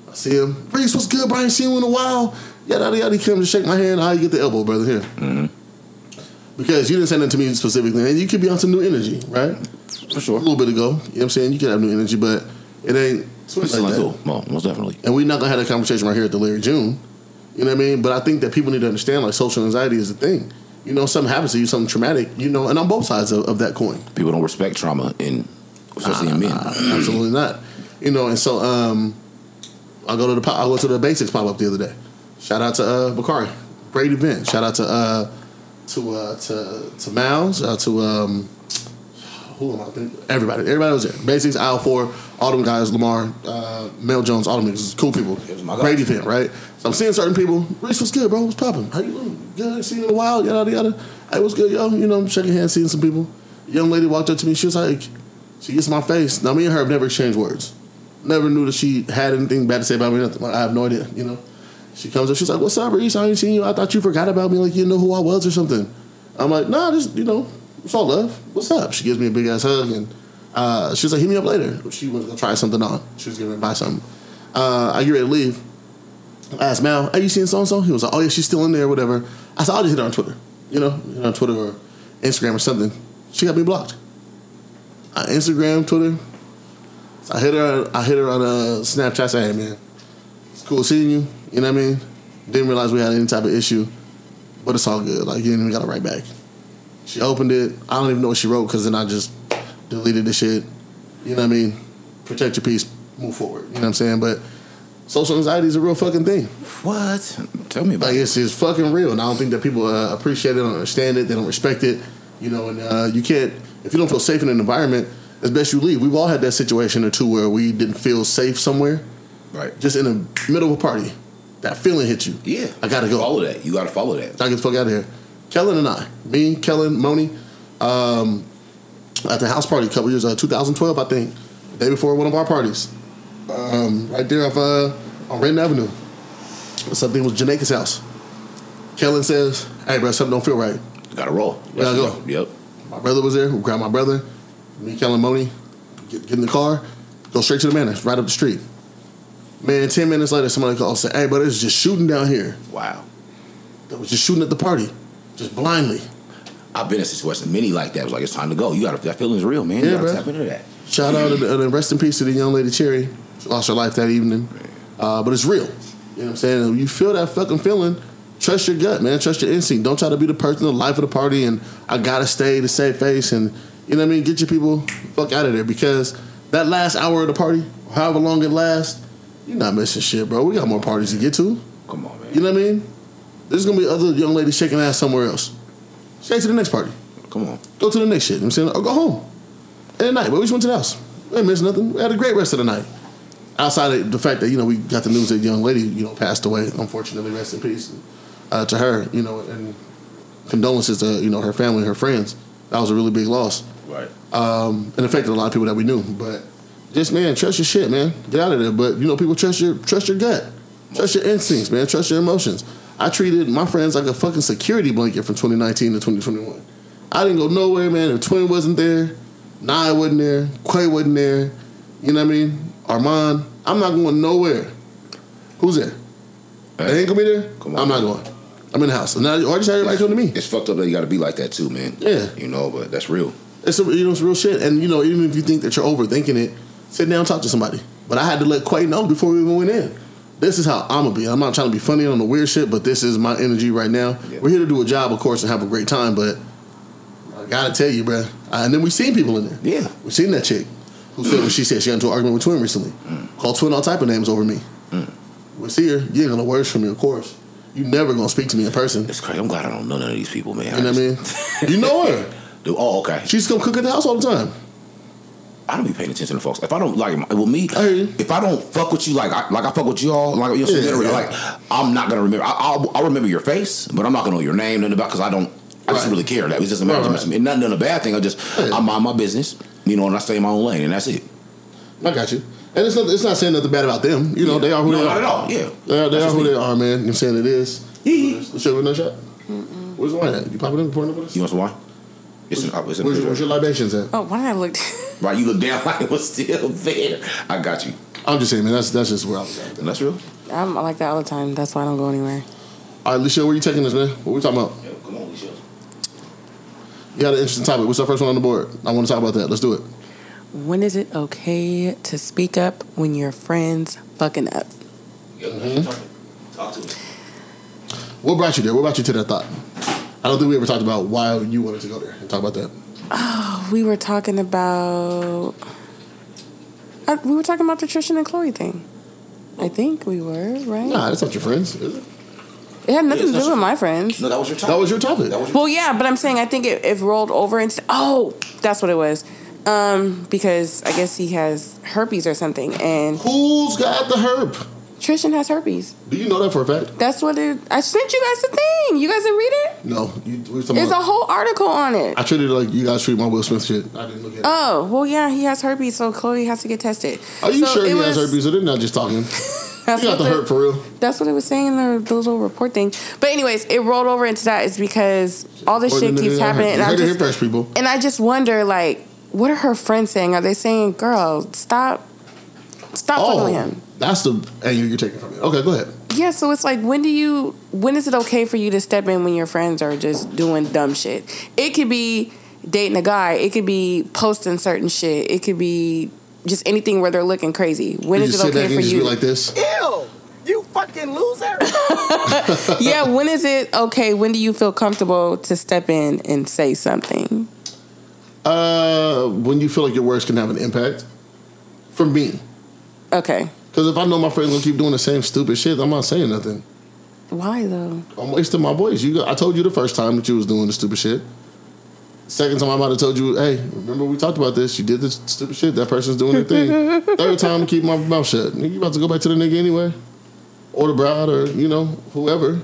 S2: I see him. Reese, what's good? Brian, seen you in a while. Yada yada yada. He comes to shake my hand. How you get the elbow, brother? Here.
S1: Mm-hmm.
S2: Because you didn't say nothing to me specifically, and you could be on some new energy, right?
S1: For sure.
S2: A little bit ago, you know what I'm saying? You could have new energy, but it ain't
S1: It's
S2: like
S1: like,
S2: that
S1: cool. Well, most definitely.
S2: and we're not gonna have that conversation right here at the Larry June. You know what I mean? But I think that people need to understand like social anxiety is a thing. You know, something happens to you, something traumatic. You know, and on both sides of, of that coin,
S1: People don't respect trauma, in especially in men.
S2: Uh, absolutely not. You know, and so um, I go to the po- I go to the basics pop up the other day. Shout out to uh, Bakari, great event. Shout out to uh, to uh, to to Miles. Shout out to um, who am I thinking? Everybody, everybody was there. Basics aisle four. All them guys, Lamar, uh, Mel Jones, all them niggas, cool people.
S1: It was my guy.
S2: Great event, right? So I'm seeing certain people. Reese, what's good, bro? What's popping? How you doing? Good. Ain't Seen you in a while. Yada yada. Hey, what's good, yo? You know, I'm shaking hands, seeing some people. Young lady walked up to me. She was like, she gets in my face. Now me and her have never exchanged words. Never knew that she had anything bad to say about me. Nothing. Like, I have no idea. You know. She comes up. She's like, "What's up, Reese? I ain't seen you. I thought you forgot about me. Like you didn't know who I was or something." I'm like, "Nah, just you know, it's all love. What's up?" She gives me a big ass hug and uh, she's like, "Hit me up later." She was gonna try something on. She was gonna buy something. Uh, I get ready to leave. I asked Mal, "Are you seeing so and so?" He was like, "Oh yeah, she's still in there, whatever." I said, "I'll just hit her on Twitter. You know, hit her on Twitter or Instagram or something." She got me blocked. I uh, Instagram, Twitter. So I hit her. I hit her on uh, Snapchat. I said, "Hey man, it's cool seeing you. You know what I mean? Didn't realize we had any type of issue, but it's all good. Like you didn't even got to write back. She opened it. I don't even know what she wrote because then I just deleted the shit. You know what I mean? Protect your peace. Move forward. You know what I'm saying? But social anxiety is a real fucking thing.
S1: What? Tell me about
S2: Like
S1: it.
S2: it's, it's fucking real, and I don't think that people uh, appreciate it, don't understand it, they don't respect it. You know, and uh, you can't if you don't feel safe in an environment, it's best you leave. We've all had that situation or two where we didn't feel safe somewhere,
S1: Right.
S2: just in the middle of a party. That feeling hit you.
S1: Yeah.
S2: I gotta go.
S1: Follow that. You gotta follow that.
S2: I get the fuck out of here. Kellen and I, me, Kellen, Moni, um, at the house party a couple years, uh, 2012, I think, the day before one of our parties, um, right there off uh, on Renton Avenue. Something was Janaika's house. Kellen says, "Hey, bro, something don't feel right."
S1: Gotta roll.
S2: Gotta go.
S1: Yep.
S2: My brother was there. We grabbed my brother, me, Kellen, Moni, get, get in the car, go straight to the manor, right up the street. Man, ten minutes later, somebody calls, say, "Hey, bro, there's just shooting down here.
S1: Wow.
S2: That was just shooting at the party, just blindly."
S1: I've been in a situation many like that. It was like it's time to go. You gotta that feeling's real, man.
S2: Yeah,
S1: you gotta
S2: bro.
S1: tap into that.
S2: Shout out and, and rest in peace to the young lady Cherry. She lost her life that evening. Uh, but it's real. You know what I'm saying? When you feel that fucking feeling, trust your gut, man. Trust your instinct. Don't try to be the person, the life of the party, and I gotta stay to save face. And you know what I mean? Get your people fuck out of there because that last hour of the party, however long it lasts, you're not missing shit, bro. We got more parties to get to.
S1: Come on, man.
S2: You know what I mean? There's gonna be other young ladies shaking ass somewhere else. Stay to the next party
S1: Come on.
S2: go to the next shit. You know what I'm saying, or go home. At night, but we just went to the house. We didn't miss nothing. We had a great rest of the night. Outside of the fact that you know we got the news that a young lady you know passed away, unfortunately, rest in peace uh, to her. You know, and condolences to you know her family, her friends. That was a really big loss.
S1: Right.
S2: Um, and affected a lot of people that we knew. But just man, trust your shit, man. Get out of there. But you know, people trust your trust your gut, trust your instincts, man. Trust your emotions. I treated my friends like a fucking security blanket from 2019 to 2021. I didn't go nowhere, man. If Twin wasn't there, Nye wasn't there, Quay wasn't there. You know what I mean? Armand, I'm not going nowhere. Who's there? They ain't gonna be there.
S1: Come on.
S2: I'm not <laughs> going. I'm in the house. And now, or I just had everybody come to me.
S1: It's fucked up that you gotta be like that too, man.
S2: Yeah.
S1: You know, but that's real.
S2: It's some- you know it's real shit. And you know, even if you think that you're overthinking it, sit down, and talk to somebody. But I had to let Quay know before we even went in. This is how I'm gonna be. I'm not trying to be funny on the weird shit, but this is my energy right now.
S1: Yeah.
S2: We're here to do a job, of course, and have a great time. But I gotta tell you, bruh. And then we seen people in there.
S1: Yeah.
S2: We seen that chick who said what she said. She got into an argument with Twin recently. Called Twin all type of names over me. We see her. You ain't gonna words from me, of course. You never gonna speak to me in person.
S1: It's crazy. I'm glad I don't know none of these people, man.
S2: You know what I mean? you know her.
S1: Dude, oh, okay.
S2: She's come cook at the house all the time.
S1: I don't be paying attention to folks. If I don't like with me,
S2: I hear you.
S1: if I don't fuck with you, like I, like I fuck with y'all, like you're
S2: Yeah, yeah.
S1: like I'm not gonna remember. I, I'll, I'll remember your face, but I'm not gonna know your name, nothing about because I don't. I just
S2: Right.
S1: really care. That was just a
S2: Right,
S1: matter
S2: right.
S1: of It nothing done a bad thing. I just
S2: Yeah.
S1: I mind my business, you know, and I stay in my own lane, and that's it.
S2: I got you. And it's not, it's not saying nothing bad about them. You know, they are who
S1: No,
S2: they
S1: not at
S2: are.
S1: all. Yeah,
S2: They are, they
S1: That's
S2: are
S1: just
S2: who
S1: me.
S2: they are, man. You know what I'm saying? It is.
S1: Yee.
S2: Let's show another shot. Where's the wine at? You popping in? Pouring up with us?
S1: You know why? It's an, it's
S2: Where's,
S1: an
S2: your, where's your libations at?
S3: <laughs> Oh, why did I look? <laughs>
S1: right. You look down <laughs> like it was still there. I got you.
S2: I'm just saying, man. That's that's just where I was at.
S1: And that's real.
S3: I'm like that all the time. That's why I don't go anywhere.
S2: All right, Lisha, where you taking this, man? What we talking about?
S1: Yeah, come on, Alicia.
S2: You got an interesting topic. What's our first one on the board? I want to talk about that. Let's do it.
S3: When is it okay to speak up when your friends fucking up?
S1: Yep, Talk to me.
S2: What brought you there? What brought you to that thought? I don't think we ever talked about why you wanted to go there and talk about that.
S3: We were talking about. I, we were talking about the Trishan and Chloe thing. I think we were right.
S2: Nah, that's not your friends. Is it?
S3: It had nothing
S1: Yeah,
S3: to
S1: it's
S3: do
S1: not
S3: with my friends.
S1: No, that was your topic.
S2: That was your topic.
S1: That was your
S3: Well, yeah, but I'm saying I think it, it rolled over into. Oh, that's what it was. Um, because I guess he has herpes or something, and
S2: Who's got the herb?
S3: Trishan has herpes.
S2: Do you know that for a fact?
S3: That's what it. I sent you guys the thing. You guys didn't read it.
S2: No. You, we're talking
S3: There's
S2: about-
S3: a whole article on it.
S2: I treated it like you guys treat my Will Smith shit. I didn't look at it.
S3: Oh well, yeah, he has herpes, so Chloe has to get tested.
S2: Are you
S3: So
S2: sure
S3: it
S2: he has
S3: was-
S2: herpes? Or they're not just talking.
S3: That's
S2: You
S3: what
S2: got the
S3: the-
S2: hurt for real.
S3: That's what it was saying in the, the little report thing. But anyways, it rolled over into that is because all this
S2: Or
S3: shit
S2: the-
S3: keeps
S2: the-
S3: happening, and
S2: You
S3: I
S2: heard it here
S3: just
S2: first, people.
S3: and I just wonder like, what are her friends saying? Are they saying, "Girl, stop, stop
S2: Oh,
S3: fucking with him"?
S2: that's the angle you're taking from it. Okay, go ahead.
S3: Yeah. So it's like, when do you? When is it okay for you to step in when your friends are just doing dumb shit? It could be dating a guy. It could be posting certain shit. It could be just anything where they're looking crazy. When
S2: you
S3: is
S2: just
S3: it
S2: sit back
S3: okay
S2: and
S3: for
S2: just
S3: you?
S2: be like this.
S5: You fucking loser.
S3: yeah, when is it okay? When do you feel comfortable to step in and say something?
S2: Uh, when you feel like your words can have an impact, for me,
S3: Okay.
S2: because if I know my friends gonna keep doing the same stupid shit, I'm not saying nothing.
S3: Why though?
S2: I'm wasting my voice. You, got, I told you the first time that you was doing the stupid shit. Second time I might have told you, hey, remember we talked about this? You did this stupid shit. That person's doing their
S3: <laughs>
S2: thing. Third time, keep my mouth shut. Nigga, You about to go back to the nigga anyway, or the bride, or you know whoever.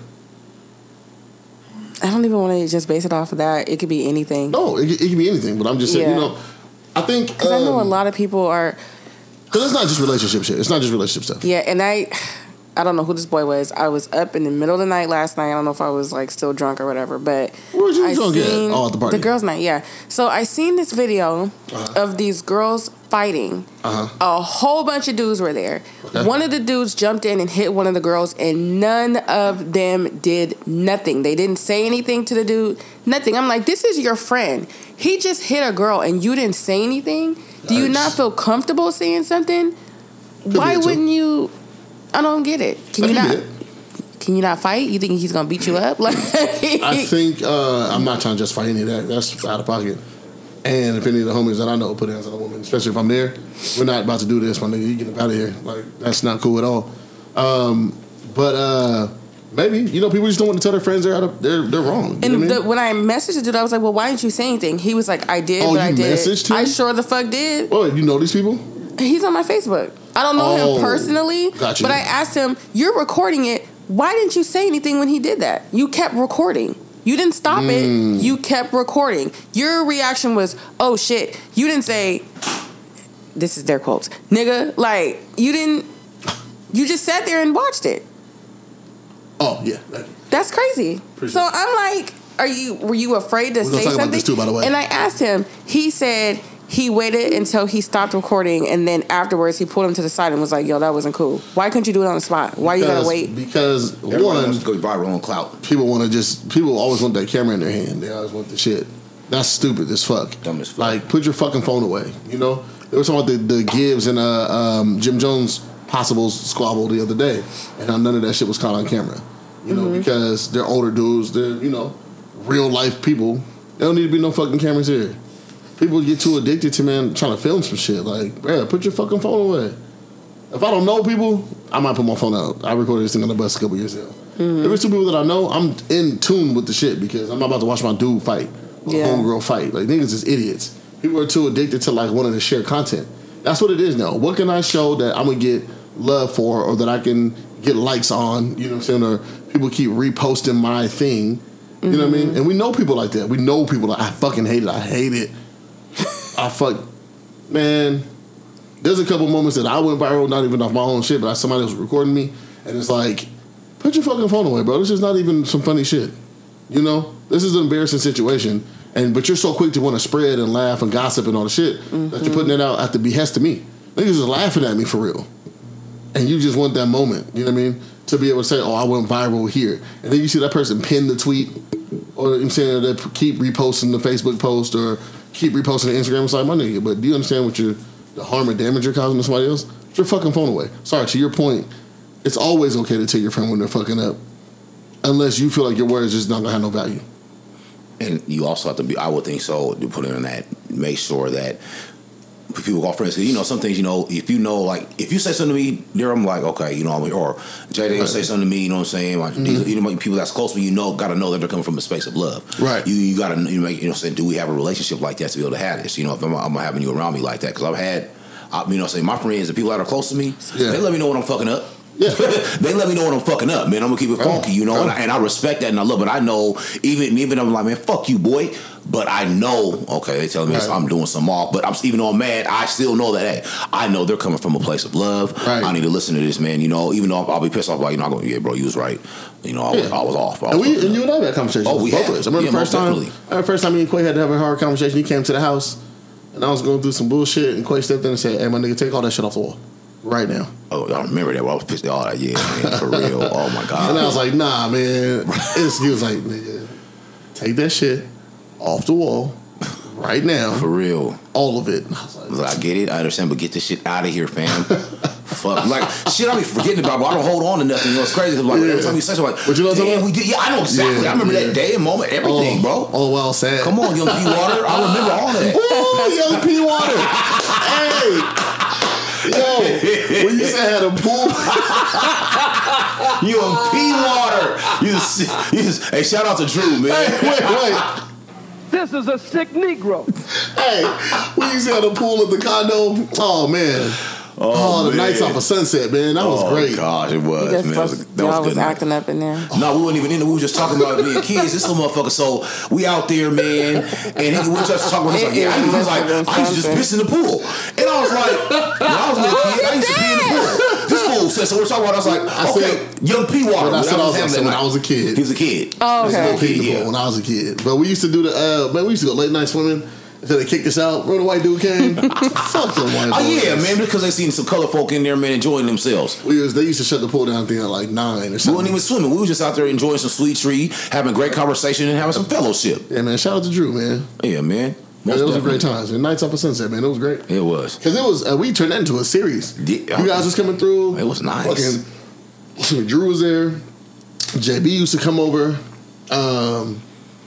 S3: I don't even want to just base it off of that. It could be anything.
S2: No, it, it can be anything. But I'm just saying,
S3: Yeah.
S2: you know, I think
S3: Because I know a
S2: um,
S3: lot of people are,
S2: Because it's not just relationship shit. It's not just relationship stuff.
S3: yeah, and I. I don't know who this boy was. I was up in the middle of the night last night. I don't know if I was like still drunk or whatever, but
S2: Where was you
S3: I
S2: drunk at? Oh, at the party.
S3: The girls' night, yeah. So I seen this video
S2: Uh-huh.
S3: of these girls fighting.
S2: Uh-huh.
S3: A whole bunch of dudes were there.
S2: Okay.
S3: One of the dudes jumped in and hit one of the girls, and none of them did nothing. They didn't say anything to the dude, nothing. I'm like, this is your friend. He just hit a girl, and you didn't say anything. Do you
S2: Yikes.
S3: not feel comfortable saying something?
S2: be it,
S3: Why
S2: too.
S3: wouldn't you? I don't get it. Can
S2: That
S3: you
S2: could
S3: not?
S2: be it.
S3: Can you not fight? You think he's gonna beat you up? <laughs> Like,
S2: I think uh, I'm not trying to justify any of that. That's out of pocket. And if any of the homies that I know put hands on a woman, especially if I'm there, we're not about to do this, my nigga. You get out of here. Like that's not cool at all. Um, but uh, maybe you know people just don't want to tell their friends they're out of, they're they're wrong. You know
S3: And
S2: what I
S3: the,
S2: mean?
S3: when I messaged the dude, I was like, "Well, why didn't you say anything?" He was like, "I did,
S2: Oh,
S3: but I
S2: you
S3: did."
S2: messaged him?
S3: I sure the fuck did.
S2: Oh, you know these people?
S3: He's on my Facebook. I don't know
S2: Oh,
S3: him personally,
S2: gotcha.
S3: but I asked him, "You're recording it. Why didn't you say anything when he did that? You kept recording. You didn't stop
S2: Hmm.
S3: it. You kept recording. Your reaction was, "Oh shit." You didn't say this is their quotes. Nigga, like you didn't you just sat there and watched it.
S2: Oh yeah.
S3: That's crazy.
S2: Appreciate
S3: so
S2: it.
S3: I'm like, are you were you afraid to
S2: We're gonna
S3: say
S2: talk about
S3: something?
S2: this too, by the way.
S3: And I asked him. He said he waited until he stopped recording, and then afterwards he pulled him to the side and was like, "Yo, that wasn't cool. Why couldn't you do it on the spot? Why you gotta
S2: Because-
S3: wait?"
S2: Because
S1: Everybody
S2: one,
S1: wants to go viral on clout.
S2: people want to just people always want that camera in their hand. They always want the shit. That's stupid as fuck.
S1: Dumb as fuck.
S2: Like put your fucking phone away. You know they were talking about the, the Gibbs and uh, um, Jim Jones possible squabble the other day, and how none of that shit was caught on camera. You know because they're older dudes. They're you know real life people. They don't need to be no fucking cameras here. People get too addicted to man trying to film some shit. Like, bruh, put your fucking phone away. If I don't know people, I might put my phone out. I recorded this thing on the bus a couple years ago. If it's two people that I know, I'm in tune with the shit because I'm not about to watch my dude fight or
S3: Yeah.
S2: homegirl fight. Like niggas is idiots. People are too addicted to like wanting to share content. That's what it is now. What can I show that I'm gonna get love for or that I can get likes on? You know what I'm saying? Or people keep reposting my thing. You know what I mean? And we know people like that. We know people like I fucking hate it. I hate it. I fuck man there's a couple moments that I went viral, not even off my own shit, but I, somebody was recording me, and it's like, put your fucking phone away, bro. This is not even some funny shit. You know, this is an embarrassing situation, and but you're so quick to want to spread and laugh and gossip and all the shit that you're putting it out at the behest of me. Niggas is laughing at me for real, and you just want that moment. You know what I mean? To be able to say, "Oh, I went viral here," and then you see that person pin the tweet, or you know what I'm saying they keep reposting the Facebook post or keep reposting the Instagram. It's like my nigga, but do you understand what you're the harm or damage you're causing to somebody else? Put your fucking phone away. Sorry, to your point, it's always okay to tell your friend when they're fucking up, unless you feel like your words just not gonna have no value.
S1: And you also have to be, I would think so, to put in that, make sure that people call friends. 'Cause, you know, some things, you know, if you know, like, if you say something to me, there, I'm like, okay, you know, I'm or JJ will say something to me, you know what I'm saying? Like,
S2: Mm-hmm.
S1: these, you know, like, people that's close to me, you know, got to know that they're coming from a space of love.
S2: Right.
S1: You, you got to, you know, you know what I'm saying? Do we have a relationship like that to be able to have this? You know, if I'm, I'm having you around me like that, because I've had, I, you know, what I'm saying my friends, the people that are close to me,
S2: Yeah.
S1: they let me know when I'm fucking up.
S2: Yeah.
S1: <laughs> they let me know when I'm fucking up, man. I'm gonna keep it funky, you know, and, I, and I respect that and I love it. I know even even I'm like, man, fuck you, boy. But I know, okay, they telling me
S2: Right.
S1: I'm doing some off, but I'm even though I'm mad, I still know that hey, I know they're coming from a place of love.
S2: Right.
S1: I need to listen to this, man. You know, even though I'll, I'll be pissed off, like you know, I'm going, yeah, bro, you was right. You know, I, was,
S2: Yeah.
S1: I was off. I
S2: And
S1: was
S2: we
S1: fucking up.
S2: and you and I had that conversation.
S1: Oh, we
S2: both
S1: had.
S2: of us. I remember
S1: Yeah,
S2: the first
S1: most
S2: time.
S1: definitely.
S2: I remember the first time me and Quay had to have a hard conversation. He came to the house, and I was going through some bullshit, and Quay stepped in and said, "Hey, my nigga, take all that shit off the wall, right now."
S1: Oh, I remember that. Well, I was pissed. Oh, yeah, man, for real. Oh
S2: <laughs>
S1: my god.
S2: And I was like, "Nah, man."
S1: <laughs>
S2: It's, he was like, "Nigga, take that shit off the wall, right now,
S1: for real.
S2: all of it." And I was like,
S1: Like, I get it, I understand, but get this shit out of here, fam.
S2: <laughs>
S1: Fuck, like shit, I be forgetting about, but I don't hold on to nothing. You know, it's crazy. 'cause, Like
S2: Yeah.
S1: every time you say something, like,
S2: But you know what I'm
S1: damn,
S2: talking
S1: we did. Yeah, I know exactly.
S2: Yeah,
S1: I remember
S2: yeah.
S1: that day and moment, everything,
S2: oh,
S1: bro.
S2: Oh well, sad.
S1: Come on, young P Water, I remember all
S2: <laughs>
S1: that. <laughs>
S2: Ooh, young pea water. hey. Yo, we used to have a pool. <laughs>
S1: young P Water, you, just, you just, hey, shout out to Drew,
S2: hey,
S1: man.
S2: wait,
S1: <laughs>
S2: wait.
S4: This is a sick Negro.
S2: hey, we used to have a pool at the condo. Oh man. Oh, the
S1: man.
S2: nights off of sunset, man. That was
S1: oh
S2: great.
S1: gosh, it was,
S3: Because
S1: man. That was, a- that was a
S3: y'all
S1: good
S3: was
S1: night.
S3: acting up in
S2: <laughs>
S3: there.
S1: No, we weren't even in it. We were just talking about being kids. This little motherfucker. So we out there, man, and he, we just talking. He's like, yeah, I, he was like, I used to just piss in the pool, and I was like, when I was a little kid, I used to pee in the pool. This fool said, so we're talking about. I was like,
S2: I
S1: okay,
S2: said-
S1: young pee water.
S2: When I
S1: That
S2: said I was
S1: him
S2: like,
S1: that
S2: when
S1: night.
S2: I was a kid.
S1: He was a kid.
S3: Oh,
S2: I used to go
S3: okay.
S2: pee in the
S1: Yeah.
S2: pool when I was a kid. But we used to do the uh man, we used to go late night swimming until they kicked us out. Bro, the white dude
S1: <laughs>
S2: came. Fuck them white
S1: Oh yeah,
S2: boys.
S1: man, because they seen some color folk in there, man, enjoying themselves.
S2: We was, they used to shut the pool down thing at like nine or
S1: We weren't
S2: something.
S1: even swimming. We were just out there enjoying some sweet tree, having great conversation, and having some fellowship.
S2: Yeah, man. Shout out to Drew, man.
S1: Yeah, man.
S2: Yeah,
S1: Most
S2: those were great
S1: definitely.
S2: times. And nights off of sunset, man. It was great.
S1: It was.
S2: Because it was, uh, we turned that into a series.
S1: Yeah.
S2: You guys was coming through.
S1: It was nice.
S2: Fucking <laughs> Drew was there. JB used to come over. Um,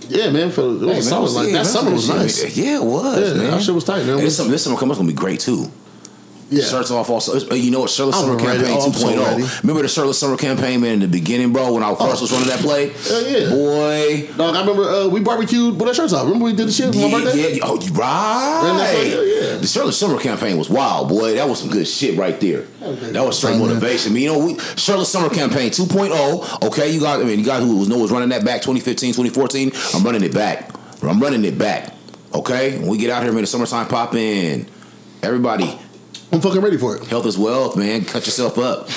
S2: yeah, man. For, it was
S1: Hey,
S2: a
S1: man,
S2: solid.
S1: it was-
S2: Like,
S1: yeah,
S2: that
S1: man,
S2: summer
S1: it
S2: was nice.
S1: Yeah, it was.
S2: Yeah,
S1: man.
S2: that shit was tight, man.
S1: And this summer, this summer coming up's gonna be great too.
S2: Yeah.
S1: Shirts off also. it's- uh, You know what? Shirtless
S2: I'm
S1: Summer
S2: ready.
S1: Campaign
S2: Oh, I'm so
S1: 2.0.
S2: ready.
S1: Remember the Shirtless Summer Campaign, man? In the beginning, bro, when I first
S2: Oh.
S1: was running that play,
S2: Hell yeah.
S1: boy.
S2: Dog, I remember uh, we barbecued with our shirts off. Remember we did the shit for my
S1: Yeah,
S2: birthday?
S1: yeah, oh, you
S2: Ran that play,
S1: right.
S2: yeah, yeah.
S1: The Shirtless Summer campaign was wild, boy. That was some good shit right there.
S2: That was great.
S1: That was straight
S2: Oh, man.
S1: motivation. Man. You know, we, Shirtless Summer campaign 2.0. Okay, you guys. I mean, you guys who was know was running that back 2015, 2014. I'm running it back. I'm running it back. Okay, when we get out here, man, the summertime pop in. Everybody,
S2: I'm fucking ready for it.
S1: health is wealth, man. Cut yourself up.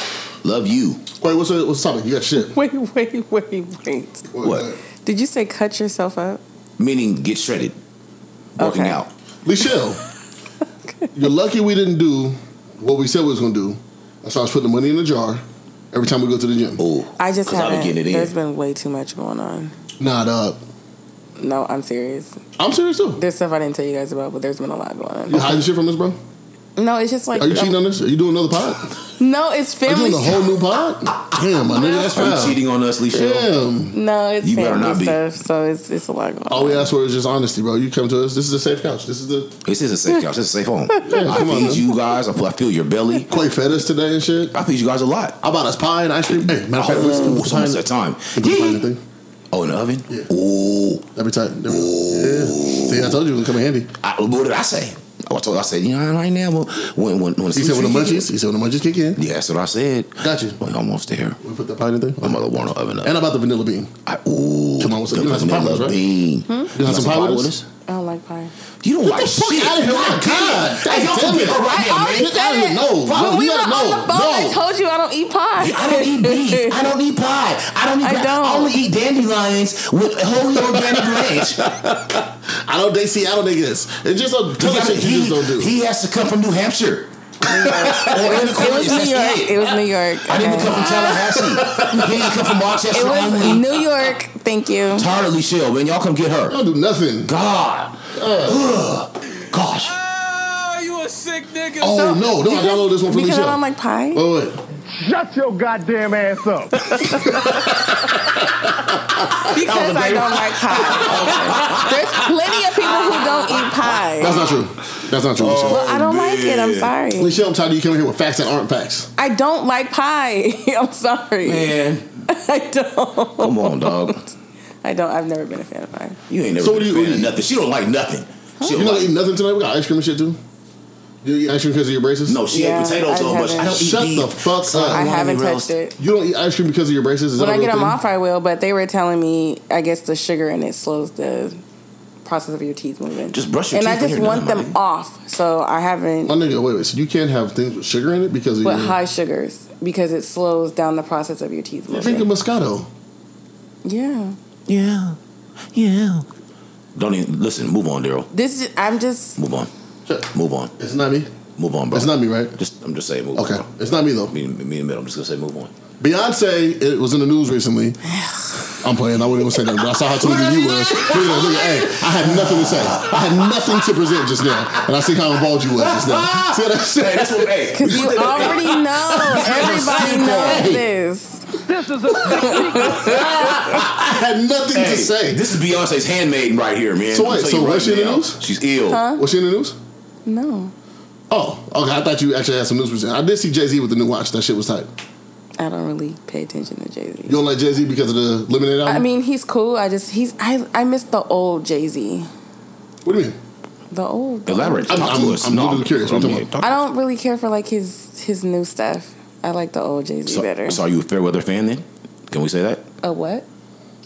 S1: Love you.
S2: Wait, what's the, what's the topic? You got shit.
S3: Wait, wait, wait, wait.
S1: What?
S3: Did you say cut yourself up?
S1: Meaning, get shredded. Working
S3: Okay.
S1: out.
S2: Michelle, you're lucky we didn't do what we said we was going to do. That's why I was putting the money in the jar every time we go to the gym.
S1: Oh,
S3: I just
S1: 'Cause I be
S3: haven't.
S1: getting it in.
S3: There's been way too much going on.
S2: Nah, dog.
S3: No, I'm serious.
S2: I'm serious, too.
S3: There's stuff I didn't tell you guys about, but there's been a lot going
S2: You hiding shit from us, bro?
S3: on. No, it's just like um,
S2: Are you cheating on us? Are you doing another pod?
S3: no, it's
S2: Are you
S3: family.
S2: doing a whole new pod? Damn, my nigga, that's
S1: are you
S2: foul.
S1: cheating on us, Leisha?
S2: Damn.
S3: No, it's
S1: You better
S3: family
S1: not be. Oh.
S3: stuff. So it's it's a lot going
S2: All we
S3: on.
S2: ask for is just honesty, bro. You come to us. This is a safe couch. This is the
S1: This is a safe couch. This is a safe
S2: <laughs>
S1: home. I
S2: come on,
S1: feed
S2: man.
S1: you guys. I feel, I feel your belly.
S2: Quay fed us today and shit.
S1: I feed you guys a lot.
S2: I bought us pie and ice cream. Hey, matter of fact, let's
S1: Oh,
S2: do
S1: so much
S2: pie.
S1: that time.
S2: Let's do pie and thing.
S1: Oh, in the oven.
S2: Yeah.
S1: Oh,
S2: Every time. Yeah. See, I told you it was gonna come in handy.
S1: I, what did I say? I told. I said, you know, right now, when when when, when
S2: He said when the munchies. He said when the munchies kick in.
S1: Yeah, that's what I said.
S2: Got you.
S1: We're almost there.
S2: We put that pie in the
S1: My
S2: thing.
S1: mother warned the oven up.
S2: And about the vanilla bean.
S1: I, ooh,
S2: Come on, what's up?
S1: the
S2: You got some
S1: vanilla
S2: pie with us, right?
S1: bean. You
S2: got some pie with us?
S3: I don't like pie.
S1: You don't like
S2: the fuck
S1: shit.
S2: out of here. Oh, My God.
S1: Hey, y'all
S2: Damn
S1: can
S2: it.
S1: get all right now,
S2: already
S1: man.
S2: said I didn't know.
S3: When
S2: No,
S3: we
S2: you
S3: were on
S2: gotta know.
S3: the phone,
S2: No.
S3: I told you I don't eat pie.
S1: I don't eat
S3: <laughs>
S1: beef. I don't eat pie. I don't eat.
S3: I
S1: gra- I
S3: don't.
S1: only eat dandelions with wholly
S3: <laughs>
S1: organic ranch.
S2: I don't date Seattle niggas. It's just a
S1: He,
S2: ton of shit you just don't do.
S1: he has to come from New Hampshire. or in the
S3: it was New York. It was New York.
S1: I didn't
S3: okay.
S1: come from Tallahassee. he didn't come from
S3: It
S1: Rochester.
S3: was
S1: only.
S3: New York. Thank you.
S1: Tiredly shell, man. Y'all come get
S2: I
S1: her.
S2: don't do nothing.
S1: God. Ugh. Gosh.
S7: Oh, you a sick nigga.
S2: Oh no, no, I downloaded this one from
S3: Because
S2: Michelle.
S3: I don't like pie.
S2: Oh wait.
S5: Shut your goddamn ass up.
S3: Because I don't like
S1: <laughs>
S3: pie. There's plenty of people who don't eat pie.
S2: That's not true. That's not true, Michelle.
S1: Oh.
S3: I don't like it. I'm sorry.
S2: Michelle, I'm tired of you coming here with facts that aren't facts.
S3: I don't like pie. <laughs> I'm sorry.
S1: Man,
S3: I don't.
S1: come on, dog.
S3: I don't. I've never been a fan of pie.
S1: You ain't never
S2: So what
S1: been
S2: do
S1: a
S2: you
S1: fan of
S2: eat?
S1: nothing. She don't like nothing. She
S2: You
S1: don't
S2: not
S1: like
S2: eating nothing tonight? We got ice cream and shit too. Do you eat ice cream because of your braces?
S1: No, she
S3: Yeah,
S1: ate potatoes
S3: I
S1: so much. I
S3: haven't.
S1: don't eat
S2: Shut
S1: beef.
S2: the fuck
S1: so
S2: up.
S1: don't
S3: I
S1: eat
S3: haven't
S1: anything else.
S3: touched it.
S2: You don't eat ice cream because of your braces? Is
S3: When
S2: that
S3: I
S2: a
S3: get
S2: real
S3: them
S2: thing?
S3: off, I will. But they were telling me, I guess the sugar in it slows the process of your teeth moving.
S1: Just brush your
S3: and
S1: teeth.
S3: I just
S1: when you're
S3: want
S1: done, my
S3: them
S1: nigga.
S3: off, so I haven't.
S2: My nigga, wait, wait. So you can't have things with sugar in it because of
S3: But
S2: your...
S3: high sugars because it slows down the process of your teeth
S2: You're drinking
S3: moving.
S2: Moscato.
S3: Yeah,
S1: Yeah, yeah. Don't even listen. Move on, Daryl.
S3: this is- I'm just
S1: Move on.
S2: Shut-
S1: Move on.
S2: It's not me.
S1: Move on, bro.
S2: It's not me, right?
S1: Just I'm just saying. Move
S2: Okay.
S1: on.
S2: It's not me, though.
S1: Me, me and Mitt, I'm just gonna say move
S2: <laughs>
S1: on.
S2: Beyonce it was in the
S3: <sighs>
S2: news recently. I'm playing. I wouldn't even say that, but I saw how tweeted
S1: <laughs>
S2: you was. Look at- look at- hey, I had nothing to say. I had nothing to present just now, and I see how involved you was just now. See what I'm saying?
S1: that's what. <laughs> Hey,
S3: because you
S2: <laughs>
S3: already know. Everybody knows this.
S4: This is a
S2: I had nothing to say.
S1: This is Beyonce's handmaiden right here, man.
S2: So
S1: I'm
S2: wait,
S1: telling
S2: so
S1: you
S2: was she in the
S1: now,
S2: news?
S1: She's ill.
S2: Was she in the news?
S3: No,
S2: Oh, okay. I thought you actually had some news. Present. I did see Jay Z with the new watch. That shit was tight.
S3: I don't really pay attention to Jay Z.
S2: You don't like Jay Z because of the Lemonade album?
S3: I mean, he's cool. I just he's I I miss the old Jay Z.
S2: what do you mean?
S3: The old.
S1: Elaborate.
S2: I'm-
S1: Talk
S2: I'm-
S1: to us.
S2: I'm literally curious. What you talking
S1: talk-
S3: I don't really care for like his his new stuff. I like the old Jay Z
S1: so,
S3: better.
S1: So are you a fair weather fan then? Can we say that?
S3: A what?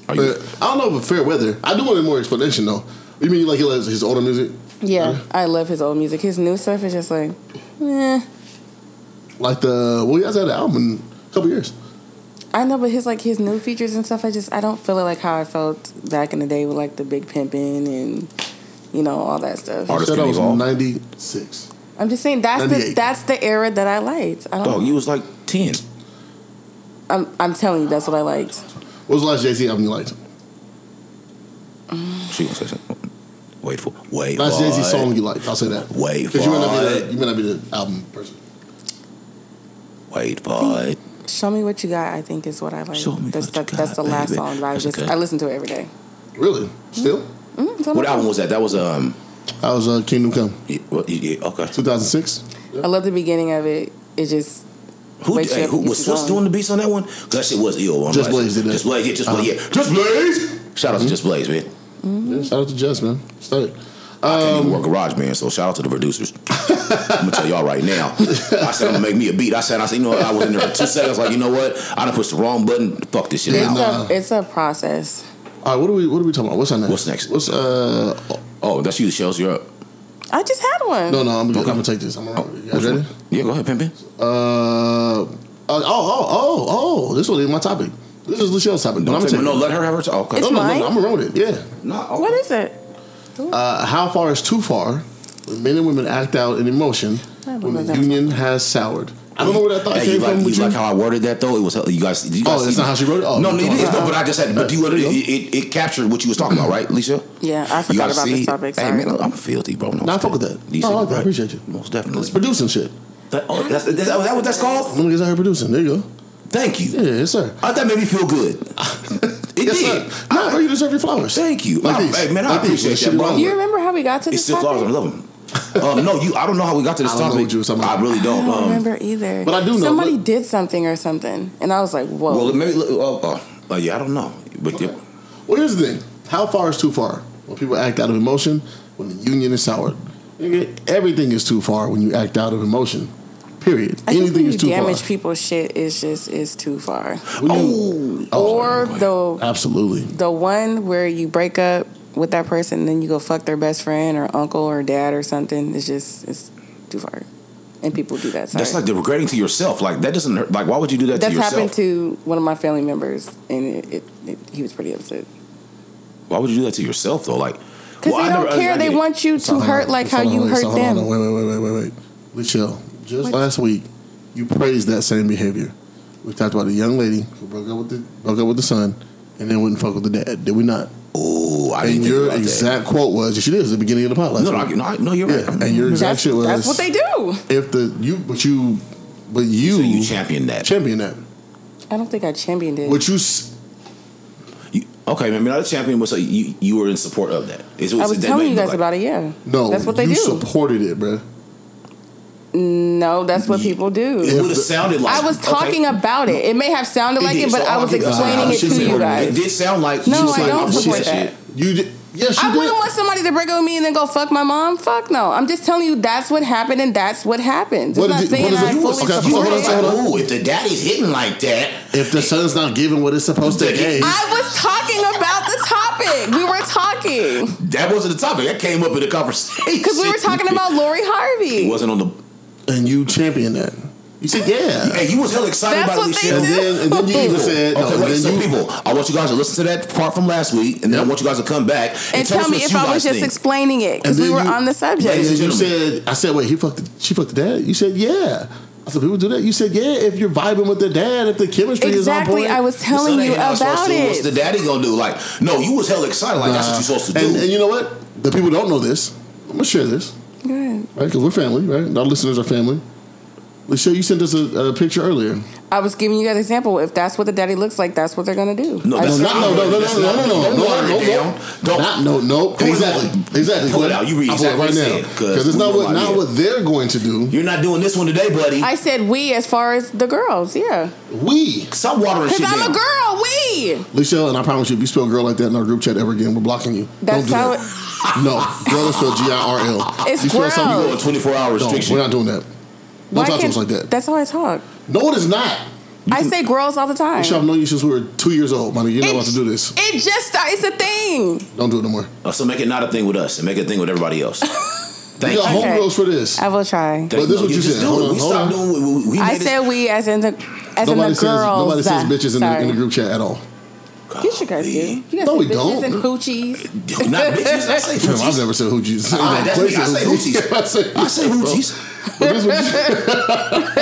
S1: Are you?
S2: But I don't know if fair weather. I do want more explanation though. You mean you like he likes his older music?
S3: Yeah, I love his old music. His new stuff is just like, eh.
S2: Like the well, he has had an album in a couple years.
S3: I know, but his like his new features and stuff. I just I don't feel it like how I felt back in the day with like the big pimping and you know all that stuff.
S1: Artists
S2: Said I
S1: can
S2: was
S1: evolve.
S2: ninety six.
S3: I'm just saying that's the
S2: 98.
S3: that's the era that I liked.
S2: Uh,
S3: I don't.
S1: Dog, Oh, you was like ten.
S3: I'm I'm telling you, that's what I liked.
S2: What was the last Jay Z album you liked?
S1: She gonna say something. Wait for wait.
S2: Last Jay
S1: for
S2: Z
S1: it.
S2: song you liked? I'll say that.
S1: Wait for
S2: Because you may not be
S1: it.
S2: the, you may not be the album person.
S1: Wait for it.
S3: Show me what you got. I think is what I like.
S1: Show me
S3: that's
S1: what you
S3: that,
S1: got,
S3: that's the last
S1: baby.
S3: song that I
S1: That's
S3: just
S1: okay.
S3: I listen to it every day.
S2: Really? Still?
S3: Mm, it's on
S1: What
S3: my
S1: album
S3: phone.
S1: was that? That was um.
S2: I was uh, Kingdom Come,
S1: Yeah, well, yeah, okay.
S2: two thousand six.
S3: I love the beginning of it. It just
S1: Who,
S3: Wake You
S1: hey,
S3: Up
S1: who
S3: and Get
S1: was
S3: You
S1: Swiss
S3: Going.
S1: doing the beats on that one? 'Cause that shit was ill. I'm
S2: Just
S1: like,
S2: Blaze did that.
S1: Just Blaze, Uh-huh. yeah, just Blaze, yeah. Just Blaze! Shout out to Just Blaze, man.
S2: Shout out to Jess, man. Stay.
S1: I can't even work garage, man, so shout out to the producers. I'm gonna tell y'all right now. <laughs> I said I'm gonna make me a beat. I said, I said, you know what? I was in there for <laughs> two seconds, like, you know what? I done pushed the wrong button. Fuck this shit out.
S2: Yeah,
S3: it's
S2: nah.
S3: a it's a process.
S2: All right, what are we what are we talking about? What's our next?
S1: What's next?
S2: What's uh?
S1: Oh, that's you, Shells. You're up.
S3: I just had one.
S2: No, no, I'm gonna,
S1: Okay.
S2: I'm gonna take this. I'm gonna, you
S1: Which
S2: guys ready?
S1: one? Yeah, go ahead, Pimpin.
S2: Uh, oh, oh, oh, oh! This one is my topic. This is Lucille's topic. but
S1: Don't
S2: I'm
S1: take,
S2: gonna
S1: no,
S2: take
S1: let her have her talk. Okay.
S3: It's-
S2: no, no,
S3: mine?
S2: no, I'm gonna run with it. Yeah.
S1: No, okay.
S3: What is it?
S2: Uh, how far is too far? When men and women act out in emotion
S3: I don't
S2: when
S3: know
S2: the
S3: that.
S2: union has soured. I don't know where that thought
S1: Hey, you
S2: came
S1: like,
S2: from.
S1: you
S2: With you
S1: like how I worded that though? It was you guys. did You guys
S2: Oh, that's
S1: see-
S2: not how she wrote it? Oh,
S1: no, no, it
S2: okay.
S1: is. No, but I just had. But do you, it, it, it captured what you was talking about, right, Lisa?
S3: Yeah, I
S1: You
S3: forgot
S1: gotta
S3: about
S1: see-
S3: this topic.
S1: Hey,
S3: Sorry.
S1: man, I'm filthy, bro.
S2: Nah, I fuck with that.
S1: You
S2: No, I
S1: see,
S2: like that. I
S1: right?
S2: appreciate you.
S1: Most
S2: it's
S1: definitely.
S2: producing shit.
S1: That, oh, that's, that's, that, what that's called?
S2: Let me get out here producing. There you go.
S1: Thank you.
S2: Yeah, yes, sir.
S1: I, that made me feel good. It
S2: yes,
S1: did.
S2: sir. No, bro, you deserve your flowers.
S1: Thank you.
S2: Like
S1: I-
S2: these.
S1: hey, man, I
S2: Like these.
S1: appreciate
S2: Shit
S1: that, bro.
S2: wrong
S3: Do you remember how we got to
S1: It's
S3: this
S1: still flowers. I
S3: topic?
S1: love them. Um, no, you. I don't know how we got to this
S2: I don't know
S1: topic.
S2: what you was talking about.
S1: I really
S3: I
S1: don't.
S3: don't
S1: Um,
S3: remember either.
S2: but I do know,
S3: somebody
S2: but-
S3: did something or something, and I was like, "Whoa!"
S1: well, maybe. Oh, oh, oh, yeah, I don't know. But yeah,
S2: Well, here's the thing: how far is too far? When people act out of emotion, when the union is soured, Nigga, everything is too far when you act out of emotion. Period.
S3: I think
S2: Anything
S3: when you
S2: is too far. Oh,
S3: damage people's shit is just is too far.
S2: When you- Oh,
S3: or the
S2: absolutely.
S3: the one where you break up with that person, and then you go fuck their best friend or uncle or dad or something. It's just it's too far, and people do that. Sorry.
S1: that's like the regretting to yourself. Like that doesn't. hurt. Like why would you do that
S3: That's
S1: to yourself?
S3: happened to one of my family members, and it, it, it, he was pretty upset
S1: Why would you do that to yourself though? Like,
S3: because
S1: well,
S3: they
S1: I
S3: don't
S1: never- I-
S3: care.
S1: I
S3: they
S1: get it.
S3: want you to
S2: So,
S3: hurt
S2: hold
S3: like
S2: on,
S3: how
S2: so,
S3: you
S2: hold on, so,
S3: hurt
S2: hold on,
S3: them.
S2: Wait, wait, wait, wait, wait, wait. Michelle, just
S3: What?
S2: last week you praised that same behavior. We talked about a young lady who broke up with the broke up with the son and then wouldn't fuck with the dad. Did we not?
S1: Oh, I didn't
S2: and
S1: think
S2: your
S1: about
S2: exact quote was, "She did at the beginning of the
S1: that.
S2: pot last
S1: No, no,
S2: week."
S1: I- no, I- no, you're
S2: yeah,
S1: right.
S2: and your exact
S3: That's,
S2: shit was,
S3: that's what they do.
S2: if the you but you but you,
S1: So you championed that.
S2: champion that
S3: I don't think I championed it.
S2: which you s-
S1: You- okay, man, another champion was so you you were in support of that. It's-
S3: I
S1: it's-
S3: was
S1: that
S3: telling
S1: made
S3: you
S1: me
S3: guys
S1: like-
S3: about it. Yeah,
S2: no
S3: that's what they do.
S2: you supported it bruh.
S3: No, that's what people do.
S1: It would have sounded like
S3: I was
S1: okay.
S3: talking about it. It may have sounded like
S1: did.
S3: it, but
S1: So
S3: I was
S1: arguably,
S2: uh,
S3: explaining it
S2: she's
S3: to you
S1: supporting
S2: supporting
S3: guys.
S1: It did sound like
S3: No,
S1: she was
S3: I
S1: like,
S3: don't
S1: oh, she
S3: support
S1: said
S3: that.
S1: shit.
S2: you did Yes, you
S3: I
S2: did.
S3: wouldn't want somebody to break up with me and then go fuck my mom. Fuck no. I'm just telling you that's what happened and that's what happened. It's
S2: What
S3: not
S2: did-
S3: saying
S2: what is it-
S3: I
S2: you was-
S3: fully
S2: okay,
S3: support
S2: hold on,
S3: it.
S2: hold on.
S1: Ooh, if the daddy's hitting like that,
S2: if the son's not giving what it's
S1: <laughs>
S2: supposed to give,
S3: I was talking about the topic. We were talking
S1: that wasn't the topic. That came up in the conversation.
S3: because we were talking about
S1: <laughs>
S3: Lori
S1: It
S3: Harvey.
S1: wasn't on the.
S2: and you champion that, you said yeah.
S1: Hey, you was hell excited
S3: That's
S1: about
S3: what
S1: this
S3: they
S1: shit.
S2: And
S3: do.
S2: then and then you even said no,
S1: Okay,
S2: and
S1: wait,
S2: then
S1: so
S2: you-
S1: people, I want you guys to listen to that part from last week, and then I want you guys to come back and,
S3: And tell
S1: us
S3: me
S1: what
S3: if
S1: you
S3: I was
S1: guys
S3: just
S1: think.
S3: explaining it because
S2: And
S3: we
S2: then
S3: were
S2: you-
S3: on the
S2: And
S1: Ladies
S2: then
S1: and
S3: subject.
S2: you
S1: gentlemen.
S2: said, I said, wait, he fucked, the, she fucked the dad. You said, yeah. I said, people do that. You said, yeah, if you're vibing with the dad, if the chemistry is on point.
S3: Exactly. I was
S1: The son
S3: telling
S1: ain't
S3: you
S1: not supposed
S3: about
S1: to. What's the
S3: it.
S1: daddy gonna do? Like, no, you was hell excited. Like, that's what
S2: Uh,
S1: you're supposed to do.
S2: And, and you know what? The people don't know this. I'm gonna share this,
S3: Good.
S2: right? Because we're family, right? Our listeners are family. Lachelle, you sent us a, a picture earlier.
S3: I was giving you guys an example. If that's what the daddy looks like, that's what they're gonna do.
S1: no,
S3: I
S1: that's
S2: No,
S1: not,
S2: no, no, no,
S1: that's
S2: no,
S1: not-
S2: no, no, no,
S1: don't
S2: no,
S1: water
S2: no,
S1: it
S2: no.
S1: down. Don't.
S2: Not no, no.
S1: Pull it
S2: exactly,
S1: out.
S2: exactly.
S1: Pull it out. You read
S2: I pull it
S1: exactly
S2: right
S1: what it
S2: now
S1: said, 'cause
S2: because it's
S1: we
S2: not
S1: know
S2: what
S1: about
S2: not
S1: it.
S2: what they're going to do.
S1: You're not doing this one today, buddy.
S3: I said we as far as the girls, yeah.
S2: We,
S1: Stop watering shit
S3: Because I'm
S1: down.
S3: a girl, we.
S2: Lachelle, and I promise you, if you spell "girl" like that in our group chat ever again, we're blocking you.
S3: That's
S2: Don't
S3: how
S2: do
S3: it,
S2: that. No, girl is spelled G I R
S3: <laughs>
S2: L.
S3: It's
S2: you spell something,
S1: You
S2: you
S1: go
S3: gross.
S1: on 24 hour
S2: go, no,
S1: restriction.
S2: we're not doing that. Don't
S3: why
S2: talk to
S3: can't-
S2: us like that.
S3: That's how I talk.
S2: No, it is not.
S3: I say girls all the time.
S2: Lachelle, I've known you since we were two years old, money. You're not
S3: It-
S2: about to do this.
S3: It just started. It's a thing.
S2: Don't do it no more.
S1: Uh, so make it not a thing with us and make it a thing with everybody else. Thank
S2: You got
S1: you.
S3: Okay.
S2: homegirls for this.
S3: I will try.
S1: Thank
S2: But this is what you
S1: just
S2: said.
S1: do it.
S2: Hold on,
S1: we
S2: hold
S1: stopped
S2: on.
S1: doing we,
S2: <laughs>
S1: we
S3: I
S1: made it-
S3: said we as in the as in
S2: Nobody
S3: the
S2: says
S3: girls.
S2: nobody says
S3: uh,
S2: bitches in the, in
S3: sorry.
S2: the group chat at all.
S3: You should guys do. You guys
S2: No,
S3: say
S2: we
S3: bitches
S2: don't.
S3: and coochies.
S1: Not bitches. I
S3: <laughs>
S1: say
S2: Damn, I've
S1: hoochies.
S2: never said hoochies.
S1: All right, that's me. I say hoochies.
S2: <laughs> I say
S1: I say
S2: bro.
S1: hoochies.
S2: But this is what you-
S3: <laughs>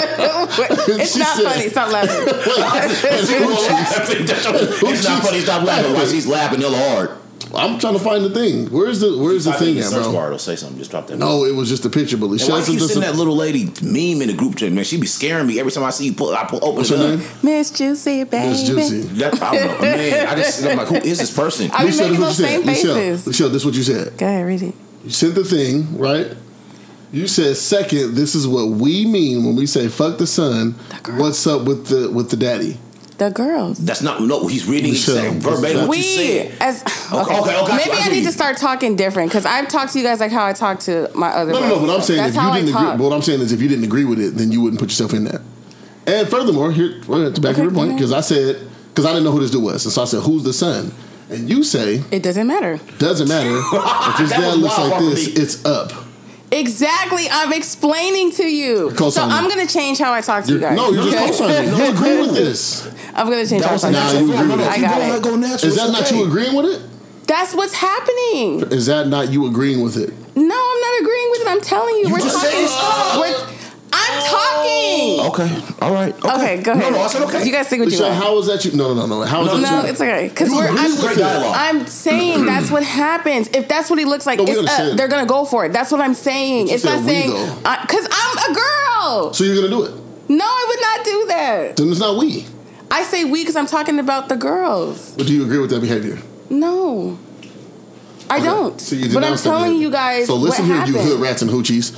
S3: it's
S2: She
S3: not
S2: said-
S3: funny. Stop laughing.
S2: <laughs> It's hoochies.
S1: It's not funny. Stop laughing. Why she's laughing hella hard.
S2: I'm trying to find the thing. Where's the Where's the
S1: Type in
S2: thing
S1: the
S2: at,
S1: search
S2: bro?
S1: bar. It'll say something. Just drop that.
S2: No, it was just a picture, but
S1: And
S2: Lachelle
S1: why you
S2: sent us.
S1: sending that
S2: a-
S1: little lady meme in the group chat, man? She be scaring me every time I see you. Pull, I pull, open
S2: What's
S1: it
S2: her
S1: up.
S2: name?
S3: Miss Juicy, baby.
S2: It's juicy.
S1: That, I <laughs> don't know, man. I just I'm like, who is this person?
S3: I be
S2: Lachelle,
S3: making those
S2: this is
S3: same
S2: what you said. Lachelle,
S3: faces.
S2: Lachelle, this is what you said.
S3: Go ahead, read it.
S2: You sent the thing, right? You said second. This is what we mean when we say "fuck the son."
S3: girl.
S2: What's up with the with the daddy?
S3: The girls.
S1: That's not no. He's reading
S2: Michelle,
S1: exact verbatim what
S3: We
S1: you said.
S3: as okay.
S1: okay, okay, I
S3: Maybe
S1: see, I
S3: I,
S1: see
S3: need
S1: you.
S3: to start talking different because I've talked to you guys like how I talk to my other.
S2: No, no, no.
S3: brothers.
S2: What I'm saying
S3: That's
S2: if you
S3: how I
S2: didn't agree,
S3: talk.
S2: what I'm saying is if you didn't agree with it, then you wouldn't put yourself in that. And furthermore, here right at the back of your
S3: Okay,
S2: point,
S3: go
S2: because I said because I didn't know who this dude was, and so I said, "Who's the son?" And you say,
S3: It doesn't matter.
S1: <laughs>
S2: "Doesn't matter if his
S1: That
S2: dad
S1: was
S2: looks
S1: wild
S2: like
S1: for
S2: this,
S1: me.
S2: it's up."
S3: Exactly. I'm explaining to you.
S2: You're
S3: so
S2: co-signing.
S3: I'm gonna change how I talk to you
S2: You're,
S3: guys.
S2: no, you're
S3: okay?
S2: just
S1: <laughs>
S2: co-signing. You agree with this?
S3: <laughs> I'm gonna change
S1: That
S3: how I
S1: was
S3: talk to
S2: Nah,
S1: natural.
S3: you.
S2: you
S1: flow. No,
S2: agree with
S1: no, keep
S2: it.
S3: I got
S1: going,
S3: it.
S1: let go natural.
S2: Is that
S1: It's
S2: not
S1: okay.
S2: you agreeing with it?
S3: That's what's happening.
S2: Is that not you agreeing with it?
S3: No, I'm not agreeing with it. I'm telling you,
S1: You
S3: we're
S1: just said
S3: talking.
S1: it's up.
S3: We're, I'm talking.
S1: Okay. All right. Okay.
S3: Okay, go ahead.
S1: No, no. I said okay.
S3: You guys think what you
S2: So
S3: want.
S2: how is that you? No, no, no, no. How is
S1: No,
S2: that
S3: No,
S2: you?
S3: it's okay. Because
S2: You
S3: we're.
S2: agree
S3: I'm,
S2: with
S1: Great
S2: it.
S1: dialogue.
S3: I'm saying that's what happens. If that's what he looks like,
S2: No, we
S3: it's up.
S2: understand.
S3: They're gonna go for it. That's what I'm saying.
S2: But you
S3: It's not
S2: said we,
S3: saying
S2: though.
S3: because I'm a girl.
S2: So you're gonna do it?
S3: No, I would not do that.
S2: Then it's not we.
S3: I say we because I'm talking about the girls.
S2: But do you agree with that behavior?
S3: No. I don't.
S2: So you
S3: but I'm
S2: denounce that
S3: telling
S2: behavior.
S3: you guys.
S2: So listen
S3: what
S2: here,
S3: happened.
S2: you hood rats
S3: <laughs>
S2: and hoochies.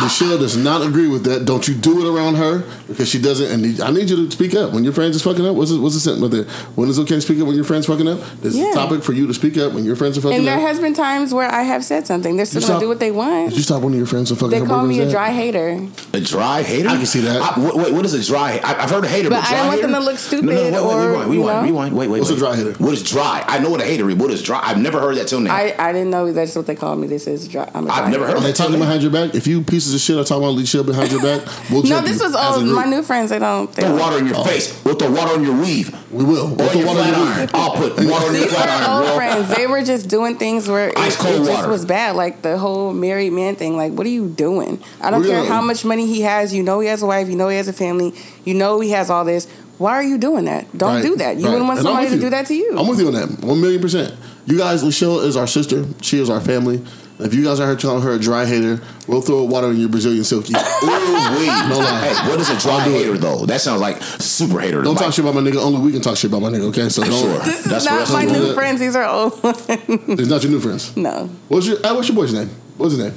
S2: Michelle does not agree with that. Don't you do it around her because she doesn't. And need- I need you to speak up when your friends is fucking up. What's it, what's the sentence right there? When it's okay to speak up when your friends fucking up? There's
S3: Yeah.
S2: a topic for you to speak up when your friends are fucking
S3: And there
S2: up.
S3: has been times where I have said something. They're still
S2: You
S3: gonna
S2: stop-
S3: do what they want.
S2: Did you stop one of your friends from fucking
S3: They
S2: up?
S3: call
S2: over
S3: me
S2: his
S3: a
S2: dad?
S3: dry hater.
S1: A dry hater?
S2: I can see that.
S1: I, wait, wait, what is a dry? I, I've heard of hater,
S3: But
S1: but,
S3: I
S1: dry
S3: don't want them
S1: hater?
S3: to look stupid
S1: No, no, wait, wait,
S3: or,
S1: rewind, rewind,
S3: you know.
S1: rewind. Wait, wait,
S2: What's a
S1: wait.
S2: dry hater?
S1: What is dry? I know what a hater is. What is dry? I've never heard that till now. I,
S3: I, I didn't know that's what they called me. They said it's dry. I'm a dry
S1: have never
S3: hater.
S1: heard.
S2: Are
S1: of
S2: they
S1: that till
S2: talking
S1: now.
S2: behind your back? If you pieces of shit are talking about Lachelle behind your back, we'll
S3: No,
S2: jump
S3: this
S2: you
S3: was
S2: as a
S3: all
S2: group.
S3: my new friends. They don't. They
S1: Put
S3: don't.
S1: water in your face. We'll throw water on your weave.
S2: We will.
S1: Or
S2: We'll throw
S1: your
S2: water
S1: flat
S2: in the
S1: iron.
S2: weave.
S1: I'll put
S2: And-
S1: water on your
S3: These were
S1: flat iron,
S3: old
S1: bro.
S3: friends. They were just doing things where it,
S1: Ice cold
S3: it just
S1: water.
S3: was bad. Like the whole married man thing. Like, what are you doing? I don't care
S2: Really?
S3: how much money he has. You know he has a wife. You know he has a family. You know he has all this. Why are you doing that? Don't
S2: Right,
S3: do that. You
S2: right.
S3: wouldn't want
S2: And I'm
S3: somebody
S2: with
S3: to
S2: you.
S3: do that to you.
S2: I'm with you on that. One million percent. You guys, Lachelle is our sister. She is our family. If you guys are calling her a dry hater, we'll throw water in your Brazilian silky.
S1: Ooh, wee.
S2: <laughs> No lie.
S1: Hey, what is a dry
S2: I'll do it.
S1: hater though? That sounds like super hater. to
S2: Don't
S1: Mike.
S2: talk shit about my nigga. Only we can talk shit about my nigga. Okay, so
S1: For sure.
S2: don't.
S3: this is
S1: That's what
S3: not
S1: I'm
S3: my
S2: doing.
S3: new friends. These are old. <laughs>
S2: It's not your new friends.
S3: no.
S2: What's your uh, What's your boy's name? What's his name?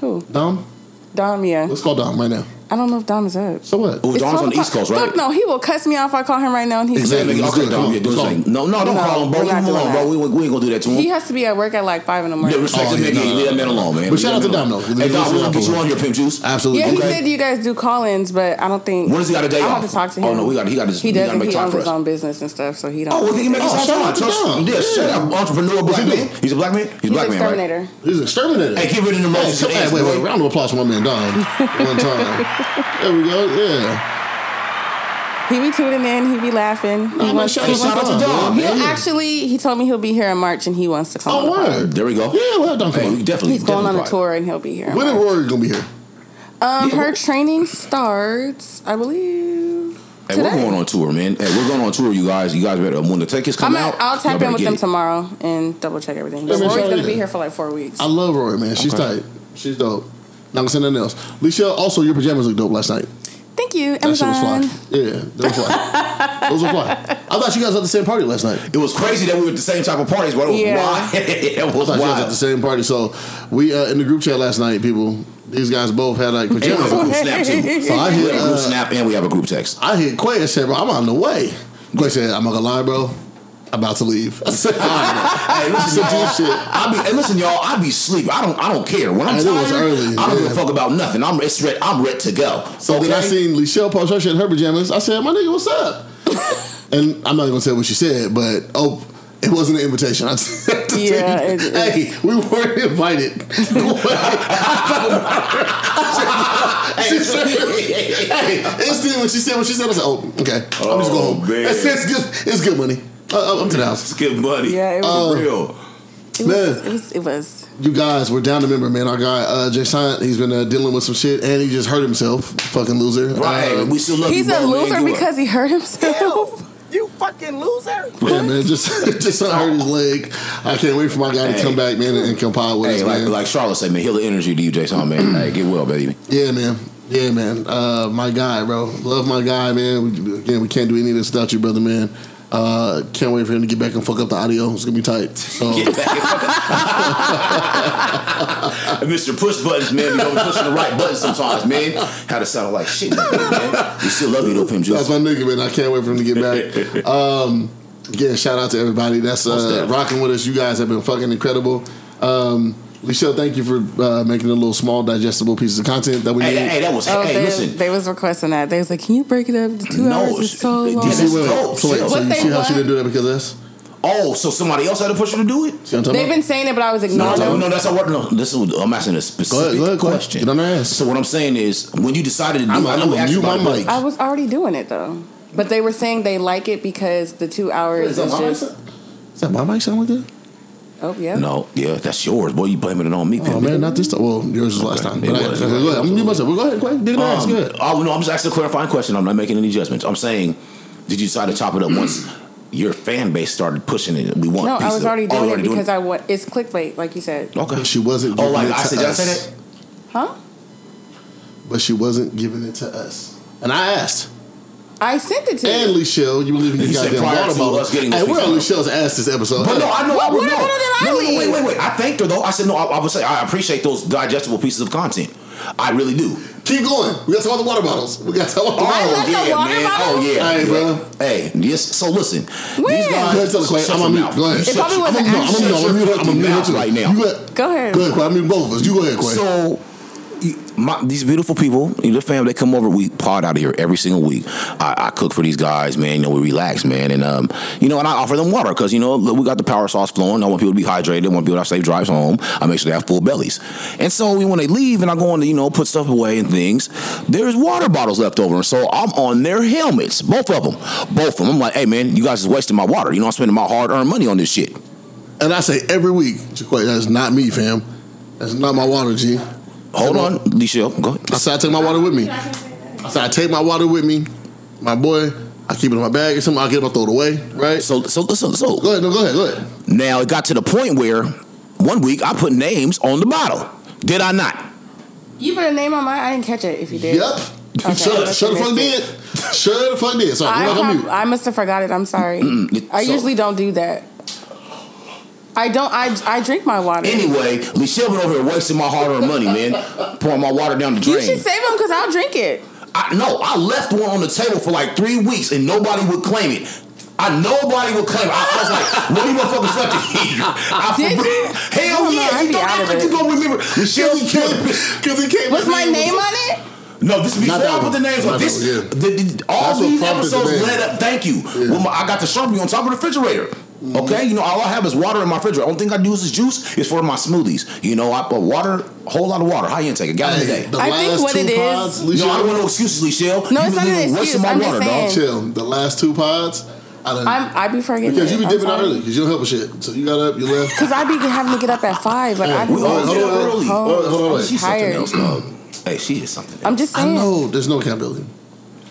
S3: Who?
S2: Dom.
S3: Dom, yeah.
S2: Let's call Dom right now.
S3: I don't know if Dom is up.
S2: So what?
S1: Ooh,
S3: It's
S1: Dom's
S3: 12
S1: on the East
S3: o'clock.
S1: Coast, right?
S3: Fuck no, he will cuss me off. if I call him right now, and he's
S2: Exactly.
S1: Nigga,
S2: Let's
S1: okay,
S2: go.
S1: Dom, yeah, do his
S2: Let's go.
S1: thing. No, no, don't
S3: No,
S1: call him, bro.
S3: we're
S1: Leave
S3: not
S1: him
S3: doing
S1: alone, bro.
S3: that.
S1: We, we, we ain't gonna do that to him.
S3: he has to be at work at like five in the
S1: Yeah,
S3: morning.
S1: respect
S2: Oh,
S1: the
S2: yeah,
S1: nigga.
S2: no, no,
S1: Leave that man alone, man. Leave
S2: shout out
S1: that
S2: to
S1: man
S2: Dom,
S1: alone.
S2: though.
S1: Hey, Dom, we're gonna get
S2: Absolutely.
S1: you on here, Pimp Juice.
S2: Absolutely.
S3: Yeah, he
S2: Okay.
S3: said you guys do call-ins, but I don't think.
S1: When does he got a day
S3: I'll
S1: off?
S3: have to talk to him.
S1: Oh, no, we gotta- he gotta-
S3: He
S1: we gotta
S3: doesn't.
S1: make
S3: he
S1: time
S3: owns
S1: for
S3: his
S1: us.
S3: own business and stuff, so he don't.
S1: Oh, well, then you make
S2: Oh,
S1: us
S2: shout
S1: all
S2: out to
S1: time.
S2: Dom.
S1: Yeah, shut up. Entrepreneur, black
S2: he
S1: man. He's a black man? He's a
S3: He's
S1: black man, right?
S3: exterminator.
S2: He's exterminated.
S1: Hey, give it in the
S2: Hey,
S1: most.
S2: come, hey, wait, wait, round of applause for my
S3: <laughs>
S2: man Dom. One time. There we go. Yeah.
S3: He be tuning in. He be laughing. He
S2: man,
S3: wants
S2: shout
S3: he
S2: out to
S3: wants
S2: Dom,
S3: come.
S2: man.
S3: He'll
S2: Yeah.
S3: actually. He told me he'll be here in March, and he wants to come. on the
S2: Oh,
S3: pod.
S2: word.
S1: There we go.
S2: Yeah, well, Dom, come
S1: Hey, we
S2: on.
S1: definitely.
S3: He's going on
S1: definitely
S3: a
S1: probably-
S3: tour, and he'll be here. in
S2: When is
S3: March.
S2: Rory going to be here?
S3: Um,
S1: Yeah,
S3: her
S1: what-
S3: training starts, I believe.
S1: Hey,
S3: today.
S1: we're going on tour, man. Hey, we're going on tour, you guys. You guys better when the tickets
S3: I'm
S1: come
S3: gonna,
S1: out.
S3: I'll
S1: y'all
S3: tap
S1: better
S3: in with
S1: get
S3: them
S1: it.
S3: tomorrow and double check everything. But
S2: Yeah, man,
S3: Rory's
S2: sure
S3: gonna
S2: it
S3: be
S2: is.
S3: here for like four weeks.
S2: I love Rory, man. She's
S1: Okay.
S2: tight. She's dope. Not gonna say nothing else. Lichelle, also your pajamas look dope last night.
S3: Thank you,
S2: That shit
S3: Amazon.
S2: was fly. Yeah, those were fly. those were fly. I thought you guys were at the same party last night.
S1: It was crazy that we were at the same type of parties, but it was
S3: Yeah.
S1: wild. <laughs> it
S2: I
S1: was
S2: thought you guys at
S1: wild.
S2: the same party. So we uh, in the group chat last night, people. These guys both had like
S1: And we have a
S3: <laughs>
S2: pajamas.
S1: group snap too.
S2: So I
S1: We have
S2: hit,
S1: a group
S2: uh,
S1: snap and we have a group text.
S2: I hit Quay and said, "Bro, I'm on the way." Quay said, "I'm not gonna lie, bro. I'm about to leave." <laughs> I said, "All right,
S1: Hey, listen,
S2: Some
S1: y'all.
S2: dude shit.
S1: I be hey, listen, y'all. I be sleep. I don't. I don't care when I'm
S2: Hey, it
S1: tired.
S2: was early,
S1: I don't give a
S2: yeah.
S1: fuck about nothing. I'm it's red. I'm ready to go.
S2: So then I
S1: <laughs>
S2: seen Lichelle post her shit in her pajamas. I said, "My nigga, what's up?" and I'm not even gonna say what she said, but oh, it wasn't an invitation. I just <laughs> have to
S3: Yeah,
S2: tell you.
S3: it- it-
S2: hey, we weren't invited. <laughs> She
S1: <laughs>
S2: said- hey, instantly when she said what she said, I said, "Oh, okay, I'm just
S1: Oh,
S2: going home."
S1: man.
S2: It's, it's good. It's good money. Uh, I'm to the house.
S1: Skip buddy.
S3: Yeah, it was-
S1: For real.
S3: It was,
S2: Man.
S3: it was. It was.
S2: You guys, we're down to member, man. Our guy uh, Jay Silent, he's been uh, dealing with some shit, and he just hurt himself. Fucking loser.
S1: Right.
S2: Um,
S1: we still love
S3: He's
S1: you,
S3: a
S1: bro, man.
S3: loser
S1: You a-
S3: because he hurt himself.
S5: You fucking loser.
S2: Yeah, man, just <laughs> just hurt his leg. I can't wait for my guy to
S1: Hey.
S2: come back, man, and, and compile with
S1: Hey,
S2: us,
S1: like
S2: man.
S1: like Charlotte said, man, heal the energy to you, Jason, man. hey, get well, <laughs> baby.
S2: yeah, man, yeah, man. Uh, my guy, bro, love my guy, man. We, again, we can't do any of this without you, brother, man. Uh, can't wait for him to get back and fuck up the audio. It's gonna be tight.
S1: <laughs>
S2: So,
S1: Get back. Mr. Push Buttons, man. You know, pushing the right button sometimes, man. How to sound like shit, man. We still love you, though, Pimp Juice.
S2: That's my nigga, man. I can't wait for him to get
S1: <laughs>
S2: back. Um, again, shout out to everybody that's uh,
S1: that?
S2: rocking with us. You guys have been fucking incredible. Um, Lichelle, thank you for uh, making the little small digestible pieces of content that we
S1: Hey,
S2: need.
S1: that, hey, that was. <laughs>
S3: Oh,
S1: hey,
S3: they,
S1: listen.
S3: they was requesting that. They was like, "Can you break it up? The two
S1: No,
S3: hours is so
S1: it's-
S3: long."
S1: this
S2: See,
S1: is-
S2: wait, wait,
S1: dope.
S2: so wait, so
S3: What
S2: you
S3: they
S2: see how
S3: want-
S2: she didn't do that because of us?
S1: Oh, so somebody else had to push you to do it?
S2: See what I'm talking
S3: They've
S2: about?
S3: been saying it, but I was
S1: No,
S3: ignoring
S1: no,
S3: them.
S1: no, that's not what. No, this is. I'm asking a
S2: Go ahead,
S1: specific
S2: go ahead, question.
S1: question.
S2: Get on her ass.
S1: So what I'm saying is, when you decided to do,
S2: I'm-
S1: I
S2: I'm
S1: know
S2: gonna
S1: we asked
S2: mute
S1: about
S2: my
S1: it,
S2: mic.
S1: but-
S3: I was already doing it though. But they were saying they like it because the two hours is just.
S2: Is that my mic sound like that?
S3: Oh yeah.
S1: No, yeah, that's yours, boy. You blaming it on me,
S2: Oh
S1: Pimp.
S2: man, not this time. Well, yours was last
S1: Okay,
S2: time.
S1: it
S2: But I,
S1: was.
S2: okay, go ahead. I'm gonna mute myself. Well, Go ahead, quick. Dig it ass.
S1: Um,
S2: Good.
S1: Oh no, I'm just asking a clarifying question. I'm not making any judgments. I'm saying, did you decide to chop it up once your fan base started pushing it? We want.
S3: No, I
S1: pieces
S3: was
S1: of-
S3: already
S1: oh,
S3: doing
S1: you
S3: it because
S1: it?
S3: I want. It's clickbait, like you said.
S1: Okay.
S2: She wasn't.
S1: Oh,
S2: giving
S1: like
S2: it
S1: I
S2: to
S1: said, did I
S2: us,
S1: say that?
S3: Huh?
S2: But she wasn't giving it to us. And I asked.
S3: I sent it to
S2: And
S3: you.
S2: Lichelle, you believe in your
S1: You said
S2: goddamn
S1: prior
S2: water
S1: to
S2: bottle.
S1: us getting
S2: Hey,
S1: this
S2: we're on
S1: picture.
S2: Lichelle's ass this episode.
S1: But no, I know. I
S3: What-
S1: would
S3: what
S1: know.
S3: happened to that
S1: no, no, no, wait,
S3: island?
S1: wait, wait. I thanked her though. I said no. I, I would say I appreciate those digestible pieces of content. I really do.
S2: Keep going. We got to talk about the water bottles. We got to talk about the
S3: Oh, I
S2: water
S3: love
S2: bottles.
S3: the water bottle.
S1: Oh yeah.
S2: Hey,
S1: yeah.
S2: bro.
S1: Hey, yes. So listen,
S3: When?
S1: these guys.
S2: Go ahead, tell the Quay.
S1: Uh, Shut
S2: I'm
S1: your
S2: on mute.
S1: mouth.
S2: Go ahead.
S3: It probably
S2: I'm
S3: wasn't
S2: on mute. I'm on mute. I'm on mute. I'm on mute.
S1: Right now.
S2: You got-
S3: Go ahead.
S2: Go ahead, Quay. I'm muting both of us. You go ahead, Quay.
S1: So, you- my, these beautiful people, you know, the fam, they come over. We pod out of here every single week. I, I cook for these guys, man. You know, we relax, man, and um, you know, and I offer them water because you know look, we got the power sauce flowing. I want people to be hydrated. I want people to have safe drives home. I make sure they have full bellies. And so, we- when they leave, and I go on to you know put stuff away and things, there's water bottles left over. And so, I'm on their helmets, both of them, both of them. I'm like, hey, man, you guys is wasting my water. You know, I'm spending my hard earned money on this shit.
S2: And I say every week, Jaquay, that's not me, fam. That's not my water, G.
S1: Hold
S2: Come
S1: on,
S2: on.
S1: Lichelle, go.
S2: I
S1: ahead.
S2: said I take my water with me.
S8: I can say that.
S2: I said I take my water with me. My boy, I keep it in my bag or something. I get it, I throw it away, right? So
S1: So, so, so, so,
S2: go ahead, no, go ahead, go ahead.
S1: Now it got to the point where one week I put names on the bottle. Did I not?
S3: You put a name on mine. I didn't catch it. If you did.
S2: Yep.
S3: Okay,
S2: shut,
S3: let's
S2: shut the
S3: miss
S2: fuck
S3: it.
S2: did. Shut the fuck did. Sorry,
S3: I,
S2: we're not gonna
S3: prob-
S2: mute.
S1: <clears throat>
S3: I must have forgot it. I'm sorry.
S1: it-
S3: I
S1: so-
S3: usually don't do that. I don't. I, I drink my water.
S1: Anyway, Michelle went over here wasting my hard-earned money, man, pouring my water down the
S3: you
S1: drain.
S3: should save them because I'll drink it.
S1: I no, I left one on the table for like three weeks and nobody would claim it. I nobody would claim it. I, I was
S3: <laughs>
S1: like, what do you motherfuckers left to here? I
S3: Did
S1: forgot-
S3: you?
S1: Hell
S3: Oh, no,
S1: yeah,
S3: I'd
S1: you
S3: be
S1: don't
S3: out of
S1: act like you
S3: it.
S1: gonna remember. Michelle's
S2: Because it came.
S3: Was my name on it?
S1: No, this is before
S2: Not that
S1: I put
S2: one.
S1: the names
S2: Not
S1: on.
S2: that
S1: This
S2: one, yeah.
S1: the, the, all
S2: That's what
S1: these
S2: prompted the
S1: episodes
S2: name.
S1: led up. Thank you.
S2: Yeah. Mm-hmm.
S1: Well, my, I got the Sharpie on top of the refrigerator. Okay, you know all I have is water in my refrigerator. Only thing I do is this juice. Is for my smoothies. You know I put water, whole lot of water, high intake, a gallon a day.
S2: the
S3: I think
S2: last
S3: what
S2: two
S3: it is-
S1: No,
S2: pods,
S1: I don't
S2: Lisa,
S1: want no excuses, Lichelle.
S3: No,
S1: You been
S3: it's not an
S1: literally
S3: excuse.
S1: wasting my
S3: I'm just
S1: water, dog.
S3: saying.
S2: chill. The last two pods, I done.
S3: I'm. I be forgetting
S2: because you
S3: it.
S2: be
S3: I'm
S2: dipping out
S3: sorry.
S2: early because you don't help a shit. So you got up, you
S3: <laughs>
S2: left.
S3: Cause I be having to get up at five. Like I be
S1: We all
S2: hold
S1: get up
S2: on,
S1: early.
S2: hold on, hold on, wait.
S3: I'm
S1: She's something
S3: tired.
S1: else, dog. Hey, she is something.
S3: I'm just
S2: I
S3: saying.
S2: know there's no accountability.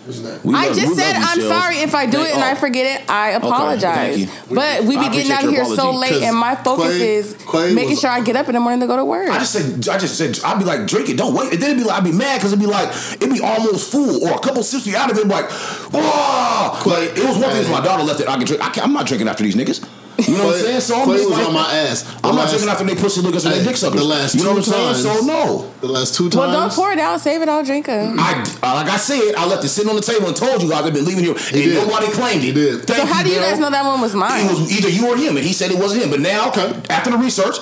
S2: There's not.
S1: We
S3: I
S1: love- we
S3: just said
S1: love you, oh,
S3: I'm
S1: Shells.
S3: sorry if I do
S1: Thank
S3: it and I
S1: all.
S3: forget it. I
S1: thank
S3: apologize.
S1: you.
S3: But we
S1: I
S3: be
S1: appreciate
S3: getting out of
S1: your
S3: here so
S1: apology.
S3: late, and my
S2: 'Cause
S3: focus
S2: Quay-
S3: is
S2: Quay
S3: making
S2: was-
S3: sure I get up in the morning to go to work.
S1: I just said, I just said, I'd be like, drink it, don't wait. And then it'd be like, I'd be mad because it'd be like, it'd be almost full or a couple sips be out of it, like, oh, like, it was one thing if my daughter left it, I can drink. I can't, I'm not drinking after these niggas. You know what I'm
S2: Quay-
S1: saying? So I'm
S2: Quay
S1: just
S2: was
S1: like,
S2: on my ass. The
S1: I'm
S2: last-
S1: not drinking after they pussy lookers and
S2: Hey,
S1: they dick suckers.
S2: The last
S1: you know
S2: two
S1: what I'm
S2: times,
S1: saying? So no.
S2: The last two times.
S3: well, don't pour it out. Save it. I'll drink it.
S1: I, uh, like I said, I left it sitting on the table and told you guys I've been leaving here, and
S2: did.
S1: nobody claimed
S2: He
S1: it.
S2: did.
S1: Thank
S3: So how do you
S1: Daryl.
S3: guys know that one was mine?
S1: It was either you or him, and he said it wasn't him. But now,
S2: Okay.
S1: after the research,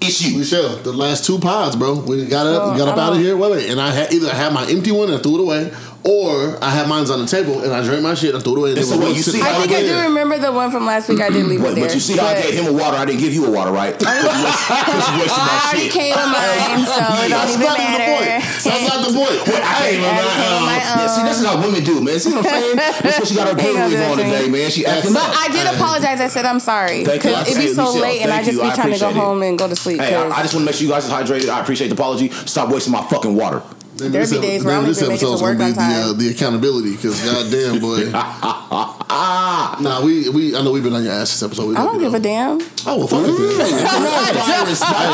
S1: it's you.
S2: Michelle, the last two pods, bro. We got up,
S3: Well,
S2: got up
S3: I
S2: out of
S3: don't-
S2: here. Wait, wait, and I had, either had my empty one and threw it away, or I had mine's on the table and I drank my shit and threw it away. And
S1: And so
S2: it was
S1: what,
S2: one
S1: you
S2: sip
S1: see
S2: of
S1: how
S3: I think
S2: water.
S3: I do remember the one from last week. I did leave it
S1: But,
S3: there.
S1: but you see how I gave him a water, I didn't give you a water,
S3: <laughs>
S1: right? 'Cause you wasted- 'cause you wasted my
S3: I already
S1: shit. <laughs>
S3: Ah, came with mine, so it don't
S2: That's
S3: even
S2: not even the point.
S3: matter.
S2: That's not the point.
S1: Well, I came on
S3: I
S1: my
S3: came um, on
S1: own.
S3: my
S1: um, Yeah, see,
S3: own.
S1: this is how women do, man. See what I'm
S3: <laughs>
S1: saying? That's why she got her
S3: Ain't gonna
S1: game
S3: do that
S1: on
S3: to me.
S1: today, man. She acting
S3: But
S1: up.
S3: I did apologize. I said I'm sorry
S1: Thank you. I
S3: because it be
S1: appreciate
S3: so
S1: it,
S3: late, and
S1: Michelle.
S3: I
S1: Thank
S3: just be
S1: you. I
S3: trying to go
S1: appreciate it.
S3: home and go to sleep.
S1: Hey, I, I
S3: 'cause-
S1: just want to make sure you guys is hydrated. I appreciate the apology. Stop wasting my fucking water. <laughs>
S2: Maybe
S3: There
S2: this
S3: be
S2: ep-
S3: days where I
S2: maybe
S3: don't
S2: this
S3: even make it to
S2: episode's
S3: work
S2: gonna
S3: on
S2: be the, uh,
S3: time.
S2: the accountability because goddamn
S1: <laughs>
S2: boy.
S3: Ah.
S2: nah, we we I know we've been on your ass this episode. We
S3: I
S2: love
S3: don't
S2: you,
S3: give a
S2: though.
S3: damn.
S1: Uh,
S2: Oh well,
S3: <laughs>
S2: fuck it. then.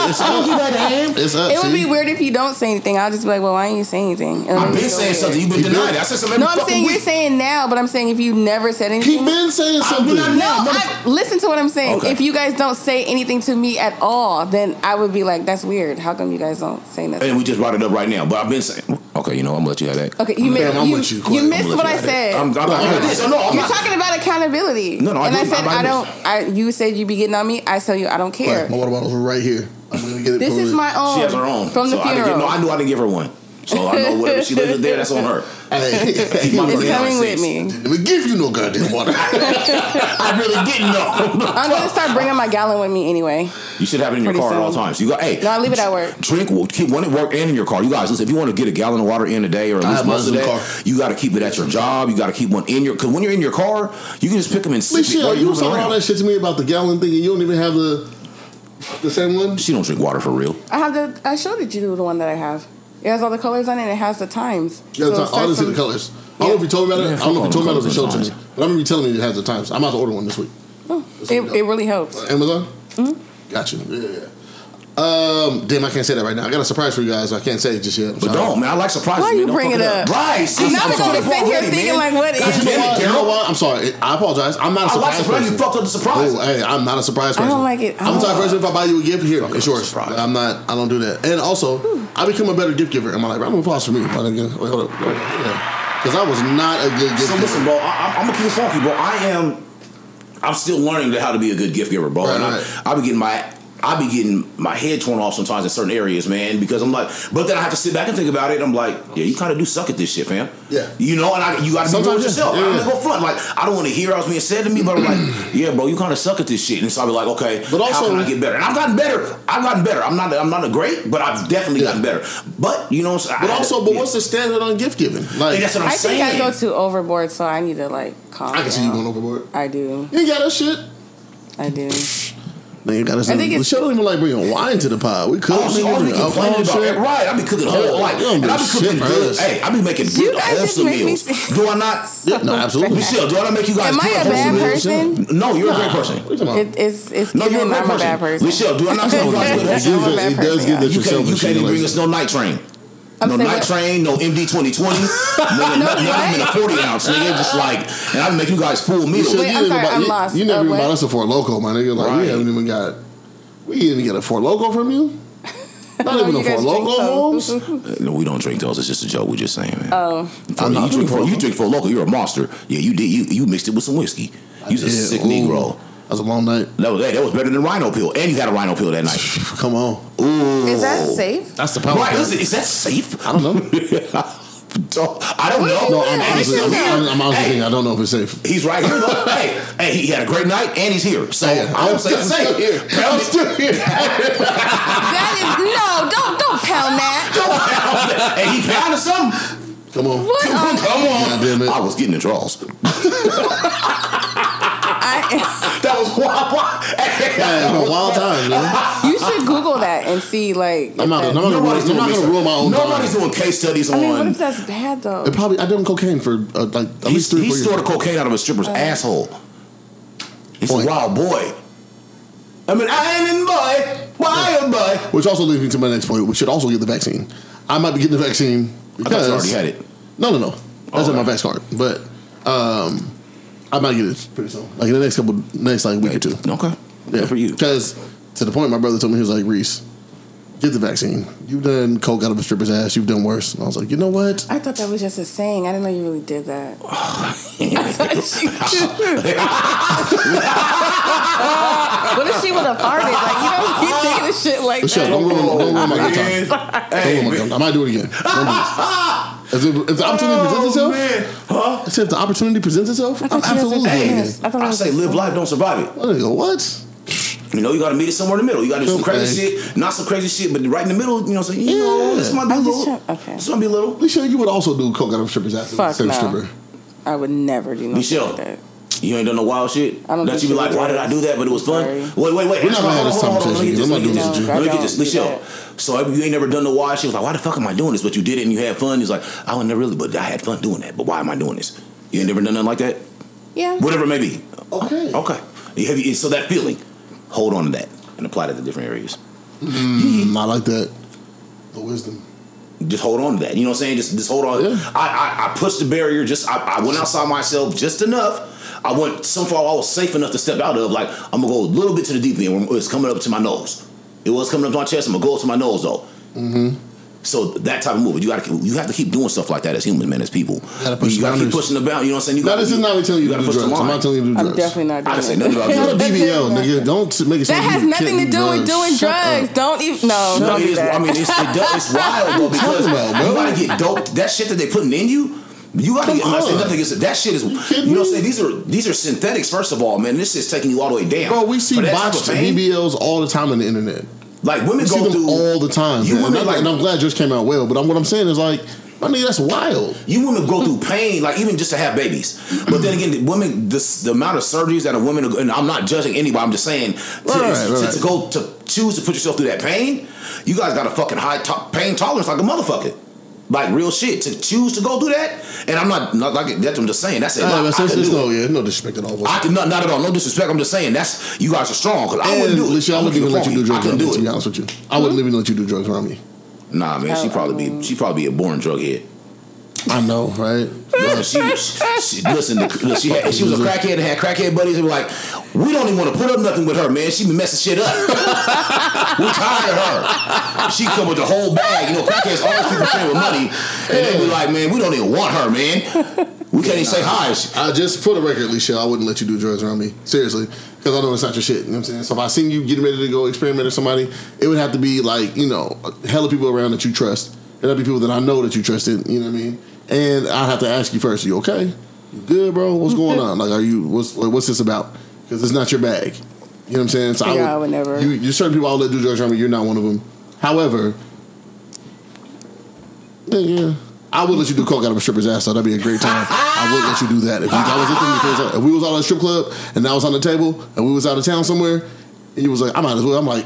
S2: It's up.
S3: It would
S2: see?
S3: be weird if you don't say anything. I'll just be like, well, why didn't you say anything? It'll
S1: I've
S3: make me
S1: been
S3: feel
S1: saying
S3: weird.
S1: something. You've been
S2: He
S1: denying
S2: been-
S1: it. I said something
S3: No,
S1: every
S3: I'm
S1: fucking
S3: saying you're
S1: week.
S3: saying now, but I'm saying if you never said
S2: He
S3: anything.
S2: been saying something.
S1: not-
S3: no, I, listen to what I'm saying.
S1: Okay.
S3: If you guys don't say anything to me at all, then I would be like, that's weird. How come you guys don't say nothing?
S1: And we just brought it up right now. But I've been saying. Okay, you know, I'm going to let you have that.
S3: Okay, you, missed.
S2: I'm with you,
S3: you,
S2: Quay.
S3: you
S2: I'm
S3: missed
S1: with
S3: what
S1: you
S3: I
S1: on that.
S3: said.
S1: I'm, I'm not
S2: I'm-
S1: doing this. Oh, no, I'm
S3: You're
S1: not.
S3: talking about accountability.
S1: No, no, I
S3: and I
S1: didn't-
S3: said
S1: I
S3: I,
S1: didn't.
S3: don't. I you said you be getting on me. I tell you I don't care.
S2: Right, my water bottle's right here. I'm gonna get it.
S3: This
S2: from
S3: is
S2: it.
S3: my own.
S1: She has her own.
S3: Oh, from the
S1: so I didn't
S3: funeral.
S1: get, no, I knew I didn't give her one. So I know whatever she lives with there, that's on her.
S2: <laughs>
S3: <laughs>
S2: Hey,
S1: My
S3: it's
S1: birthday on
S3: coming with
S1: six.
S3: me.
S2: Let me give you no goddamn water. <laughs>
S1: I really didn't know. <laughs>
S3: I'm gonna start bringing my gallon with me anyway.
S1: you should have it in your
S3: Pretty
S1: car at all
S3: soon.
S1: times. You got hey.
S3: No, I leave it at work.
S1: Drink, well, keep one at work and in your car. You guys, listen, if you want to get a gallon of water in a day or at
S2: I have
S1: least most of
S2: mine in the
S1: that,
S2: car.
S1: you got to keep it at your job. You got to keep one in your, because when you're in your car, you can just pick them and sip it
S2: Michelle,
S1: while
S2: you
S1: you're
S2: was
S1: moving
S2: talking all
S1: around.
S2: that shit to me about the gallon thing, and you don't even have the the same one.
S1: She don't drink water for real.
S3: I have the. I showed it you the one that I have. It has all the colors on it. and It has the times. So
S2: Yeah, so
S3: it
S2: all
S3: starts
S2: this in the
S3: from-
S2: colors. I don't know if you told me about it.
S1: Yeah,
S2: I don't know if
S1: fuck
S2: you told me about it or
S1: all
S2: if you
S1: the
S2: showed it
S1: colors
S2: to me. But I remember you telling me it has the times. I'm about to order one this week. Uh,
S3: It, Oh, it Mm-hmm. really helps.
S2: Amazon? Got you. Yeah, yeah, yeah. Um, damn, I can't say that right now. I got a surprise for you guys. I can't say it just yet. I'm
S1: But
S2: sorry.
S1: don't, man. I like surprises.
S3: Why
S1: man.
S3: you
S1: Don't
S3: bring
S1: fuck
S3: it up?
S1: Right.
S3: I'm
S1: See,
S3: not
S1: I'm
S3: gonna
S1: fucking
S3: sit here
S1: already,
S3: thinking,
S1: man.
S3: like, what
S1: God
S3: is-
S2: You know
S1: damn
S2: what?
S1: it,
S2: You know
S1: Daryl.
S2: what? I'm sorry. I apologize. I'm not a
S1: I like
S2: surprise
S1: surprise. You
S2: person.
S1: fucked up the surprise.
S2: Oh, hey, I'm not a surprise
S3: I
S2: person.
S3: don't like it.
S2: I'm the type of
S3: Oh.
S2: person if I buy you a gift, here, it's
S1: up
S2: yours.
S1: surprise.
S2: But I'm not. I don't do that. And also,
S3: Hmm.
S2: I become a better gift giver. Am I like round of applause for me? Because I was not a good gift
S1: So
S2: giver.
S1: listen, bro. I, I'm gonna keep it funky, bro. I am. I'm still learning how to be a good gift giver, bro.
S2: Right,
S1: and
S2: right.
S1: I, I be getting my. I be getting my head torn off sometimes in certain areas, man, because I'm like, but then I have to sit back and think about it. I'm like, yeah, you kind of do suck at this shit, fam.
S2: Yeah.
S1: You know, and I, you got to be real
S2: Sometimes,
S1: with yourself.
S2: yeah,
S1: I'm
S2: yeah.
S1: gonna go front. Like, I don't want to hear what's being said to me, but I'm like, <clears throat> yeah, bro, you kind of suck at this shit. And so I be like, okay,
S2: But also-
S1: how can I get better? And I've gotten better. I've gotten better. I'm not. I'm not a great, but I've definitely
S2: Yeah.
S1: gotten better. But you know, what I'm saying?
S2: But
S1: I had
S2: also,
S1: to-
S2: but
S1: yeah.
S2: what's the standard on gift giving?
S1: And
S2: Like,
S1: that's what I'm
S3: I
S1: saying.
S3: think I go too overboard, so I need to like calm.
S2: I can see you
S3: down.
S2: going overboard.
S3: I do.
S2: You ain't got that shit.
S3: I do.
S2: Man, you got us.
S3: I think
S2: We
S3: it's-
S2: should don't even like bringing wine to the pod. We could.
S1: Oh, she always be complaining about it. Right, I be cooking whole
S2: Yeah,
S1: like,
S2: you don't
S1: and I
S2: do
S1: be cooking
S2: shit for
S1: good.
S2: us.
S1: Hey, I be making
S3: You
S1: good
S3: guys just
S1: wholesome
S3: make me
S1: meals.
S3: sick.
S1: Do I not?
S2: Yeah,
S1: <laughs>
S2: no, absolutely.
S1: Michelle, do I not make you guys
S3: Am I
S1: good
S3: a
S1: wholesome
S3: bad
S1: meals?
S3: person?
S1: No, you're a
S2: Nah.
S1: great person.
S2: What you talking
S3: It,
S2: about?
S3: it's it's
S1: No, you're a
S3: given
S1: great
S3: I'm a bad
S1: person.
S3: person. <laughs>
S1: Michelle, do I not make you guys good
S2: It
S1: wholesome
S2: gives
S3: I'm a
S2: it-
S3: bad
S2: it
S3: person, yeah.
S2: does give that
S1: You can't,
S2: yourself.
S1: you
S2: but she
S1: can't even
S2: like-
S1: bring us no night train.
S3: I'm
S1: no
S3: saying-
S1: night train, no MD twenty
S3: <laughs>
S1: twenty, none of them in a forty ounce. Nigga, just like, and I make you guys full meal.
S2: So
S3: Wait, I'm
S2: didn't
S3: sorry,
S2: buy-
S3: I'm
S2: you-
S3: lost.
S2: You
S3: Uh,
S2: never even
S3: what?
S2: bought us a Fort Loco, my nigga. Like
S1: Right.
S2: we haven't even got. We didn't even get a Fort Loco
S1: <laughs>
S2: from you. Not even
S3: you
S2: a
S3: guys
S2: Fort
S3: drink
S2: Loco,
S3: those.
S2: Holmes.
S1: Uh, No, we don't drink those. It's just a joke. We're just saying, man.
S3: Oh.
S1: For,
S2: I'm not
S1: you, drink
S2: drinking
S1: for,
S2: Four
S1: you
S2: Loko.
S1: drink for local. You're a monster. Yeah, you did. You, you mixed it with some whiskey. You's a
S2: Yeah,
S1: sick
S2: ooh.
S1: Negro.
S2: That was a long night.
S1: That was, hey, that was better than Rhino pill, and you had a Rhino pill that night.
S2: Come on.
S1: Ooh.
S3: Is that safe?
S2: That's the
S1: Right? Is, it- is that safe?
S2: Oh, I don't know.
S1: <laughs> Don't- I don't know.
S2: No, I'm honestly, I'm, I'm, I'm honestly
S1: Hey.
S2: thinking I don't know if it's safe.
S1: He's right here. though. hey, hey, he had a great night, and he's here. So
S2: Yeah.
S1: I don't say it's safe.
S2: I'm still here.
S3: That is no. Don't don't pound that.
S1: hey, he pounded something.
S2: Come on.
S3: What? um,
S1: Come on,
S3: on-
S1: come on.
S2: God damn it.
S1: I was getting the draws.
S3: I, <laughs>
S1: That was wild. wild. Hey,
S2: Yeah, it's a wild time, man.
S3: you should Google that and see like.
S2: I'm not.
S3: if that-
S2: I'm not gonna.
S1: Nobody's
S2: ruin- I'm
S1: doing
S2: not gonna
S1: research.
S2: rule my own.
S1: Nobody's
S2: time.
S1: doing case studies
S3: I mean, what
S1: on.
S3: if that's bad though?
S2: It probably. I done cocaine for uh, like at
S1: He,
S2: least three,
S1: he
S2: four years.
S1: stored cocaine out of a stripper's asshole. He's
S2: Boy.
S1: a wild boy. I mean, I ain't in boy, wild boy.
S2: Which also leads me to my next point. We should also get the vaccine. I might be getting the vaccine
S1: I thought
S2: because
S1: you already had it.
S2: No, no, no. That's
S1: Oh,
S2: in my
S1: okay.
S2: vax card, but um, I might get it pretty soon. Like in the next couple, next like week or two.
S1: Okay. Yeah. Good for you.
S2: Because to the point, my brother told me he was like, Reese, get the vaccine. You've done coke out of a stripper's ass. You've done worse. And I was like, you know what?
S3: I thought that was just a saying. I didn't know you really did that. <laughs> what if she would have farted? Like you don't keep thinking of shit like
S2: But shit,
S3: that.
S2: don't ruin, don't ruin my good
S1: Man.
S2: time.
S1: Oh,
S2: Don't ruin my good time. I might do it again.
S1: <laughs>
S2: Don't do this. If, the- if the opportunity presents itself, I said if the opportunity presents itself, I'm
S3: thought you guys were
S2: absolutely doing
S3: famous.
S2: it.
S3: I thought it
S1: I
S3: was
S1: say
S3: just
S1: live
S3: fun.
S1: life, don't survive it.
S2: I go, what?
S1: You know, you gotta meet it somewhere in the middle. You gotta do some crazy
S2: Okay.
S1: shit, not some crazy shit, but right in the middle, you know, say, you know,
S2: Yeah.
S1: this might be a
S3: I'm just
S1: little.
S3: trying- okay.
S1: This might be a little.
S2: Alicia, you would also do coke out of a stripper's ass.
S3: Fuck
S2: Same
S3: no.
S2: stripper.
S3: I would never do nothing
S1: Michelle.
S3: like that.
S1: You ain't done no wild shit.
S3: I don't
S1: that
S3: do
S1: you be
S3: shit
S1: like,
S3: like
S1: why did I
S3: that.
S1: do that? But it was fun.
S3: Sorry.
S1: Wait, wait, wait.
S2: We're not gonna have this
S1: Hold on, hold on,
S2: conversation.
S1: Let me
S2: I'm
S1: get
S2: not
S1: this.
S3: doing
S1: Let me
S3: this
S1: get
S3: with
S1: this.
S3: you.
S1: Let me get this.
S3: No, I
S1: Michelle. So if you ain't never done no wild shit, was like, why the fuck am I doing this? But you did it and you had fun. He's like, I would never really, but I had fun doing that. But why am I doing this? You ain't never done nothing like that.
S3: Yeah.
S1: Whatever it may be.
S2: Okay.
S1: Okay. You have you, so that feeling, hold on to that and apply it to different areas.
S2: Mm, I like that. The wisdom.
S1: just hold on to that. You know what I'm saying? Just just hold on.
S2: Yeah.
S1: I, I I pushed the barrier. Just I, I went outside myself just enough. I went so far I was safe enough to step out of. Like I'm gonna go a little bit to the deep end. It's coming up to my nose. It was coming up to my chest. I'm gonna go up to my nose though.
S2: Mm-hmm.
S1: So that type of movement, you gotta you have to keep doing stuff like that as humans, man, as people. You
S2: gotta push
S1: keep
S2: boundaries.
S1: pushing the bound. You know what I'm saying? You
S2: Now
S1: gotta-
S2: this is not me telling you, to do
S1: push the
S2: drugs. I'm
S1: line.
S2: not telling you to do drugs.
S3: I'm definitely not
S1: I
S3: doing
S1: didn't say nothing about
S3: that.
S1: drugs.
S2: You're a BBL, nigga. Don't make it.
S3: That
S2: sound
S3: has
S2: you
S3: nothing to
S2: can't
S3: do with doing
S2: Shut up.
S3: drugs. Don't even
S2: Oh,
S3: no,
S1: No,
S3: don't
S1: it
S3: do
S1: is.
S3: that.
S1: I mean, it's, it does, it's
S2: <laughs>
S1: wild though because
S2: talking about, bro?
S1: you gotta get doped. That shit that they putting in you. You gotta
S2: Come
S1: get. I'm not saying
S2: on.
S1: nothing against it. That shit is. You,
S2: kidding
S1: know what I'm
S2: me?
S1: saying? These are these are synthetics. First of all, man, this is taking you all the way down.
S2: Bro, we see
S1: For that type
S2: botched
S1: of pain,
S2: BBLs all the time on the internet.
S1: Like women
S2: We
S1: go
S2: see them
S1: through
S2: all the time.
S1: You
S2: man. And,
S1: women
S2: I'm-
S1: like
S2: and I'm glad yours came out well, but I'm, what I'm saying is like, my nigga, that's wild.
S1: you women go through pain, like even just to have babies. But then again, the women, this, the amount of surgeries that a woman, and I'm not judging anybody. I'm just saying to,
S2: Right, right,
S1: to-
S2: right.
S1: to go to choose to put yourself through that pain, you guys got a fucking high to- pain tolerance like a motherfucker. Like real shit to choose to go through that, and I'm not not like that's what I'm just saying. That's it.
S2: Nah,
S1: Like,
S2: man,
S1: I,
S2: it's-
S1: can
S2: it's
S1: do it.
S2: no, yeah, no disrespect at all.
S1: I can not, not at all. No disrespect. I'm just saying that's you guys are strong because I wouldn't do it.
S2: Alicia, I
S1: I'm looking
S2: wouldn't even let you
S1: for
S2: do
S1: you. I
S2: drugs
S1: can
S2: around me, to
S1: do
S2: be
S1: it.
S2: honest with you. I wouldn't even let you do drugs around me.
S1: Nah, man, she
S3: Oh,
S1: probably be she probably be a born drug head.
S2: I know, right?
S1: Listen, she, she, she, listen, the- look, she, had, she was a crackhead and had crackhead buddies and were like, we don't even want to put up nothing with her, man. She been messing shit up. <laughs> We're tired of her. She come with the whole bag. You know, crackheads always keep a friend with money. And they be like, man, we don't even want her, man. We can't even say hi. She-
S2: I just, for the record, Alicia, I wouldn't let you do drugs around me. Seriously. Because I know it's not your shit. You know what I'm saying? So if I seen you getting ready to go experiment with somebody, it would have to be like, you know, a hell of people around that you trust. It'd have to be people that I know that you trusted. You know what I mean? And I'd have to ask you first, you okay? You good, bro? What's going on? Like, are you, what's like, what's this about? Because it's not your bag. You know what I'm saying? So
S3: Yeah, I would never.
S2: You, you certain people I would let do drugs around me. You're not one of them. However, yeah, yeah. I would let you do coke out of a stripper's ass, though. That'd be a great time. I would let you do that. If, you, that was the thing, if, it was- if we was all at a strip club and that was on the table and we was out of town somewhere and you was like, I might as well. I'm like,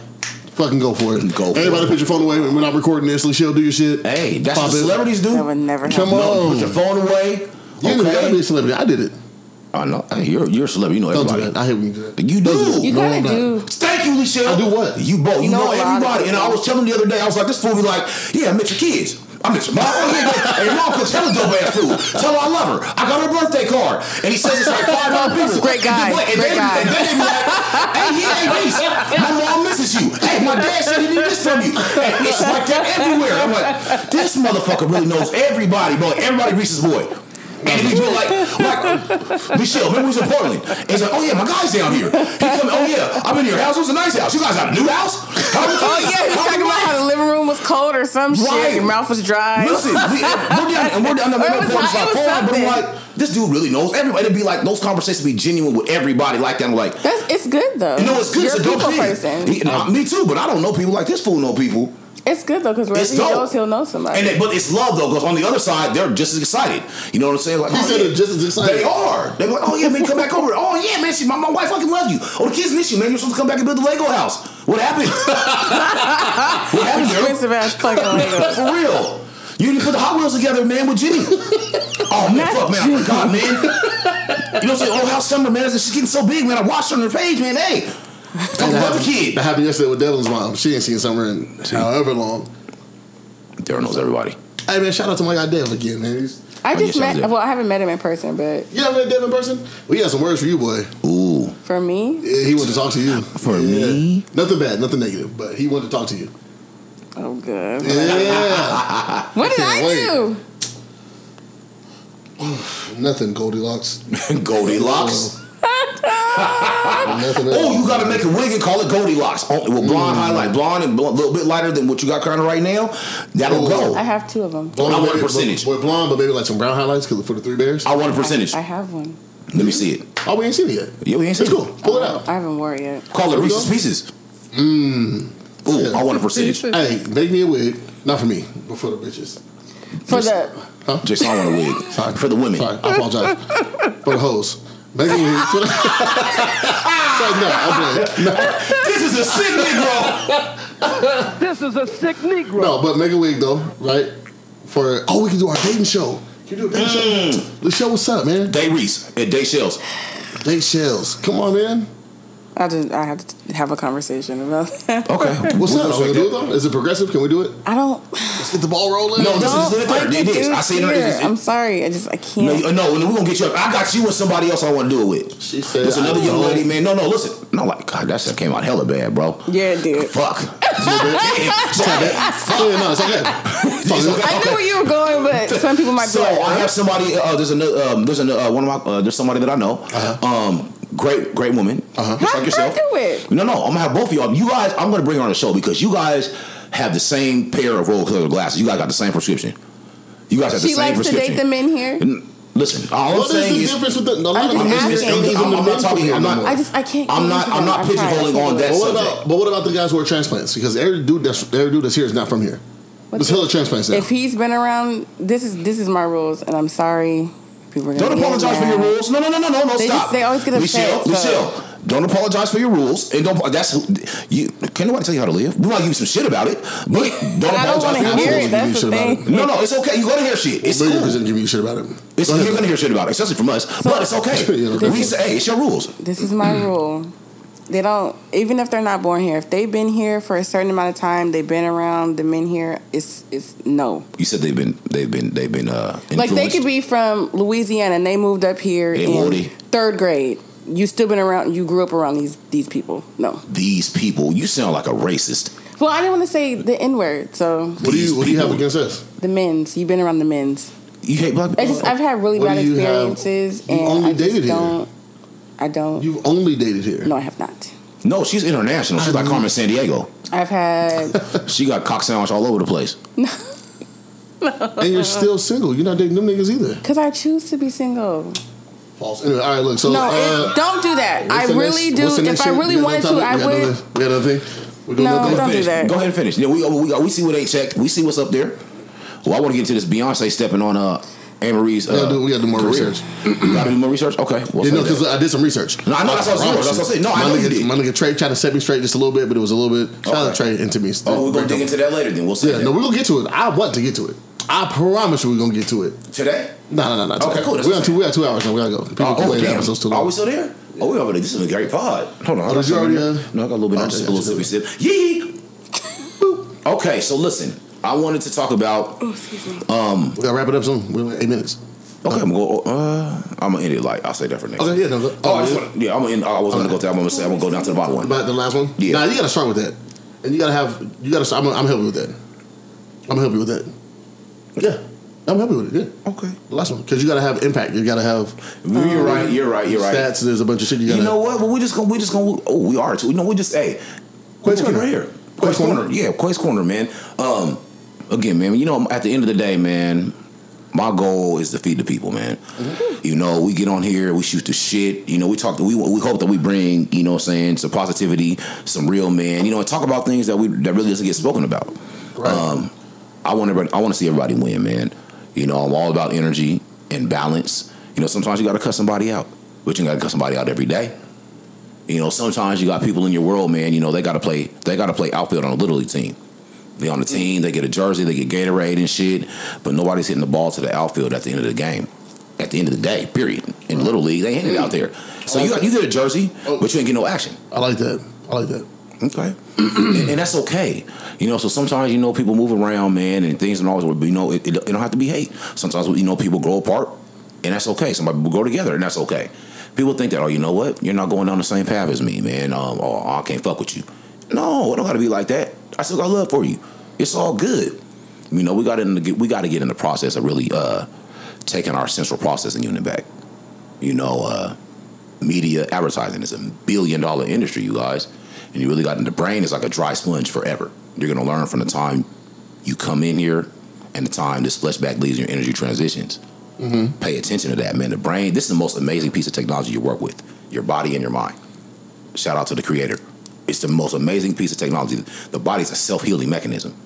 S2: fucking go for it.
S1: Go for
S2: Everybody
S1: it.
S2: put your phone away. We're not recording this. She'll do your shit.
S1: Hey, that's
S2: Pop
S1: what
S2: it.
S1: celebrities do.
S3: that would never happen.
S2: Come
S1: No, put your
S2: on.
S1: phone away.
S2: You ain't gotta be a
S1: Okay.
S2: celebrity. I did it.
S1: I know. Hey, you're, you're a celebrity. You know
S2: Don't
S1: everybody.
S2: do that. I hate when you do that.
S1: You do.
S3: You
S2: No,
S3: gotta
S2: I'm not.
S3: do
S1: Thank you, Michelle.
S2: I do what?
S1: You both. You
S3: You
S1: know,
S3: know a lot of
S1: everybody. And I
S3: people.
S1: was telling the other day, I was like, this fool be like, yeah, I met your kids. I miss
S3: <laughs>
S1: my mom. And your mom cooks hella dope ass food. Tell her I love her. I got her birthday card. And he says it's like 500 people.
S3: Great guy.
S1: And they-
S3: Great guy.
S1: And then they be like, hey, he ain't nice.
S3: <laughs>
S1: My mom misses you. Hey, my dad said he need this from you. And it's like that everywhere. I'm like, this motherfucker really knows everybody, bro. Everybody reaches boy. And we were like, like Michelle, remember we was in Portland. And he's like, oh yeah, my guy's down here. He come, oh yeah, I'm in your house. It was a nice house. You guys got a new house? How
S3: Oh yeah, he's talking about how the living room was cold or some
S1: Right.
S3: shit. Your mouth was dry.
S1: Listen, we, we're down, and we're down there.
S3: It
S1: We're
S3: was
S1: porn,
S3: hot-
S1: like
S3: it was
S1: porn, but I'm
S3: something.
S1: like, this dude really knows everybody. It'd be like those conversations be genuine with everybody like that. I'm like,
S3: That's it's good though.
S1: you know, it's good.
S3: You're
S1: it's
S3: a
S1: a dope
S3: people
S1: thing.
S3: person.
S1: He- nah, me too, but I don't know people like this fool. Know people,
S3: It's good though because
S1: It's
S3: wherever he
S1: dope.
S3: goes, he'll know somebody.
S1: and it, but it's love though. Because on the other side, they're just as excited. You know what I'm saying? Like
S2: He
S1: oh,
S2: said
S1: yeah.
S2: it just as excited.
S1: They are. They be like, oh yeah, man, come back over. Oh yeah, man, she, my, my wife fucking loves you. Oh, the kids miss you, man. You're supposed to come back and build the Lego house. What happened? <laughs> what happened, girl?
S3: Expensive
S1: <laughs>
S3: ass fucking Legos.
S1: For real. You didn't put the Hot Wheels together, man, with Jenny. Oh man,
S3: Not
S1: fuck man, I forgot, man. You know what I'm saying? Oh, how summer, man, she's getting so big, man. I watched her on her page, man. Hey. Talk about the
S2: That
S1: kid.
S2: happened yesterday with Devlin's mom. She ain't seen Summer in however long.
S1: Darren knows everybody.
S2: Hey man, shout out to my guy Dev again, man. He's,
S3: I
S1: Oh, yes,
S3: just
S1: I
S3: met.
S1: was there.
S3: Well, I haven't met him in person, but
S2: you ever met Dev in person? We got some words for you, boy.
S1: Ooh.
S3: for me,
S2: Yeah, he wanted to talk to you.
S1: For me?
S2: nothing bad, nothing negative, but he wanted to talk to you.
S3: oh good.
S2: Yeah,
S3: What did
S2: can't
S3: I do?
S2: <laughs> nothing Goldilocks.
S1: <laughs> Goldilocks.
S2: Nothing.
S1: Oh, you gotta make a wig and call it Goldilocks. Oh, with blonde
S2: Mm.
S1: highlight, blonde and a little bit lighter than what you got currently right now. That'll
S2: Ooh.
S1: go.
S3: <laughs> I have two of them.
S2: Blonde,
S1: I want a
S2: maybe-
S1: percentage.
S2: Boy, blonde, but maybe like some brown highlights 'cause for the three bears.
S1: I want a percentage.
S3: I, I have one.
S1: Let me see it.
S2: Oh, we ain't seen it yet.
S1: Yeah, we ain't seen
S2: It's
S1: it.
S2: cool. Pull it out.
S3: I haven't wore it yet.
S1: Call it Reese's Pieces. Mmm. Ooh, I want a
S2: <laughs>
S1: percentage.
S2: Mm. Hey, make me a wig. Not for me, but for the bitches.
S3: For the
S1: Jason, I want a wig.
S2: Sorry.
S1: For the women.
S2: Sorry, I apologize. for the hoes. Make me a wig <laughs> for the. Sorry, no, I'm playing. No,
S1: This is a sick nigga.
S4: This is a sick Negro.
S2: no, but make a wig though, right? For oh, we can do our dating show. Can you do a dating show?
S1: Mm.
S2: Let's show what's up, man.
S1: Day Reese at Day Shells.
S2: Date shells. Come on, man.
S3: I just I have to have a conversation about that.
S1: Okay.
S2: What's up? Can we do it though? Is it progressive? Can we do it?
S3: I don't.
S2: Let's get the ball rolling.
S1: No, this
S3: don't
S1: is
S3: like
S1: it. It
S3: the
S1: is. I
S3: dudes
S1: see it. It
S3: here.
S1: is.
S3: I'm sorry. I just I can't.
S1: No, you- no, we're gonna get you up. I got you and somebody else I want to do it with.
S2: She said,
S1: There's another
S2: I
S1: young
S2: don't-
S1: lady, man. No, no, listen. No, like, God, that shit came out hella bad, bro.
S3: yeah,
S1: <laughs>
S3: it did.
S1: Fuck.
S2: <laughs> Yeah, no, it's
S1: <laughs>
S2: okay. It's okay.
S3: I knew where you were going, but some people might be
S1: So
S3: like,
S1: I have somebody. Uh, there's another. Um, there's another. Uh, one of my. Uh, there's somebody that I know.
S2: Uh-huh.
S1: Um, great, great woman. Uh-huh. Just
S3: How
S1: like
S3: did I
S1: yourself.
S3: do it?
S1: No, no. I'm gonna have both of y'all. You guys. I'm gonna bring her on the show because you guys have the same pair of rose-colored glasses. You guys got the same prescription. You guys have the
S3: She
S1: same
S3: likes to
S1: prescription.
S3: date the men here.
S1: Listen, all
S2: What
S1: I'm saying
S2: is
S1: is.
S2: the difference with the? No,
S3: I'm just
S1: I'm just- I'm-
S3: asking.
S1: I'm- I'm not talking. I'm not.
S3: I just I can't.
S1: I'm not-
S3: get into
S1: I'm
S3: that.
S1: not
S3: I've tried.
S1: pigeonholing
S3: I can't
S1: on
S3: do it.
S1: that.
S2: But what
S1: subject.
S2: about but what about the guys who are transplants? Because every dude that's every dude that's here is not from here.
S3: What's
S2: There's hella transplants now.
S3: If he's been around, this is this is my rules, and I'm sorry. People are gonna
S1: Don't
S3: get
S1: apologize for
S3: mad.
S1: your rules. No, no, no, no, no, no.
S3: They
S1: stop.
S3: just- they always get
S1: Michelle,
S3: upset, so-
S1: Michelle. Don't apologize for your rules, and don't. That's who- you. Can nobody tell you how to live? We might give you some shit about it, but don't
S3: But I don't
S1: apologize
S3: want
S1: for your
S3: to hear
S1: rules.
S3: it. That's
S2: Shit
S3: the
S2: about it.
S3: thing.
S1: No, no, it's okay. You gonna hear shit. It's
S2: Million
S1: cool.
S2: percent give you shit about him.
S1: It's,
S2: Go
S1: you're
S2: ahead.
S1: gonna hear shit about it, especially from us. but it's okay.
S2: <laughs> Yeah, okay.
S1: We say, hey, it's your rules.
S3: This is my rule. They don't even if they're not born here. If they've been here for a certain amount of time, they've been around the men here. It's it's no.
S1: You said they've been, they've been, they've been. uh
S3: Like they
S1: influenced.
S3: could be from Louisiana and they moved up here
S1: Hey,
S3: in
S1: Woody.
S3: third grade. You still been around. You grew up around these these people. No.
S1: These people, you sound like a racist.
S3: Well, I didn't want to say the n word. So
S2: What do you what do you have
S1: These people.
S2: against us?
S3: the men's. You've been around the men's.
S1: You hate black
S3: I
S1: people.
S3: just I've had really
S2: What
S3: bad
S2: do you have-
S3: experiences
S2: you
S3: and
S2: only
S3: I just
S2: dated here?
S3: don't. I don't.
S2: You've only dated here.
S3: no, I have not.
S1: No, she's international. She's like Carmen San Diego.
S3: I've
S2: <laughs>
S3: had.
S1: She got cock sandwich all over the place.
S2: And
S3: <laughs>
S2: you're still single. You're not dating them niggas either.
S3: Cause I choose to be single.
S2: False. Anyway, all right, look. So
S3: No,
S2: uh,
S3: it, don't do that. I
S2: what's the
S3: really
S2: next- what's the
S3: do.
S2: next
S3: If I
S2: shit?
S3: really
S2: We got
S3: wanted
S2: another
S3: to, I
S2: topic? We got
S3: would.
S2: another- We got another thing. We doing
S3: No, don't
S2: another thing?
S3: do
S1: finish.
S3: that.
S1: Go ahead and finish. Yeah, we, we, we see what ain't checked. We see what's up there. Well, I want to get into this Beyonce stepping on uh, Anne Marie's. Uh,
S2: We gotta do- we gotta do more
S1: career.
S2: research.
S1: gotta do more research. Okay. We'll
S2: Yeah,
S1: say
S2: no,
S1: that.
S2: because I did some research.
S1: No, I know that's what I was doing.
S2: promise
S1: That's what I said. No, I
S2: my
S1: know
S2: nigga,
S1: you did.
S2: My nigga Trey tried to set me straight just a little bit, but it was a little bit. Shout out
S1: Okay.
S2: to Trey and to me.
S1: oh, we're gonna dig into that later. Then we'll see.
S2: Yeah, no, we're gonna get to it. I want to get to it. I promise you, we're gonna get to it.
S1: today.
S2: No, no, no, no.
S1: Okay,
S2: today.
S1: cool, that's
S2: We
S1: what
S2: got
S1: I'm
S2: two. We got two hours now. We gotta go. People
S1: Oh,
S2: can
S1: oh,
S2: wait.
S1: damn.
S2: Episode's too
S1: Are we
S2: long.
S1: still there? Oh, we already. This is a great pod. Hold on. I got
S2: Oh, did you
S1: something
S2: already,
S1: here. No, I got a little bit.
S2: Oh,
S1: I just
S2: yeah,
S1: a little
S2: I
S1: sippy sip. Yee. Boop. Okay, so listen. I wanted to talk about.
S3: Oh, excuse me.
S2: We gotta wrap it up soon. We're like eight minutes.
S1: Okay, I'm gonna go. Uh, I'm gonna end it like I'll say that for next.
S2: Okay, yeah. No, go-
S1: Oh, I just wanna, yeah, I'm gonna end. I was gonna go to. I'm gonna say I'm gonna go down to the bottom one.
S2: But the last one?
S1: Yeah.
S2: Nah, you gotta start with that. And you gotta have, you gotta, I'm, I'm helping with that. I'm gonna help you with that. Yeah. I'm helping with it, yeah.
S1: Okay,
S2: The last one. Because you gotta have impact. You gotta have
S1: you're right. You're right. You're right.
S2: stats. There's a bunch of shit you gotta
S1: Um, You know what? Well, we just gonna we just gonna oh we are too. You know we just hey, Quest
S2: Quest
S1: corner
S2: Corner.
S1: here.
S2: Quest
S1: Quest corner.
S2: Corner.
S1: yeah, Quest corner, man. Um, again, man. You know, at the end of the day, man, my goal is to feed the people, man. You know, we get on here, we shoot the shit. You know, we talk. We we hope that we bring you know what I'm saying some positivity, some real men. You know, and talk about things that we that really doesn't get spoken about.
S2: Right.
S1: Um, I want everybody, I want to see everybody win, man. You know, I'm all about energy and balance. You know, sometimes you got to cut somebody out, but you got to cut somebody out every day. You know, sometimes you got people in your world, man. You know, they got to play. They got to play outfield on a little league team. They on the team. They get a jersey. They get Gatorade and shit. But nobody's hitting the ball to the outfield at the end of the game. At the end of the day, period. In little league, they ain't it out there. So you got, you get a jersey, but you ain't get no action.
S2: I like that. I like that.
S1: Okay. and, and that's okay. You know, so sometimes, you know, people move around, man, and things don't always work. But, you know, it, it, it don't have to be hate. Sometimes, you know, people grow apart, and that's okay. Somebody will grow together, and that's okay. People think that, oh, you know what? You're not going down the same path as me, man. Um, oh, I can't fuck with you. No, it don't got to be like that. I still got love for you. It's all good. You know, we got to we got to get in the process of really uh, taking our central processing unit back. You know, uh, media advertising is a billion dollar industry, you guys. And you really got in the brain is like a dry sponge forever. You're gonna learn from the time you come in here and the time this flashback leaves your energy transitions. Pay attention to that, man. The brain, this is the most amazing piece of technology you work with your body and your mind. Shout out to the creator. It's the most amazing piece of technology. The body's a self healing mechanism.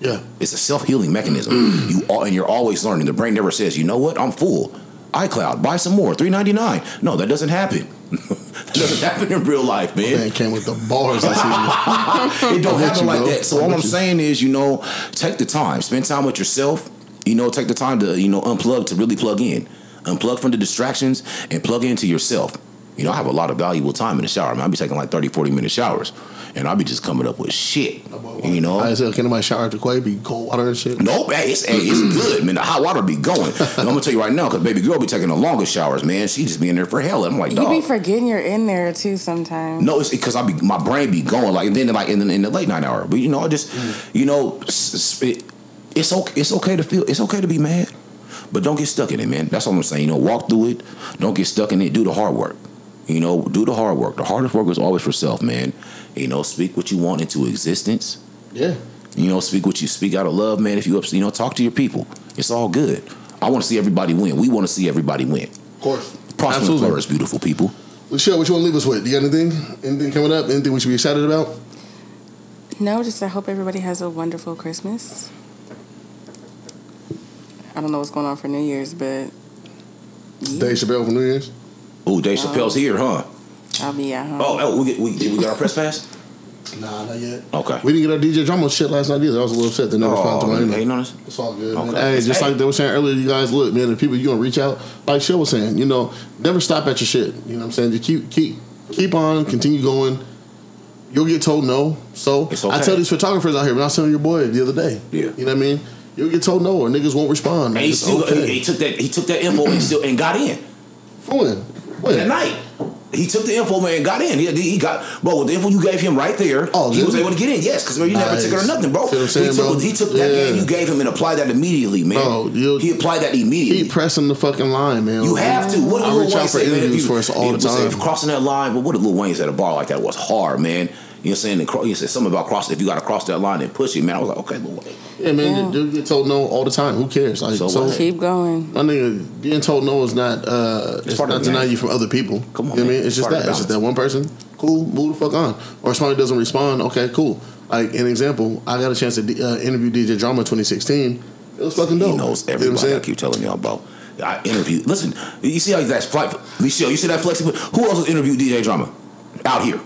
S2: Yeah.
S1: It's a self healing mechanism. you all, and you're always learning. The brain never says, "You know what? I'm full." iCloud, buy some more. Three ninety nine. No, that doesn't happen. <laughs> that doesn't happen in real life, man
S2: Man came with the bars. I see.
S1: it don't
S2: I bet
S1: happen
S2: you,
S1: like
S2: bro.
S1: that. So
S2: I
S1: all
S2: bet
S1: I'm
S2: you.
S1: saying is, you know, take the time, spend time with yourself. You know, take the time to you know unplug to really plug in, unplug from the distractions and plug into yourself. You know, I have a lot of valuable time in the shower. Man, I'll be taking like 30, 40 minute showers, and I'll be just coming up with shit. <laughs> You know,
S2: I said, can nobody shower after Quay? Be cold water and shit.
S1: Nope, hey, it's, hey, it's good, man. The hot water be
S2: <laughs>
S1: going. And I'm gonna tell you right now, cause baby girl be taking the longest showers, man. She just be in there for hell. I'm like,
S3: You
S1: dog.
S3: be forgetting you're in there too sometimes.
S1: No, it's because I be my brain be going like and then like in, the- in the late night hour. But you know, I just you know, s- s- it, it's okay. It's okay to feel. It's okay to be mad, but don't get stuck in it, man. That's all I'm saying. You know, walk through it. Don't get stuck in it. Do the hard work. You know, do the hard work. The hardest work is always for self, man. You know, speak what you want into existence.
S2: Yeah.
S1: You know, speak what you speak out of love, man. If you up, you know, talk to your people. It's all good. I want to see everybody win. We want to see everybody win.
S2: Of course.
S1: Prosper and
S2: Absolutely.
S1: flourish, beautiful people.
S2: Michelle, what you want to leave us with? You got anything? Anything coming up? Anything we should be excited about?
S3: No, just I hope everybody has a wonderful Christmas. I don't know what's going on for New Year's, but
S2: Dave Chappelle for New Year's.
S1: Oh, Dave Chappelle's here, huh?
S3: I'll be at home.
S1: Oh, oh we get, we, did we get our press pass?
S2: Nah, not yet.
S1: Okay.
S2: We didn't get our DJ drama shit last night either. I was a little upset. They never responded
S1: Oh,
S2: to my
S1: hating
S2: email.
S1: on us?
S2: It's all good. man.
S1: Okay.
S2: Hey, just
S1: Hey.
S2: like they were saying earlier, you guys look, man. The people you gonna reach out, like Shell was saying, you know, never stop at your shit. You know what I'm saying? Just keep keep keep on, continue going. You'll get told no. So
S1: It's
S2: I
S1: okay.
S2: tell these photographers out here, when I was telling your boy the other day.
S1: Yeah.
S2: You know what I mean? You'll get told no, or niggas won't respond.
S1: And he
S2: It's
S1: still
S2: okay.
S1: he, he took that he took that info and still and got in
S2: For when? When?
S1: that night. He took the info man and got in. He, he got bro with the info you gave him right there.
S2: Oh,
S1: he
S2: did
S1: was
S2: he?
S1: able to get in. Yes, because you never
S2: Nice.
S1: took it or nothing, bro.
S2: See what I'm
S1: he
S2: saying,
S1: took,
S2: bro?
S1: He took that
S2: Yeah.
S1: game you gave him and applied that immediately, man.
S2: Bro, you-
S1: he applied that immediately.
S2: Keep pressing the fucking line, man.
S1: you have to. What did
S2: I
S1: Lil
S2: reach
S1: Wayne
S2: out for
S1: say, man? If
S2: interviews
S1: you-
S2: for us all the
S1: if you say
S2: time.
S1: Crossing that line, but what did Lil Wayne say at a bar like that was hard, man. You know what I'm saying? And cro- He said something about cross. If you got to cross that line and push it, man. I was like, okay, Lil Wayne.
S2: Yeah, man, you you get told no all the time. Who cares? Like,
S1: So
S2: so,
S1: what?
S3: Keep going.
S2: my nigga, being told no is not uh, it's,
S1: part of
S2: not
S1: the game.
S2: denying you from other people.
S1: Come on,
S2: you know what I
S1: man.
S2: mean, it's
S1: It's
S2: just
S1: part of
S2: that.
S1: the
S2: It's just that one person. Cool, move the fuck on. Or if somebody doesn't respond. Okay, cool. Like an example, I got a chance to d- uh, interview DJ Drama 2016. It was fucking dope.
S1: He knows
S2: You know what
S1: everybody.
S2: I'm
S1: I
S2: saying?
S1: keep telling y'all, bro. I interviewed. Listen, you see how that's flexible. Michelle, you see that flexible. Who else has interviewed DJ Drama out here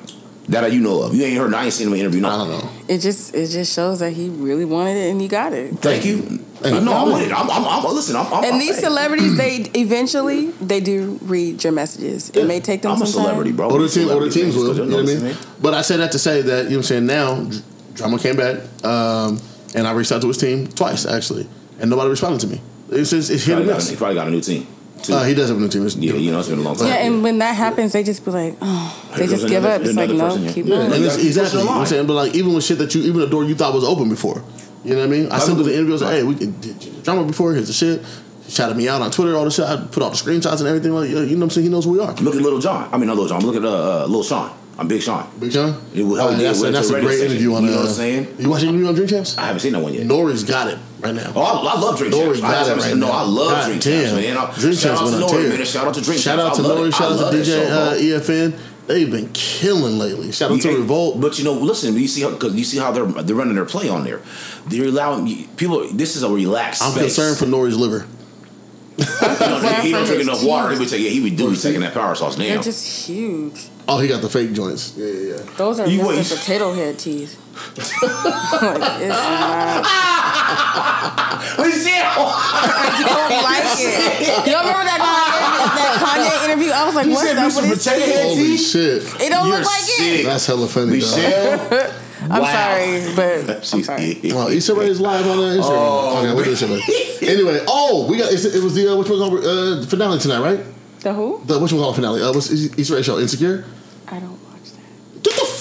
S1: that you know of? You ain't heard. I ain't seen him interview.
S2: I don't
S1: No.
S2: know.
S3: It just it just shows that he really wanted it and he got it.
S1: Thank you.
S2: Thank you.
S1: no, I'm with it. I'm, I'm, I'm listen. I'm, I'm
S3: And these
S1: Oh, hey,
S3: celebrities, they eventually they do read your messages. It may take them.
S1: I'm a
S3: some
S1: celebrity,
S3: Time.
S1: bro.
S2: Older
S1: These
S2: Oh, team, older
S1: celebrities,
S2: teams
S1: man,
S2: will.
S1: just
S2: You
S1: 'cause
S2: know what I
S1: notice
S2: mean?
S1: me.
S2: But I say that to say that you know what I'm saying. Now, Dr- Drama came back. Um, and I reached out to his team twice actually, and nobody responded to me. It's just it's hit
S1: Probably
S2: and
S1: got, a- he
S2: miss.
S1: probably got a new team. Too.
S2: Uh, he does have a new team. It's-
S1: yeah, you know, it's been a long time.
S3: Yeah, and when that happens, they just be like, oh,
S1: Here
S3: they just
S1: goes
S3: give
S1: another-
S3: up. It's like,
S1: another
S3: no,
S1: person, yeah.
S3: keep
S1: Yeah.
S2: And
S3: going.
S2: it's-
S1: Exactly.
S2: exactly. You know what I'm
S1: Line.
S2: saying, but like even with shit that you, even a door you thought was open before, you know what I mean? I
S1: Why
S2: sent to
S1: would-
S2: the interview. I was like, "Hey, we did the drama before. Here's the shit." He shouted me out on Twitter, all the shit. I put all the screenshots and everything. Like, yo, you know what I'm saying? He knows who we are.
S1: Look at Little John. I mean, not Little John. Look at uh, uh, Little Sean. I'm Big Sean.
S2: Big John.
S1: It oh, will help
S2: Uh,
S1: me
S2: that's
S1: with
S2: a, that's
S1: the
S2: a
S1: radio
S2: great
S1: station.
S2: interview on.
S1: You know
S2: uh,
S1: what I'm saying?
S2: You watching interview on Dream Champs?
S1: I haven't seen that one yet.
S2: Nori's got it right now.
S1: Oh, I, I love Dream
S2: Nori
S1: Champs. I
S2: got it
S1: haven't
S2: right
S1: seen- no,
S2: now.
S1: I love
S2: God
S1: Dream
S2: damn.
S1: Champs, man. I-
S2: Dream
S1: shout
S2: Champs
S1: out to
S2: went on
S1: Nori,
S2: tear.
S1: man. Shout out to Dream
S2: Shout out
S1: Champs.
S2: to
S1: I love
S2: Nori.
S1: it. I
S2: Shout out
S1: love
S2: to
S1: that
S2: DJ
S1: show, bro.
S2: uh, EFN. They've been killing lately. Shout out to
S1: Yeah,
S2: Revolt.
S1: But you know, listen, you see how because you see how they're they're running their play on there. They're allowing people. This is a relaxed.
S2: I'm
S1: space.
S2: concerned for Nori's liver.
S1: You know, he- he don't drink enough water. He would take. Yeah, he would do. He's
S2: Or-
S1: taking that power sauce
S3: They're
S1: now. <laughs>
S3: just huge.
S2: Oh, he got the fake joints. Yeah, yeah. yeah.
S3: Those are
S1: You
S3: Mr.
S1: wait.
S3: potato head teeth. <laughs> like, it's not. I
S1: <laughs>
S3: don't like it. Y'all remember that, that Kanye interview? I was like, what's up with his teeth?
S2: Holy shit.
S3: It don't
S1: You're
S3: look like it.
S1: sick.
S2: That's hella funny. dog.
S1: Michelle,
S3: I'm <laughs> sorry, but
S1: <laughs>
S3: I'm
S1: she's
S3: sorry.
S1: ill.
S2: Wow, Issa Rae is live on uh, Instagram.
S1: Oh,
S2: okay, what is it? Anyway, oh, we got. it's- It was the uh, which was over uh, finale tonight, right?
S3: The who?
S2: The which was called finale. Uh, what's Issa Rae show? Insecure.
S3: I don't watch that.
S2: Get the. F-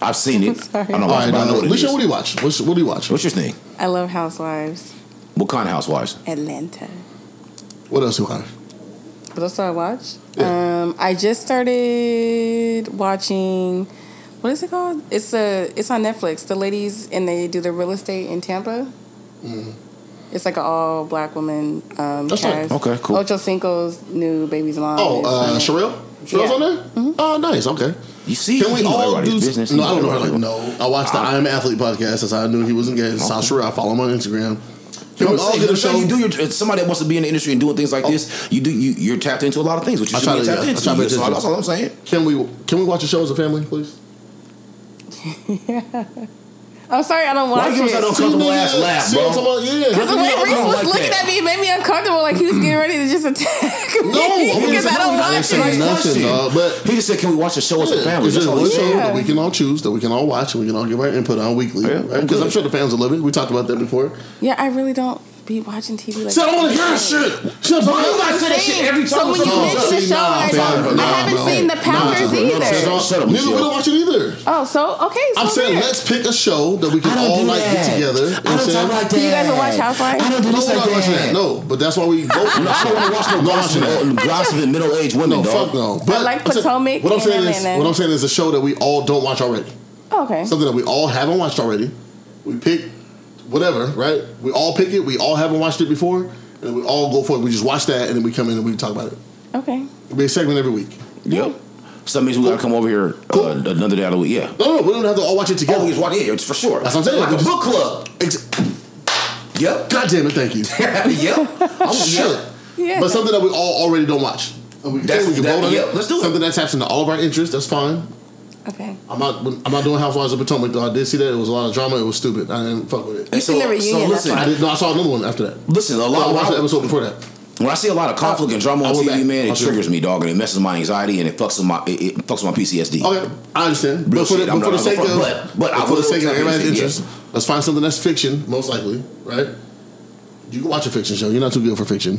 S1: I've seen
S3: I'm
S1: it. I
S3: sorry.
S1: don't know
S2: All right,
S1: but I know
S2: uh,
S1: what it
S2: Alicia,
S1: is.
S2: what do you watch? What's, what do you watch?
S1: What's your thing?
S3: I love Housewives,
S1: What kind of housewives?
S3: Atlanta.
S2: What else do you watch?
S3: What else do I watch?
S2: Yeah.
S3: Um, I just started watching. What is it called? It's a. It's on Netflix. The ladies and they do the real estate in Tampa.
S1: Mm-hmm.
S3: It's like an all black woman um,
S2: That's right.
S3: cast.
S1: Okay, cool.
S3: Ocho Cinco's new baby's mom.
S2: Oh,
S3: is
S2: uh,
S3: on it.
S2: Sherelle? Sherelle's
S3: Yeah.
S2: on there? Oh, nice. Okay.
S1: You see,
S2: Can we
S1: you Mm-hmm. know
S2: all
S1: everybody's
S2: do
S1: business?
S2: No,
S1: You
S2: I don't know her
S1: everybody's
S2: like no. I watched the I Am Athlete podcast. That's how I knew he was engaged. Saw Sherelle. I follow him on Instagram. Can we
S1: You know,
S2: all
S1: see,
S2: get a
S1: the thing
S2: show?
S1: You do your, it's somebody that wants to be in the industry and doing things like this. You do you you're tapped into a lot of things, which you
S2: I
S1: should
S2: try
S1: be
S2: to-
S1: tapped
S2: yeah, I
S1: into.
S2: try to be
S1: That's all,
S2: digital.
S1: that's all I'm saying.
S2: Can we can we watch a show as a family, please?
S3: I'm sorry, I don't watch
S1: Why you give us that
S3: it.
S1: uncomfortable
S2: See,
S1: ass
S2: nigga,
S1: laugh,
S2: see
S1: bro?
S2: what I'm talking about? Yeah.
S3: Because the way
S1: I don't
S3: Reese was
S1: like
S3: looking
S1: that.
S3: at me, it made me uncomfortable. Like he was getting ready to just attack me.
S2: <laughs> No, I'm
S3: because
S2: just-
S3: I don't
S2: no, I ain't
S3: watch
S2: saying
S3: it.
S1: Nice
S2: nothing,
S1: question.
S2: dog, but-
S1: he just said, "Can we watch the show as a family?"
S2: It's
S1: That's
S2: just
S1: all
S2: one
S1: he
S2: show
S1: said.
S3: Yeah.
S2: that we can all choose, that we can all watch, and we can all give our input on weekly.
S1: Yeah,
S2: Because
S1: I'm
S2: I'm
S1: good.
S2: sure the fans will love it. We talked about that before.
S3: Yeah, I really don't be watching TV like
S2: See, I
S3: that.
S2: don't want to hear that shit. Shut up.
S1: I say that shit every
S3: So
S1: time
S3: when you
S1: something
S3: mentioned
S2: mention
S1: comes
S3: the
S1: up.
S3: show,
S2: See, nah,
S3: I,
S2: fam,
S3: I
S2: nah,
S3: haven't
S2: bro.
S3: seen the Powers
S1: bro, no,
S3: either.
S1: shut up, shut up,
S2: Neither we
S1: Michelle.
S2: don't watch it either.
S3: oh, so okay. So
S2: I'm saying
S3: there.
S2: let's pick a show that we can all like get together. You know what I'm saying?
S3: Do you guys watch Housewives?
S1: I don't do
S2: No,
S1: this
S2: we're
S1: like
S2: not watching
S1: that.
S2: that. No, but that's why we go.
S1: No, I don't want to watch no gossip, no gossip and middle-aged women,
S2: No,
S1: dog.
S2: fuck no. But
S3: like
S2: I'm saying-
S3: Potomac
S2: What I'm
S3: and
S2: saying is,
S3: Atlanta.
S2: what I'm saying is a show that we all don't watch already.
S3: Oh, okay.
S2: Something that we all haven't watched already. We pick whatever, right? We all pick it. We all haven't watched it before, and then we all go for it. We just watch that, and then we come in and we talk about it.
S3: okay.
S2: It'll be a segment every week.
S1: Yep. So that means we gotta come over here
S2: Cool.
S1: uh, another day out of the week. Yeah.
S2: No, no, we don't have to all watch it together.
S1: Oh, he's watching it. It's for sure.
S2: That's what I'm saying.
S1: Like
S2: We
S1: a
S2: just-
S1: book club.
S2: Ex-
S1: Yep.
S2: God damn it! Thank
S1: <laughs>
S2: you.
S1: yep.
S2: I'm shook.
S3: Yeah.
S2: But something that we all already don't watch. And we can,
S1: That's-
S2: we can
S1: that-
S2: vote on
S1: yeah,
S2: it.
S1: let's do it.
S2: Something that taps into all of our interests. That's fine.
S3: Okay.
S2: I'm not. I'm not doing Housewives of Potomac though. I did see that it was a lot of drama. It was stupid. I didn't fuck with it.
S3: You seen the reunion,
S1: So
S3: that's
S1: listen,
S3: why.
S2: I did. No, I saw another one after that.
S1: listen. A
S2: No, I
S1: lot.
S2: watched the
S1: When I,
S2: episode before that.
S1: when I see a lot of conflict and drama
S2: I
S1: on
S2: went
S1: TV,
S2: back.
S1: man, it
S2: Okay.
S1: triggers me, dog, and it messes with my anxiety and it fucks with my it, it fucks with my PTSD.
S2: Okay, I understand.
S1: Real
S2: But for the,
S1: shit, I'm
S2: but for the
S1: not- I'm
S2: sake
S1: not-
S2: of,
S1: but- but I
S2: for the
S1: will
S2: sake of
S1: tap
S2: everybody's
S1: into it,
S2: interest, let's find something that's fiction, most likely, right? You can watch a fiction show. You're not too good for fiction.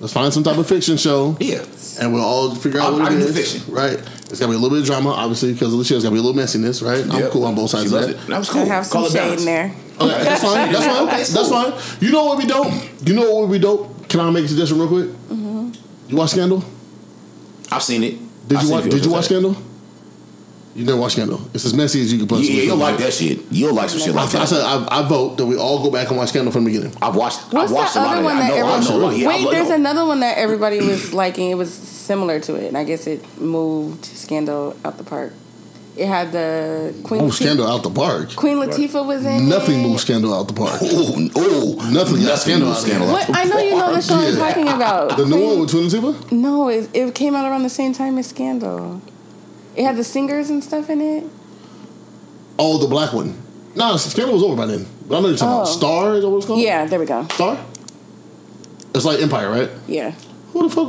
S2: Let's find some type of fiction show.
S1: Yeah.
S2: and we'll all figure out
S1: I'm-
S2: what
S1: I'm
S2: it
S1: into
S2: is.
S1: fiction.
S2: Right. It's gotta be a little bit of drama, obviously, because Alicia's gotta be a little messiness, right? I'm
S1: Yep.
S2: cool on both sides
S1: She
S2: of
S1: loves
S2: that.
S1: it. That was
S3: I
S1: cool.
S3: have some
S1: Call it
S3: shade
S1: balance.
S3: in there.
S2: Okay, that's fine. That's
S1: <laughs>
S2: fine. That's fine. You know what would be dope? You know what would be dope? Can I make a suggestion real quick?
S1: Mm-hmm.
S2: You watch Scandal?
S1: I've seen it.
S2: Did
S1: I've
S2: you
S1: seen
S2: watch?
S1: videos
S2: Did you
S1: of
S2: watch
S1: that.
S2: Scandal? You never watched Scandal. It's as messy as you can
S1: Yeah,
S2: possibly.
S1: yeah, you'll
S2: get.
S1: like that shit. You'll like some shit
S2: I,
S1: like
S2: I
S1: that.
S2: said I, I vote that we all go back and watch Scandal from the beginning.
S1: I've watched.
S3: What's
S1: I've watched a
S3: the
S1: lot
S3: other
S1: of
S3: one
S1: that.
S3: that
S1: I know. I
S3: everyone-
S1: know. Yeah, I
S3: Wait,
S1: know.
S2: oh.
S3: there's another one that everybody was <clears throat> liking. It was similar to it, and I guess it moved Scandal out the park. It had the Queen.
S2: Move
S3: Latif-
S2: Oh, Scandal out the park.
S3: Queen Latifah was in.
S2: Nothing
S3: it.
S2: moves Scandal out the park.
S1: Ooh, ooh,
S2: Nothing got Scandal
S1: moves
S2: out of
S1: Scandal
S2: it.
S1: out
S3: What? I know you know the show I'm
S2: Yeah.
S3: talking about.
S2: The new
S3: Queen-
S2: one with Twin Tifa?
S3: No, it, it came out around the same time as Scandal. It had the singers and stuff in it.
S2: Oh, the black one. No, Scandal was over by then. But I know you're talking about
S3: Oh.
S2: Star. Is that what it's called?
S3: Yeah, there we go.
S2: Star. It's like Empire, right?
S3: Yeah.
S2: Who the fuck?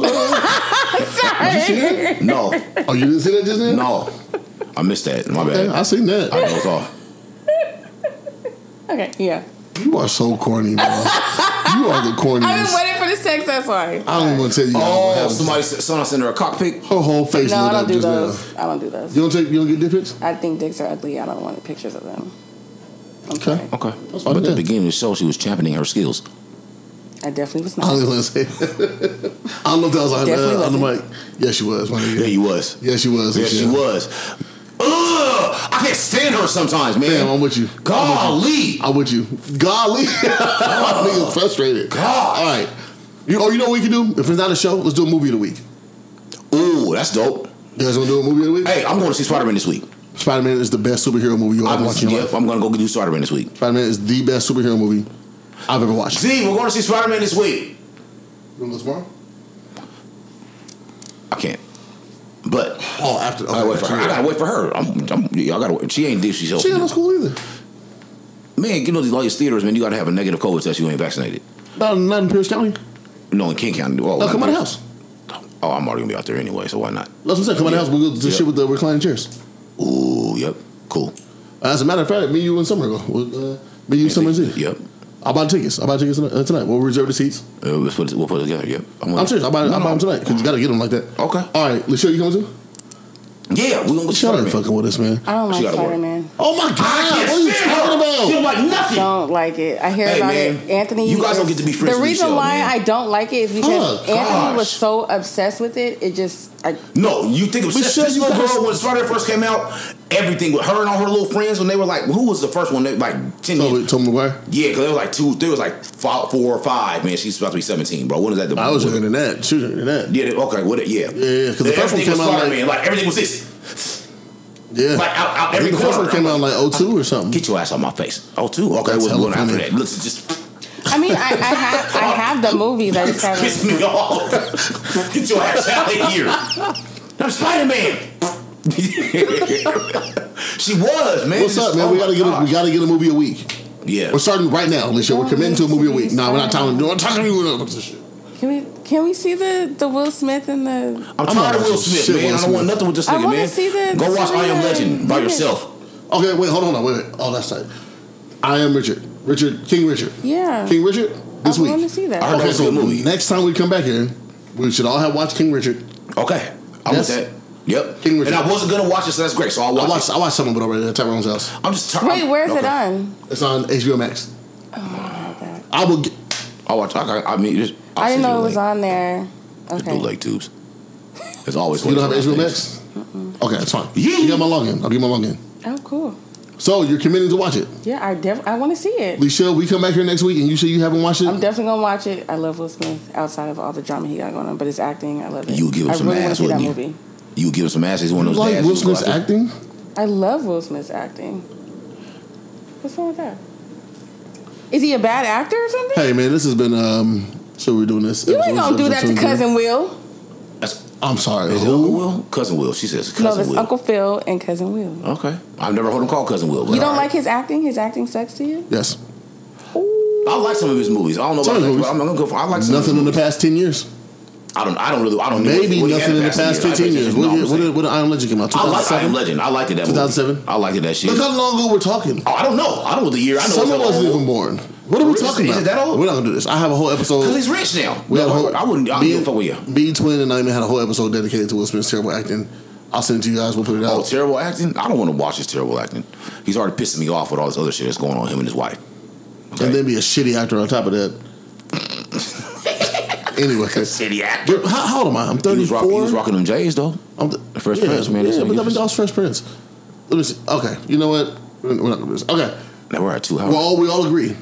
S2: <laughs>
S3: Sorry.
S1: No,
S2: oh, you didn't see that just now?
S1: no, I missed that. My
S2: Okay, <laughs>
S1: bad.
S2: I seen that.
S1: I know it's off.
S3: Okay, yeah.
S2: You are so corny, bro. you <laughs> are the
S1: Mm.
S3: I've been
S2: corniest.
S3: waiting for the sex. That's why.
S2: I don't want to tell you. how
S1: Oh,
S2: have
S1: somebody someone sent her a cockpit.
S2: Her whole face
S3: No, I
S2: lit
S3: don't
S2: up
S3: do
S2: just now.
S3: those. I don't do those.
S2: You don't take. You don't get dick pics.
S3: I think dicks are ugly. I don't want pictures of them. I'm
S2: Okay.
S3: sorry.
S1: Okay.
S2: That's
S1: But at
S2: what it
S1: the
S2: is.
S1: beginning of the show, she was championing her skills.
S3: I definitely was
S2: <laughs> I
S3: not.
S2: was gonna say. I don't know if that was on,
S3: Definitely
S2: uh, on the mic.
S3: wasn't.
S2: Yeah, she was. my nigga.
S1: Yeah, you was.
S2: Yeah, she was.
S1: Yeah, she
S2: Yeah.
S1: was. Ugh! I can't stand her sometimes, man.
S2: Damn, I'm with you.
S1: Golly!
S2: I'm with you. Golly, <laughs> I'm nigga frustrated.
S1: God.
S2: All right. You, oh, you know what we can do? If it's not a show, let's do a movie of the week.
S1: Ooh, that's dope.
S2: You guys want to do a movie of the week?
S1: Hey, I'm going to see Spider Man this week.
S2: Spider Man is the best superhero movie you'll ever
S1: I'm,
S2: watch in your
S1: yeah,
S2: life.
S1: I'm going to go do Spider Man this week.
S2: Spider Man is the best superhero movie I've ever watched.
S1: Z, we're going to see Spider Man this week.
S2: You want to go tomorrow?
S1: I can't. But
S2: Oh, after.
S1: I gotta wait for her. I gotta wait for her. I'm, I'm, y'all gotta wait. She ain't this. She's
S2: She ain't no school either.
S1: man. You know these all these theaters, man. You gotta have a negative COVID test. You ain't vaccinated.
S2: Not, not in Pierce County.
S1: No, in King County. Oh,
S2: No, come
S1: not
S2: on the
S1: there.
S2: house.
S1: Oh, I'm already gonna be out there anyway, so why not?
S2: That's what I'm saying. Come on the
S1: Yeah.
S2: house. We'll do the
S1: Yeah.
S2: shit with the reclining chairs.
S1: Ooh, yep, cool.
S2: As a matter of fact, me, you, and Summer go. We'll, uh, me, you, Summer, and Z.
S1: Yep.
S2: I'll buy the tickets. I'll buy the tickets tonight. Uh, tonight. We'll reserve the seats.
S1: Uh, we'll, put it, we'll put it together. Yep. gonna-
S2: I'm serious. I'll buy,
S1: No,
S2: I'll
S1: no.
S2: buy them tonight because you got to get them like that.
S1: Okay.
S2: All right, Lachelle, you coming too?
S1: Yeah, we gonna go
S2: Shut up
S1: Spider
S2: fucking with us, man.
S3: I don't
S1: She
S3: like
S1: gotta work.
S3: Spider Man.
S2: Oh my God. What are you talking about?
S1: She don't like nothing.
S3: Don't like it. I hear
S1: Hey,
S3: about
S1: man,
S3: it. Anthony,
S1: you guys don't get
S3: is-
S1: to be friends
S3: The
S1: with each
S3: reason
S1: other,
S3: why
S1: man.
S3: I don't like it is because
S2: Oh,
S3: Anthony was
S1: gosh.
S3: so obsessed with it. It just, I,
S1: No, you think of
S2: Michelle,
S1: this
S2: you
S1: little
S2: gotta-
S1: girl when Spider first came out, everything with her and all her little friends when they were like, who was the first one? They were like ten years.
S2: Toby, Toby McGuire.
S1: Yeah, because there was like two, there was like five, four or five. Man, she's about to be seventeen, bro. When is that? The
S2: I was younger than that. She was younger than that.
S1: Yeah, they- okay, what? Yeah,
S2: yeah, 'cause
S1: Everything
S2: the first one came
S1: was
S2: out like-
S1: Spider-Man, like, everything was this,
S2: Yeah.
S1: like out, out
S2: I
S1: every
S2: think the first
S1: corner.
S2: one came out in like 02 or something.
S1: Get your ass on my face. Oh, two. Okay,
S2: That's
S1: what's
S2: hella
S1: going after
S2: funny.
S1: that? Listen, just
S3: I mean, I, I have, I have the movies. I just
S1: piss
S3: haven't.
S1: me off. Get your ass out of here. I'm
S2: <laughs>
S1: Spider-Man. she was man.
S2: What's up,
S1: Just-
S2: man?
S1: oh
S2: we
S1: my
S2: gotta get a,
S1: gosh.
S2: we gotta get a movie a week.
S1: yeah.
S2: We're starting right now, Alicia. We're committing to a movie a week. Nah, we're not talking. We're not talking to you about this shit.
S3: Can we, can we see the, the Will Smith and the.
S1: I'm
S2: I'm
S1: tired
S2: not
S1: of Will
S2: watching
S1: Smith,
S2: shit
S1: man.
S2: Will
S1: I don't want
S2: Smith.
S1: nothing with this
S3: I
S1: nigga,
S3: wanna
S1: man.
S3: see the-
S1: Go watch I Am
S3: the-
S1: Legend by
S3: the-
S1: yourself.
S2: Okay, wait, hold on, hold on, wait, wait. Oh, that's tight. I am Richard. Richard King Richard.
S3: Yeah.
S2: King Richard. This
S3: I
S2: week.
S3: want to see that.
S1: I heard that
S2: Okay,
S1: was a
S2: so
S1: good movie.
S2: next time we come back here, we should all have watched King Richard.
S1: Okay. I'm
S2: Yes.
S1: with that. Yep.
S2: King Richard.
S1: and I wasn't gonna watch it, so that's great. So I'll watch,
S2: I watched I watched some of it already at Tyrone's house.
S1: it. I'm just tired.
S3: Wait, where's it
S1: Okay.
S3: on?
S2: It's on HBO Max.
S3: Oh, Okay.
S2: I will. Get,
S1: I'll watch. I, I mean, just, I'll
S3: I
S1: send you
S3: didn't know
S1: a
S3: it was
S1: link.
S3: on there.
S1: Just
S3: Okay.
S1: do leg tubes. It's always
S2: you don't have HBO
S1: one of those
S2: Max? Okay, that's fine. You got my login. I'll give you my login.
S3: Oh, cool.
S2: So you're committing to watch it,
S3: Yeah, I def- I want to see it.
S2: Lachelle. We come back here next week, and you say you haven't watched it.
S3: I'm definitely gonna watch it. I love Will Smith outside of all the drama he got going on, but his acting, I love it.
S1: You give him
S3: I
S1: some
S3: really wanna
S1: ass,
S3: see that
S1: wouldn't you?
S3: movie.
S1: things. You give him some ass. He's one
S2: You
S1: of those
S2: like
S1: dads.
S2: Will
S1: who's gonna
S2: Smith's
S1: have to-
S2: acting?
S3: I love Will Smith's acting. What's wrong with that? Is he a bad actor or something?
S2: Hey man, this has been. um So we're doing this.
S3: you ain't gonna do that to
S2: Episode
S3: cousin Will.
S1: That's,
S2: I'm sorry.
S1: is it
S2: Who?
S1: Uncle Will? Cousin Will. She says
S3: no,
S1: cousin
S3: that's
S1: Will.
S3: Uncle Phil and cousin Will.
S1: Okay. I've never heard him call cousin Will. but
S3: you don't
S1: all
S3: like
S1: right.
S3: his acting? His acting sucks to you?
S2: Yes.
S1: I like some of his movies. I don't know
S2: Some
S1: about
S2: of his
S1: that, but
S2: movies.
S1: I'm not gonna go for. I like some
S2: Nothing
S1: of
S2: in
S1: his movies.
S2: the past ten years.
S1: I don't. I don't really. I don't. know what-
S2: Maybe
S1: what he had
S2: nothing in the past 15 years. What
S1: No, I'm
S2: did, what
S1: saying.
S2: did, what did Iron Legend come out?
S1: I like I
S2: 2007?
S1: Am Legend. I liked it that
S2: 2007?
S1: movie. I liked it that shit.
S2: Look how long ago we're talking.
S1: Oh, I don't know. I don't know the year. I know
S2: Someone
S1: it's
S2: wasn't
S1: old.
S2: even born. What are we
S1: Is it-
S2: talking
S1: is
S2: about?
S1: it that old?
S2: We're not gonna do this. I have a whole
S1: Cause
S2: episode.
S1: he's rich now.
S2: We
S1: No,
S2: had a
S1: I,
S2: whole,
S1: would- I wouldn't. I
S2: me
S1: wouldn't
S2: and-
S1: fuck with you.
S2: Me and Twin and I even had a whole episode dedicated to Will Smith's terrible acting. I'll send it to you guys. We'll put it out.
S1: Oh, terrible acting. I don't want to watch his terrible acting. He's already pissing me off with all this other shit that's going on with him and his wife. Okay?
S2: And then be a shitty actor on top
S1: <laughs>
S2: of that. anyway,
S1: City actor.
S2: Dude, how, how old am I? I'm
S1: He was,
S2: 34.
S1: rock, he was rocking them J's though.
S2: I'm the,
S1: Fresh Prince, man.
S2: Yeah,
S1: That's what
S2: but
S1: you
S2: that was,
S1: just-
S2: that was Fresh Prince. Let me see. Okay, you know what? We're we're not gonna do this. Okay,
S1: Now we're at two hours.
S2: well, all we all agree.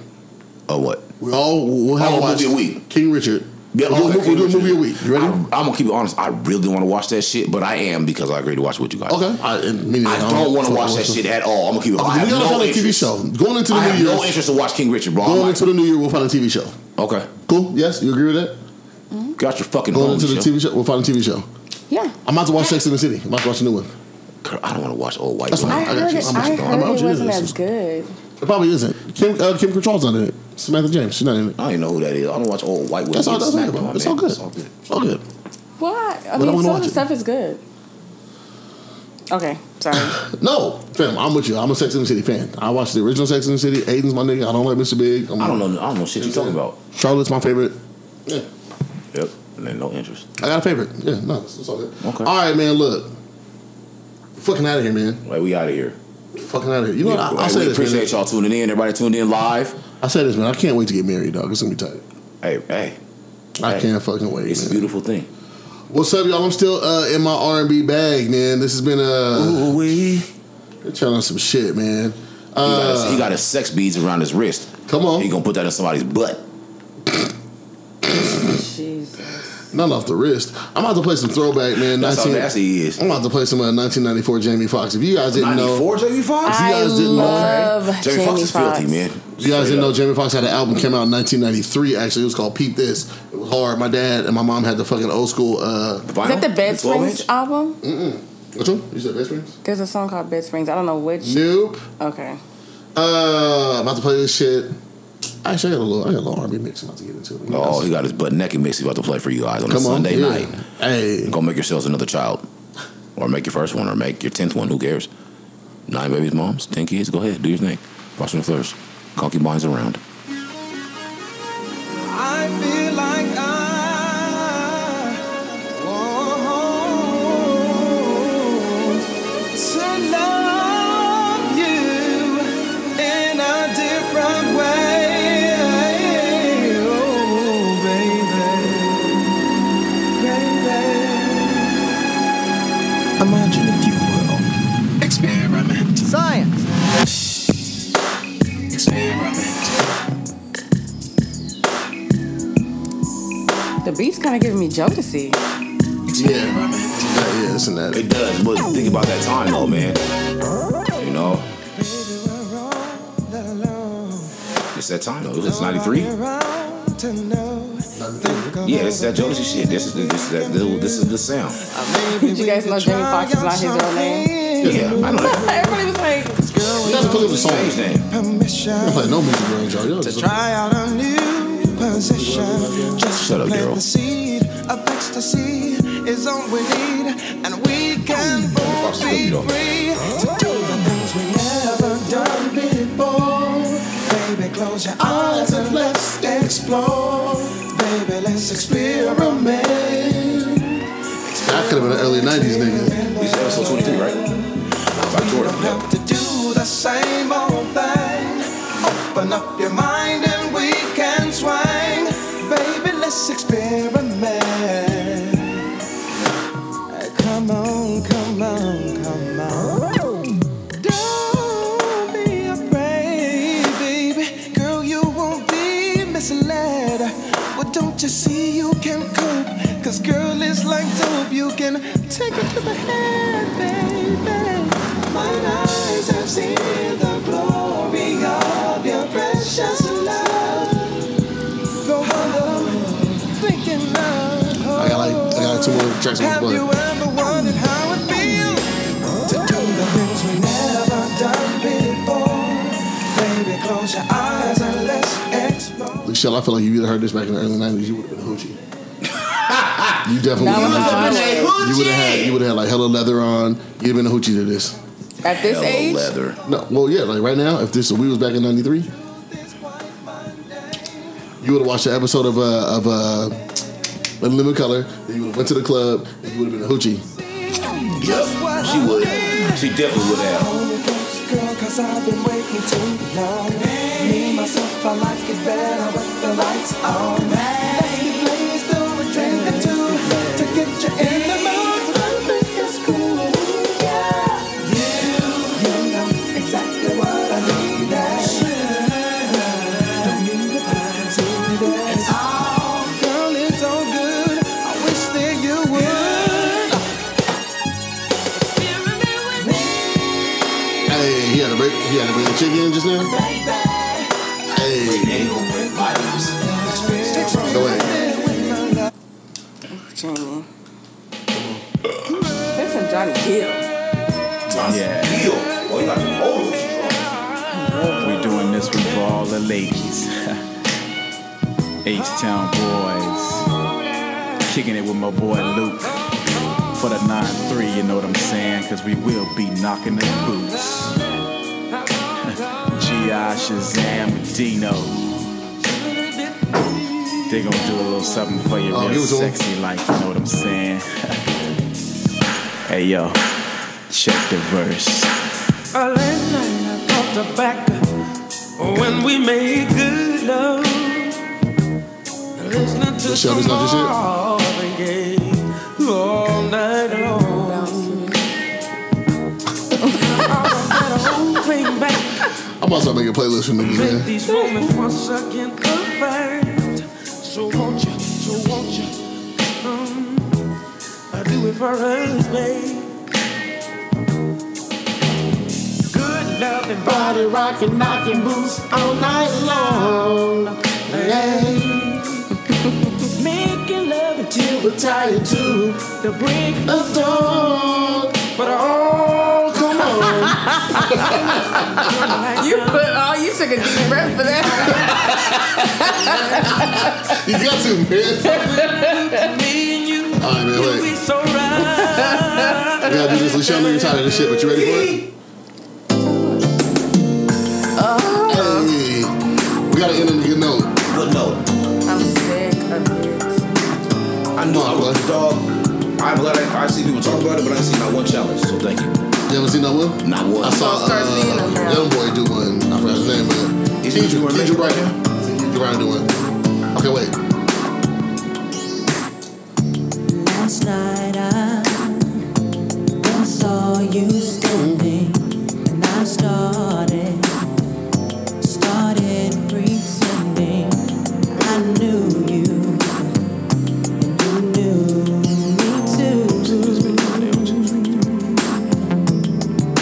S1: or what?
S2: We all we'll have
S1: Oh,
S2: watched
S1: movie a week.
S2: King Richard.
S1: Yeah,
S2: we'll,
S1: okay,
S2: do a movie- we'll do a
S1: King
S2: movie a week. You ready?
S1: I, am gonna keep it honest. I really want to watch that shit, but I am because I agreed to watch it with you guys.
S2: okay. I, mean,
S1: I don't want to watch that shit at all. I'm gonna keep it. I
S2: Okay,
S1: have
S2: we gotta
S1: no
S2: find a TV
S1: interest.
S2: show. Going into the
S1: I have
S2: new
S1: no
S2: year.
S1: interest to watch King Richard, bro. I'm
S2: Going
S1: like,
S2: into the new year, we'll find a TV show.
S1: okay,
S2: Cool. Yes, you agree with that?
S1: got your fucking
S2: Going
S1: phone,
S2: into the
S1: Michelle.
S2: TV show, we'll find a TV show.
S3: Yeah.
S2: I'm about to watch Sex in the City. I'm about to watch a new one.
S1: Girl, I don't want to watch old white.
S2: That's
S1: women.
S3: I
S2: got
S3: heard
S2: you.
S3: it,
S2: I'm with
S3: I
S2: you. I'm
S3: heard
S2: out
S3: it
S2: you.
S3: wasn't
S2: This
S3: as
S2: is-
S3: good.
S2: It probably isn't. Kim uh, Kim Control's on it. Samantha James, she's not in it.
S1: I don't even know who that is. I don't watch old white women.
S2: That's all
S1: get
S2: that's all
S1: smacked
S2: about.
S1: on,
S2: It's
S1: man.
S2: all good.
S1: It's all good.
S2: It's all good.
S3: What? I
S2: But I'm
S3: mean,
S2: gonna
S3: some
S2: watch
S3: of the
S2: it.
S3: stuff is good. Okay. <coughs> Sorry.
S2: No, fam, I'm with you. I'm a Sex and the City fan. I watched the original Sex and the City. Aiden's my nigga. I don't like Mr. Big. I'm
S1: I don't know. I don't know shit you talking about.
S2: Charlotte's my favorite. Yeah,
S1: Yep. And then no interest.
S2: I got a favorite. Yeah, no, it's, it's all good.
S1: Okay.
S2: All right, man. Look, fucking out of here, man.
S1: Like we out of here.
S2: Fucking out of here. You know,
S1: Yeah,
S2: what? I, I
S1: like,
S2: say
S1: we
S2: this,
S1: appreciate
S2: man.
S1: y'all tuning in. Everybody tuned in live.
S2: I say this, man. I can't wait to get married, dog. It's gonna be tight.
S1: Hey, hey,
S2: I
S1: Hey.
S2: can't fucking wait.
S1: it's a
S2: man.
S1: beautiful thing.
S2: What's up, y'all? I'm still uh, in my R&B bag, man. This has been uh,
S1: Ooh wee. He,
S2: they're trying some shit, man.
S1: got a- he
S2: Uh,
S1: got his sex beads around his wrist.
S2: come on,
S1: He gonna put that in somebody's butt.
S3: Jesus.
S2: not off the wrist. I'm about to play some throwback, man.
S1: That's
S2: 19
S1: how nasty he is.
S2: I'm about to play some uh, 1994 Jamie Foxx. If you guys didn't know,
S1: 94 JV Fox?
S2: you
S3: I
S2: guys didn't know-
S3: love
S1: Jamie
S3: Jamie
S1: Foxx is filthy,
S3: Foxx.
S1: man.
S2: if you guys
S1: Straight
S2: didn't know
S1: up.
S2: Jamie Foxx had an album came out in 1993. Actually, it was called "Peep This." It was hard. My dad and my mom had the fucking old school. Uh,
S1: Vinyl?
S3: Is that the Bed
S1: 12
S3: Springs
S1: inch?
S3: album?
S2: which one? You said Best Friends?
S3: There's a song called Bed Springs. I don't know which.
S2: Nope.
S3: Okay.
S2: Uh, I'm about to play this shit. Actually, I got a little, I got a little R&B mix. I'm about to get into it.
S1: Oh, he got his butt naked mix. He's about to play for you guys on a Sunday
S2: yeah.
S1: night.
S2: Hey,
S1: Go make yourselves another child, or make your first one, or make your tenth one. Who cares? Nine babies, moms, ten kids. Go ahead, do your thing. Watch them flourish. Concubines around.
S7: I feel like I want to love you in a different way. Oh, baby, baby. Imagine if you will experiment,
S5: Science.
S7: experiment.
S3: The beat's kind of giving me Jodeci.
S2: yeah, yeah, yeah, this and that.
S1: It does, but think about that time though, man. You know, it's that time though. It was '93. Yeah, it's that Jodeci shit. This is this is that this is the sound.
S3: Did you guys know Jamie Foxx is not his real name?
S1: Yeah, I know that.
S3: Everybody was like,
S2: You gotta put up the song.
S1: Change
S2: You
S1: name.
S2: don't play no music range, y'all. Y'all just-
S7: Try out a new position. Just
S1: Shut up,
S7: plant
S1: Daryl.
S7: the seed of ecstasy is all we need, and we can both
S1: Fox's
S7: be
S1: cookie, though.
S7: free to do the things we never done before. Baby, close your eyes and let's explore. Baby, let's
S2: I
S7: experiment.
S2: could have been an early '90s nigga.
S1: This is episode 23, right? By Jordan.
S7: Don't
S1: Yep.
S7: have to do the same old thing. Open up your mind and we can swing. Baby, let's experiment. Come on, come on, come on. Don't be afraid, baby. Girl, you won't be misled. But don't you see you can cope? Cause girl, it's like dope. You can take it to the head, baby. My eyes have seen the glory of your precious love. Go home, thinking of.
S2: I got like, I got like two more tracks on
S7: Have
S2: the
S7: you
S2: play.
S7: ever wondered how it feels to do the things we never done before? Baby, close your eyes and let's explore.
S2: Like, shit, I feel like you either heard this back in the early '90s, you would have been
S1: <laughs>
S2: hoochie. You definitely
S3: That
S2: would
S3: was
S2: have been
S3: a
S2: hoochie. You would have had, you would have had like hella leather on. You'd have been a hoochie to this.
S3: at this
S1: Hello,
S3: age,
S1: leather.
S2: No, well, yeah, like right now, if this if we was back in '93, you would have watched an episode of uh of uh, Unlimited Color. Then you would have went to the club. And you would have been a hoochie.
S1: Yep. She would. She definitely would have.
S7: Girl, cause I've been waiting too long. Me, myself, I like it better with the lights on. Let's be blaze through a drink or two to get you in the mood. I think it's cool. Yeah. You, you know exactly what I need. Don't need to find to this. Girl, it's all good. I wish that you would.
S2: Hey, he had to break. He had to bring the chicken just now. Hey, go ahead.
S3: Jamie. That's some Johnny Gill.
S1: Yeah. Deal. Oh, you got the old
S10: We're doing this one for all the ladies. H Town Boys. Kicking it with my boy Luke.
S8: for the 9-3, you know what I'm saying? Cause we will be knocking the boots. G.I. Shazam Dino. They gonna do a little something for you
S2: Oh,
S8: real
S2: you was on.
S8: sexy like, you know what I'm saying? hey yo, check the verse.
S7: A late night, I thought the back when we made good love. Listening to
S2: Shelby's
S7: some
S2: not this shit?
S7: Marvin Gaye all night
S3: <laughs>
S7: long. That old thing back,
S2: I'm about to start making playlists for niggas,
S7: make
S2: man.
S7: these moments once again perfect. So won't you, so won't you, um, I do it for us, babe. Good love and
S3: Body rocking, knocking boots all night long. Yeah.
S7: <laughs> Making love until
S3: We're tired to
S7: the break
S3: the dawn.
S7: But oh, come on.
S11: You put oh, you took a deep breath for that.
S2: You got to, man.
S7: Me and you,
S2: All right, man,
S7: we
S2: wait.
S7: so right.
S2: We gotta do this. Lachelle, I know you're tired of this shit, but you ready for it? Hey. We gotta end on a good note.
S1: Good note.
S11: I'm sick of it.
S1: I knew I was a dog. I'm glad I, I see people talk about it, but I ain't seen not one challenge. So thank you.
S2: You ever seen that one?
S1: Not one.
S2: I saw uh, Young Boy do one. I forgot his name, but
S1: Is he doing
S2: Kendrick,
S1: it?
S2: Kendrick Wright. Kendrick Wright do one. Okay, wait.
S3: Last night I saw you standing, and I started, started pretending I knew you, and you knew me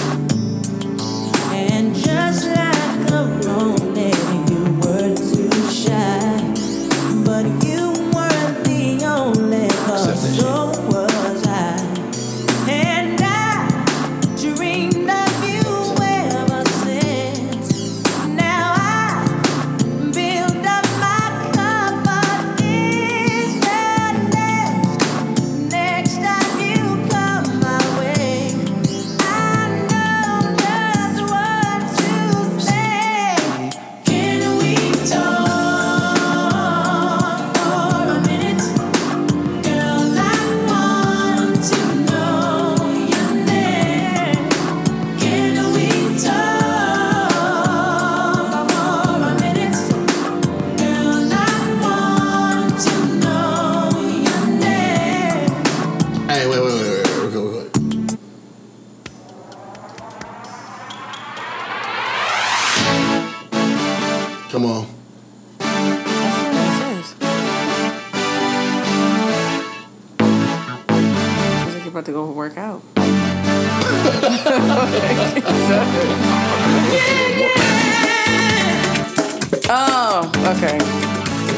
S3: too. And just like the morning, you were too shy. But you weren't the only cause so was I. And I dreamed of you ever since. Now I build up my confidence that next time you come my way, I know just what to say. Can we talk for a minute? Girl, I want to know your name. Can we talk for a minute? Girl, I want to know your name.
S2: Hey, wait, wait, wait, wait, wait, wait, wait, wait. Come on.
S11: That's what it says. Sounds like you're about to go work out. oh, okay.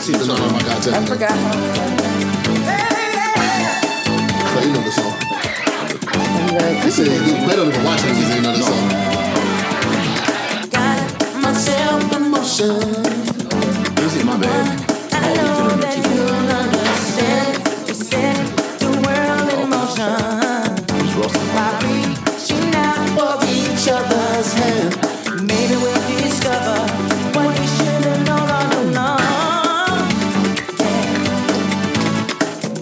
S2: See, it's not on my goddamn.
S11: I forgot how.
S2: But you know the song. This is you better than watching this. You know the song.
S3: Got myself in motion.
S1: This is my bad.
S3: I know that you'll understand. You set the world in motion.
S1: It's Russell.
S3: By reaching out for each other's hand, maybe we'll discover what we should have known all along.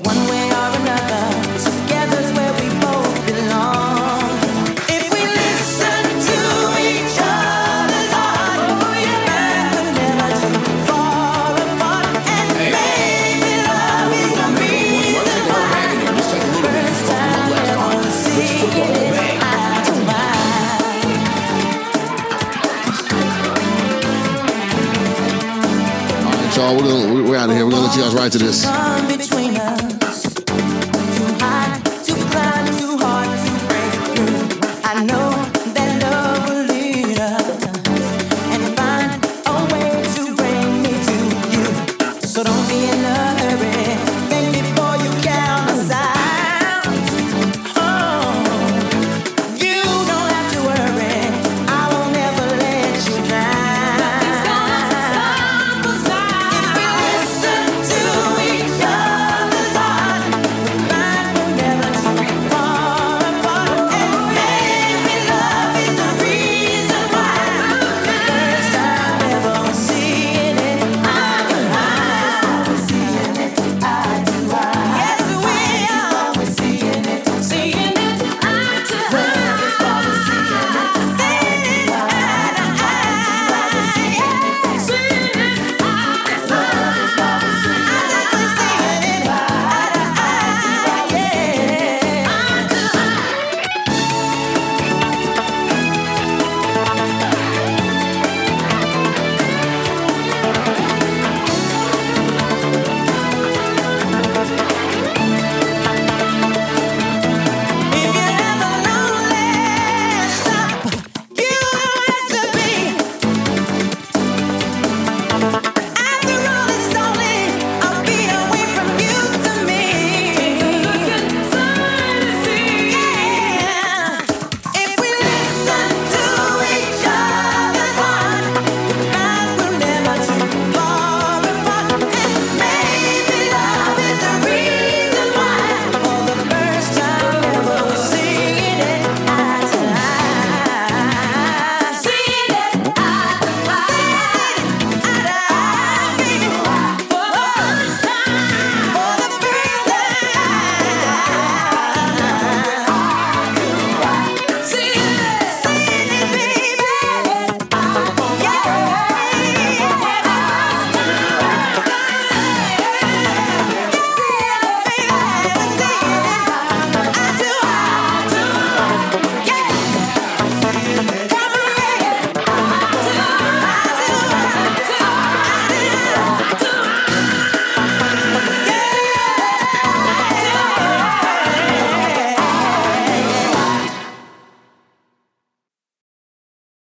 S3: One way or another, together's where we both belong. If we listen to each other's heart, we'll never be far apart. And maybe love is the reason why. First time I'll see it, I don't mind.
S2: All right, y'all. We're gonna we're, we're out of here. We're gonna let you guys ride to this.
S3: Come between us.